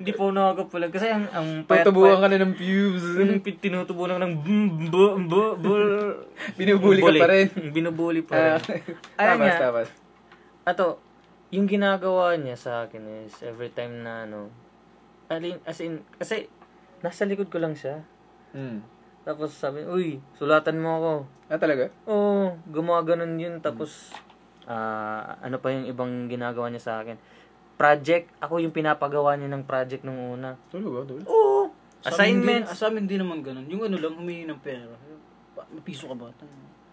Hindi po na ako pala. Kasi ang, ang Tutubuan ka na ng pubes. Yung pin- tinutubunan ng bum, bu, bu, bu- Binubuli ka bully. pa rin. Ah. Binubuli pa rin. Ayun Tapas, nga. tapas. Ato, yung ginagawa niya sa akin is every time na ano, alin, as in, kasi nasa likod ko lang siya. Mm. Tapos sabi, uy, sulatan mo ako. Ah, talaga? Oo, oh, gumawa ganun yun. Tapos, ah, ano pa yung ibang ginagawa niya sa akin. project, ako yung pinapagawa niya ng project nung una. Tulog ba? Tulog? Oo. Ah, Sa amin Assignments. din- Sa amin din naman ganun. Yung ano lang, humingi ng pera. Pa- May piso ka ba?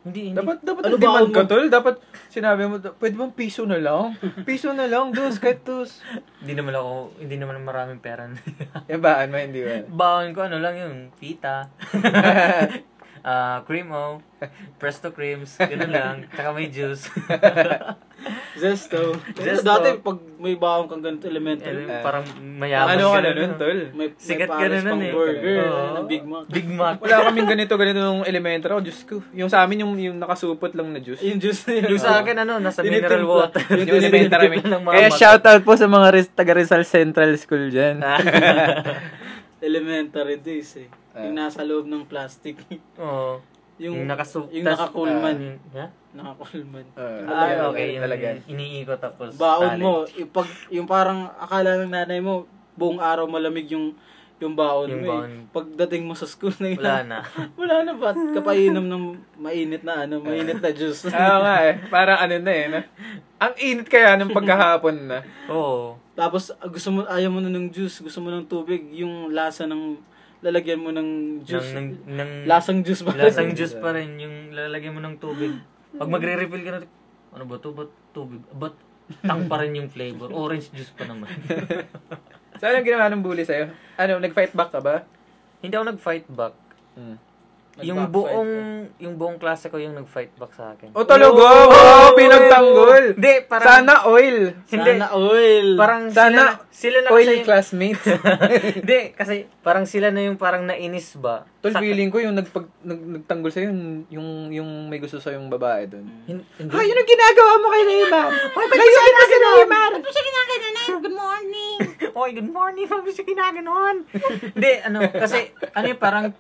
Hindi, hindi. Dapat, dapat Ano ano ba demand ang- ka, tol. Dapat sinabi mo, pwede bang piso na lang? Piso na lang, dos, kahit dos. Hindi naman ako, hindi naman maraming pera. Eh, baan mo, hindi ba? [LAUGHS] Baon ko, ano lang yun, pita. Ah, cremo, presto creams, ganun lang. Tsaka may juice. Zesto. Zesto. Dati, pag may baon kang ganito elemental, Eh, parang mayabang. Ano ka na ganun, nun, no? tol? may, may Sikat ka pares na nun pang eh. burger, Oo. ng Big Mac. Big Mac. Wala kaming ganito, ganito nung elementary. Oh, Diyos ko. Yung sa amin, yung, yung nakasupot lang na juice. Yung juice na yun. Yung sa akin, ano, nasa mineral Tinitimpla. water. Yung elementary. Tinitimpla ng mga Kaya bata. shoutout po sa mga res, taga Rizal Central School dyan. Ah, Elementary days eh. Yung nasa loob ng plastic. [LAUGHS] Oo. Yung nakasu- Yung tas- nakakulman. eh. Ha? nakakulman. Ah, Ah, okay. Yung Talaga. iniikot tapos Baon tali. mo, yung, pag, yung parang akala ng nanay mo, buong araw malamig yung yung baon Yung mo. eh. baon. Pagdating mo sa school na yun, Wala na. [LAUGHS] wala na ba? Kapainom ng mainit na ano, mainit na [LAUGHS] juice. Oo nga eh. Parang ano na eh. Na, ang init kaya ng pagkahapon na. Oo. Tapos ah, gusto mo ayaw mo na ng juice, gusto mo ng tubig, yung lasa ng lalagyan mo ng juice. Nang, nang, lasang juice ba? lasang juice pa rin. Yung lalagyan mo ng tubig. Pag magre-refill ka na, ano ba to? Ba't tubig? Ba't tang pa rin yung flavor? Orange juice pa naman. [LAUGHS] So, anong ginawa ng bully sa'yo? Ano, nag-fight back ka ba? Hindi ako nag-fight back. Hmm. Yung buong yung buong klase ko yung nag-fight back sa akin. O Oh, talaga, oh, pinagtanggol. Hindi, parang Sana oil. [LAUGHS] hindi. Sana oil. parang Sana sila, na- sila na Oil kasi- [LAUGHS] classmates. Hindi, kasi parang sila na yung parang nainis ba? Tol, feeling ko yung nagpag, nag, nagtanggol sa'yo, yung, yung, yung may gusto sa'yo yung babae doon. Hin- hindi. Hmm. Ay, yun ang ginagawa mo kay Neymar. Ay, ba't mo siya Neymar? Oy, good morning. Bakit siya ginaganon? Hindi, ano, kasi, ano yung parang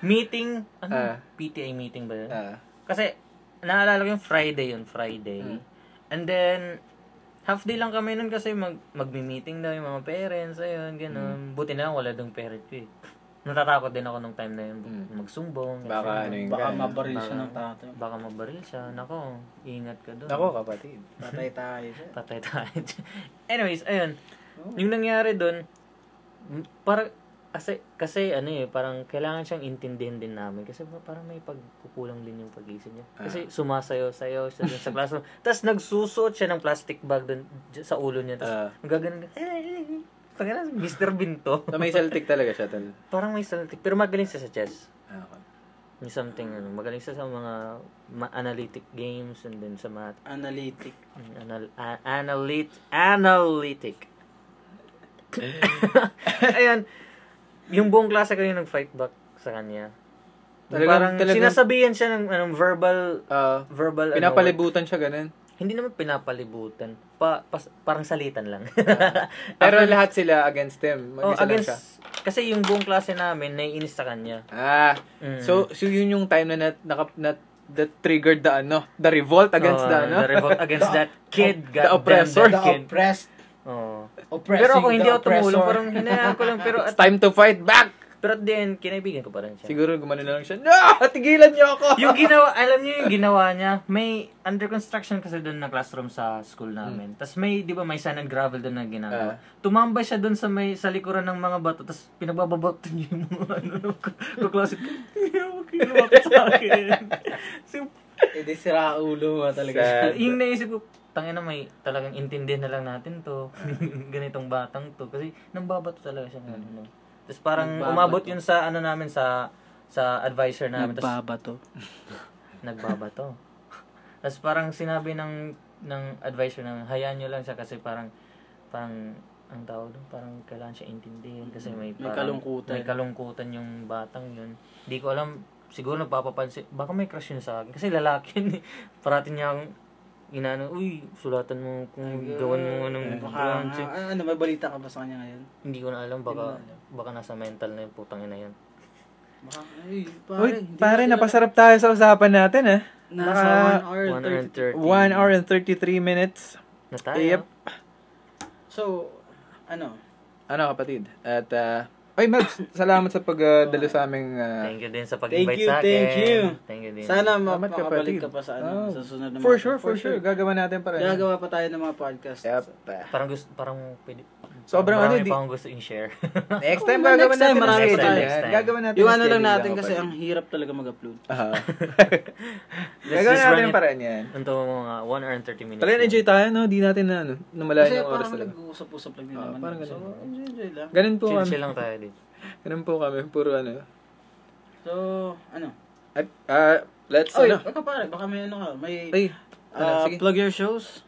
meeting, ano, Ah. PTA meeting ba yun? Ah, Kasi, naalala ko yung Friday yun, Friday. Hmm. And then, half day lang kami nun kasi mag, magmi-meeting daw yung mga parents, Hmm. ayun, ganun. Buti na lang, wala dong parent ko eh. Natatakot din ako nung time na yun, magsumbong. Hmm. baka ano ganun. yung baka ganun. mabaril siya ng tatay. Baka mabaril siya. Nako, ingat ka doon. Ako, kapatid. Patay tayo. dyan. Patay tayo. dyan. [LAUGHS] Anyways, ayun. Yung nangyari doon, para kasi, kasi ano eh, parang kailangan siyang intindihin din namin kasi pa- parang may pagkukulang din yung pag-iisip niya. Kasi sumasayo, sayo siya dun sa classroom. Tapos nagsusuot siya ng plastic bag dun dyan sa ulo niya. Ah. Tapos gaganon. Tangina, Mr. [LAUGHS] Binto. So, may Celtic talaga siya, tol. parang may saltik. Pero magaling siya sa chess. Ah, okay. May something, ano, magaling siya sa mga ma- analytic games and then sa math. Analytic. Anal- a- analyt analytic. Eh. [LAUGHS] Ayan. Yung buong klase ko yung nag-fight back sa kanya. Talagang- parang talagang- sinasabihan siya ng anong verbal Ah, verbal ano, pinapalibutan siya ganun. hindi naman pinapalibutan. Pa, pas- parang salitan [LAUGHS] lang. Pero lahat sila against him. Mag-isa oh, lang siya. against, kasi yung buong klase namin naiinis sa kanya. Ah, Mm. so, so yun yung time na nat, naka, nat, that triggered the ano, the revolt against Oh, the ano. the revolt against [LAUGHS] that kid, goddamn, that oppressor. The kid. oppressed. Oh. Oppressing Pero ako hindi the ako tumulong, oppressor. [LAUGHS] parang hinayaan ko lang [LAUGHS] pero at, It's time to fight back! pero at the end kinaibigan ko pa rin siya. Siguro gumano na lang siya, No! Tigilan niyo ako! yung ginawa, alam niyo yung ginawa niya, may under construction kasi doon na classroom sa school namin. Tapos may, di ba, may sand and gravel doon na ginagawa. Tumambay siya doon sa may sa likuran ng mga bato, tapos pinagbababaktan niya yung [LAUGHS] mga ano, kaklasit. Hindi ako kinumakit sa akin. So, Eh, di sira ulo nga talaga. Sad. yung naisip ko, tangina may talagang intindihan na lang natin to. [LAUGHS] Ganitong batang to. Kasi nambabato talaga siya. ng ano. Tapos parang Nagbabato. umabot yun sa ano namin sa sa advisor namin. Tapos [LAUGHS] Nagbabato. nagbabato. [LAUGHS] Tapos parang sinabi ng ng advisor ng hayaan nyo lang siya kasi parang parang ang tao doon parang kailangan siya intindihin kasi may, May parang- kalungkutan. may kalungkutan yung batang yun. Hindi ko alam siguro nagpapapansin baka may crush yun sa akin kasi lalaki yun eh. Parating niya akong inaano, uy, sulatan mo kung gawan mo anong Baka, nga- ah, ano, may balita ka ba sa kanya ngayon? Hindi ko na alam baka baka nasa mental na yung putang ina yan. Baka, ay, pare. Uy, hindi pare, na sila- napasarap tayo sa usapan natin ah. Nasa 1 naka- hour and 1 hour 30. and 30. 1 hour and 33 minutes. na tayo. Yep. So, ano? Ano kapatid? At ah, Ay, Mads, salamat sa pagdala sa aming ah, Thank you din sa Thank pag-invite you, sa akin. thank you. Thank you din. Sana ma- Salamat, makabalik kapatid. ka pa sa, ano, Ah, sa sunod na For mga- sure, for sure. Gagawa natin pa rin. Gagawa pa tayo ng mga podcast. Yep. [LAUGHS] Parang gusto, parang pwede. Sobrang ano, marami di, pa akong gusto i-share. [LAUGHS] next time Oo naman, gagawa next time, natin ang marami pa schedule tayo. yan. Gagawa natin Yung ang ano lang schedule natin lang kasi kapag- ang hirap talaga mag-upload. Aha. Let's Gagawa just natin run it. ang paraan yan. Unto mga 1 hour and 30 minutes. Talagang enjoy tayo, no? Di natin na, ano, namalayan Kasi yung oras parang talaga. nag-uusap-usap lang din Ah, naman. parang So, ganun. enjoy, enjoy lang. Ganun po Chill, kami. chill lang tayo dito. Ganun po kami. Puro ano. So, ano? At, ah, let's, Oy, ano. baka pare, baka may ano ka, may Ay, ano, ah, sige. plug your shows.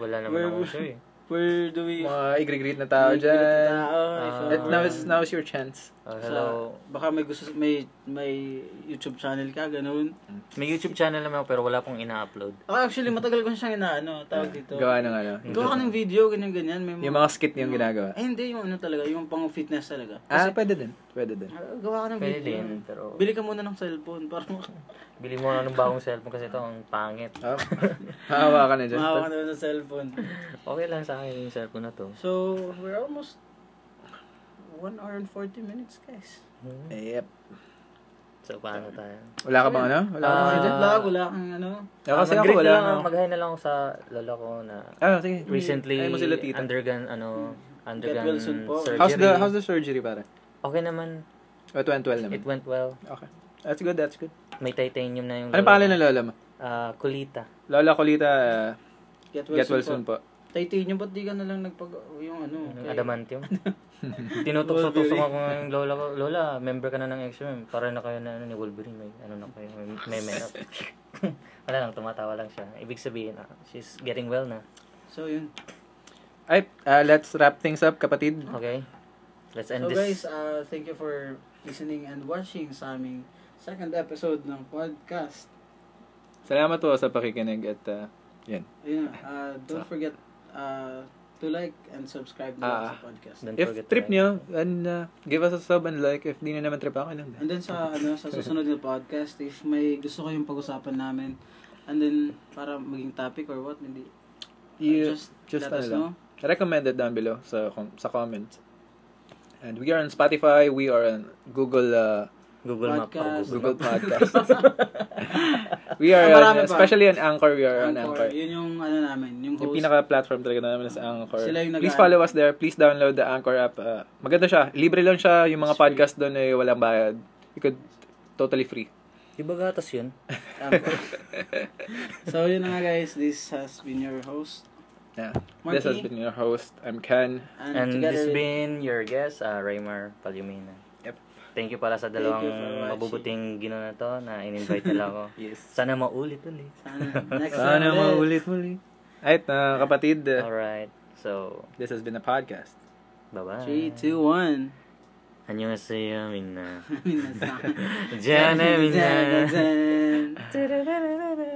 Wala naman Where- akong show [LAUGHS] eh. Where do we Mga igre-greet na tao May gulat na dyan. tao, Ah, if At ever. now is, now is your chance. Oh, Sa- hello. baka may gusto may may YouTube channel ka ganun. May YouTube channel naman ako pero wala pong ina-upload. Ako actually matagal ko na siyang inaano, tawag dito. Gawa ng ano. Gawa ka ng video, ganyan ganyan. May Yung mga skit niyang ginagawa. Ay, hindi, yung ano talaga, yung pang fitness talaga. Ah, pwede din. Pwede [LAUGHS] din. Ah, Gawa ka ng Pwede video. din, pero Bili ka muna ng cellphone para maka- bili mo na ng bagong cellphone kasi ito ang pangit. Oh. Hawa ka na dyan. mahawa ka naman ng cellphone. Okay lang sa akin yung cellphone na to. So, we're almost 1 hour and 40 minutes, guys. Yep. So, paano tayo? Wala ka bang ano? Wala Wala ka bang kang ano dyan? jet lag, wala kang ano. Ah, kasi Ah, ako mag-greet wala na lang, na. mag na lang ako sa lolo ko na Ah, sige. recently Ay mo sila tita. undergone, ano, Get undergone well soon po. surgery. How's the how's the surgery pare? Oh, Okay naman. O 12 naman. It went well. Okay. That's good, that's good. May titanium na yung Ano pangalan ng lola mo? Ah, Kulita. Lola Colita uh, Get well, Get well soon po. Titanium, ba't di ka nalang nagpag... Yung ano... Yung kay- [LAUGHS] Adamantium. Tinutukso-tukso ako ng lola ko. Lola, member ka na ng X-Men. Para na kayo na ano, ni Wolverine. May ano na kayo. May, may men [LAUGHS] up. Wala lang, tumatawa lang siya. Ibig sabihin, ah, she's getting well na. So, yun. Ay, ah, let's wrap things up, kapatid. Okay? Let's end so, guys, this. uh, thank you for listening and watching sa aming second episode ng podcast. Salamat po sa pakikinig at ah, yan. Ayun, uh, don't forget uh, to like and subscribe na lang Ah. sa podcast. Don't If forget to trip like. niyo, and ah, give us a sub and like. If di na naman trip, okay lang. And then sa ano sa susunod na podcast, if may gusto kayong pag-usapan namin, and then para maging topic or what, hindi. uh, You just, just let us ano know. lang. Recommend it down below sa, com- sa comments. And we are on Spotify, we are on Google ah, Google Map. Oh, Podcast. Google [LAUGHS] Podcast. we are Ah, marami on, pa. especially on Anchor, we are on Anchor. Anchor. Yun yung ano namin, yung host. Yung pinaka-platform talaga namin is Anchor. Sila yung Please nag-a- follow us there. Please download the Anchor app. Uh, maganda siya. Libre lang siya. Yung mga It's free. podcast doon ay walang bayad. You could totally free. Di ba gatas yun? Anchor. so yun na nga guys, this has been your host. Yeah. Marky, This has been your host. I'm Ken. and, And together this with- been your guest, uh, Raymar Palumina. Yep. Thank you pala sa Thank you dalawang for watching. mabubuting gino na to na in-invite nila [LAUGHS] ako. Yes. Sana maulit ulit. Sana. Next Sana time ulit. maulit muli. Ay, uh, kapatid. uh, Alright. So, This has been a podcast. bye-bye. 3, 2, [LAUGHS] 1. 안녕하세요, 민나. Minna-san. 짠해, 민나. Minna-san. [LAUGHS]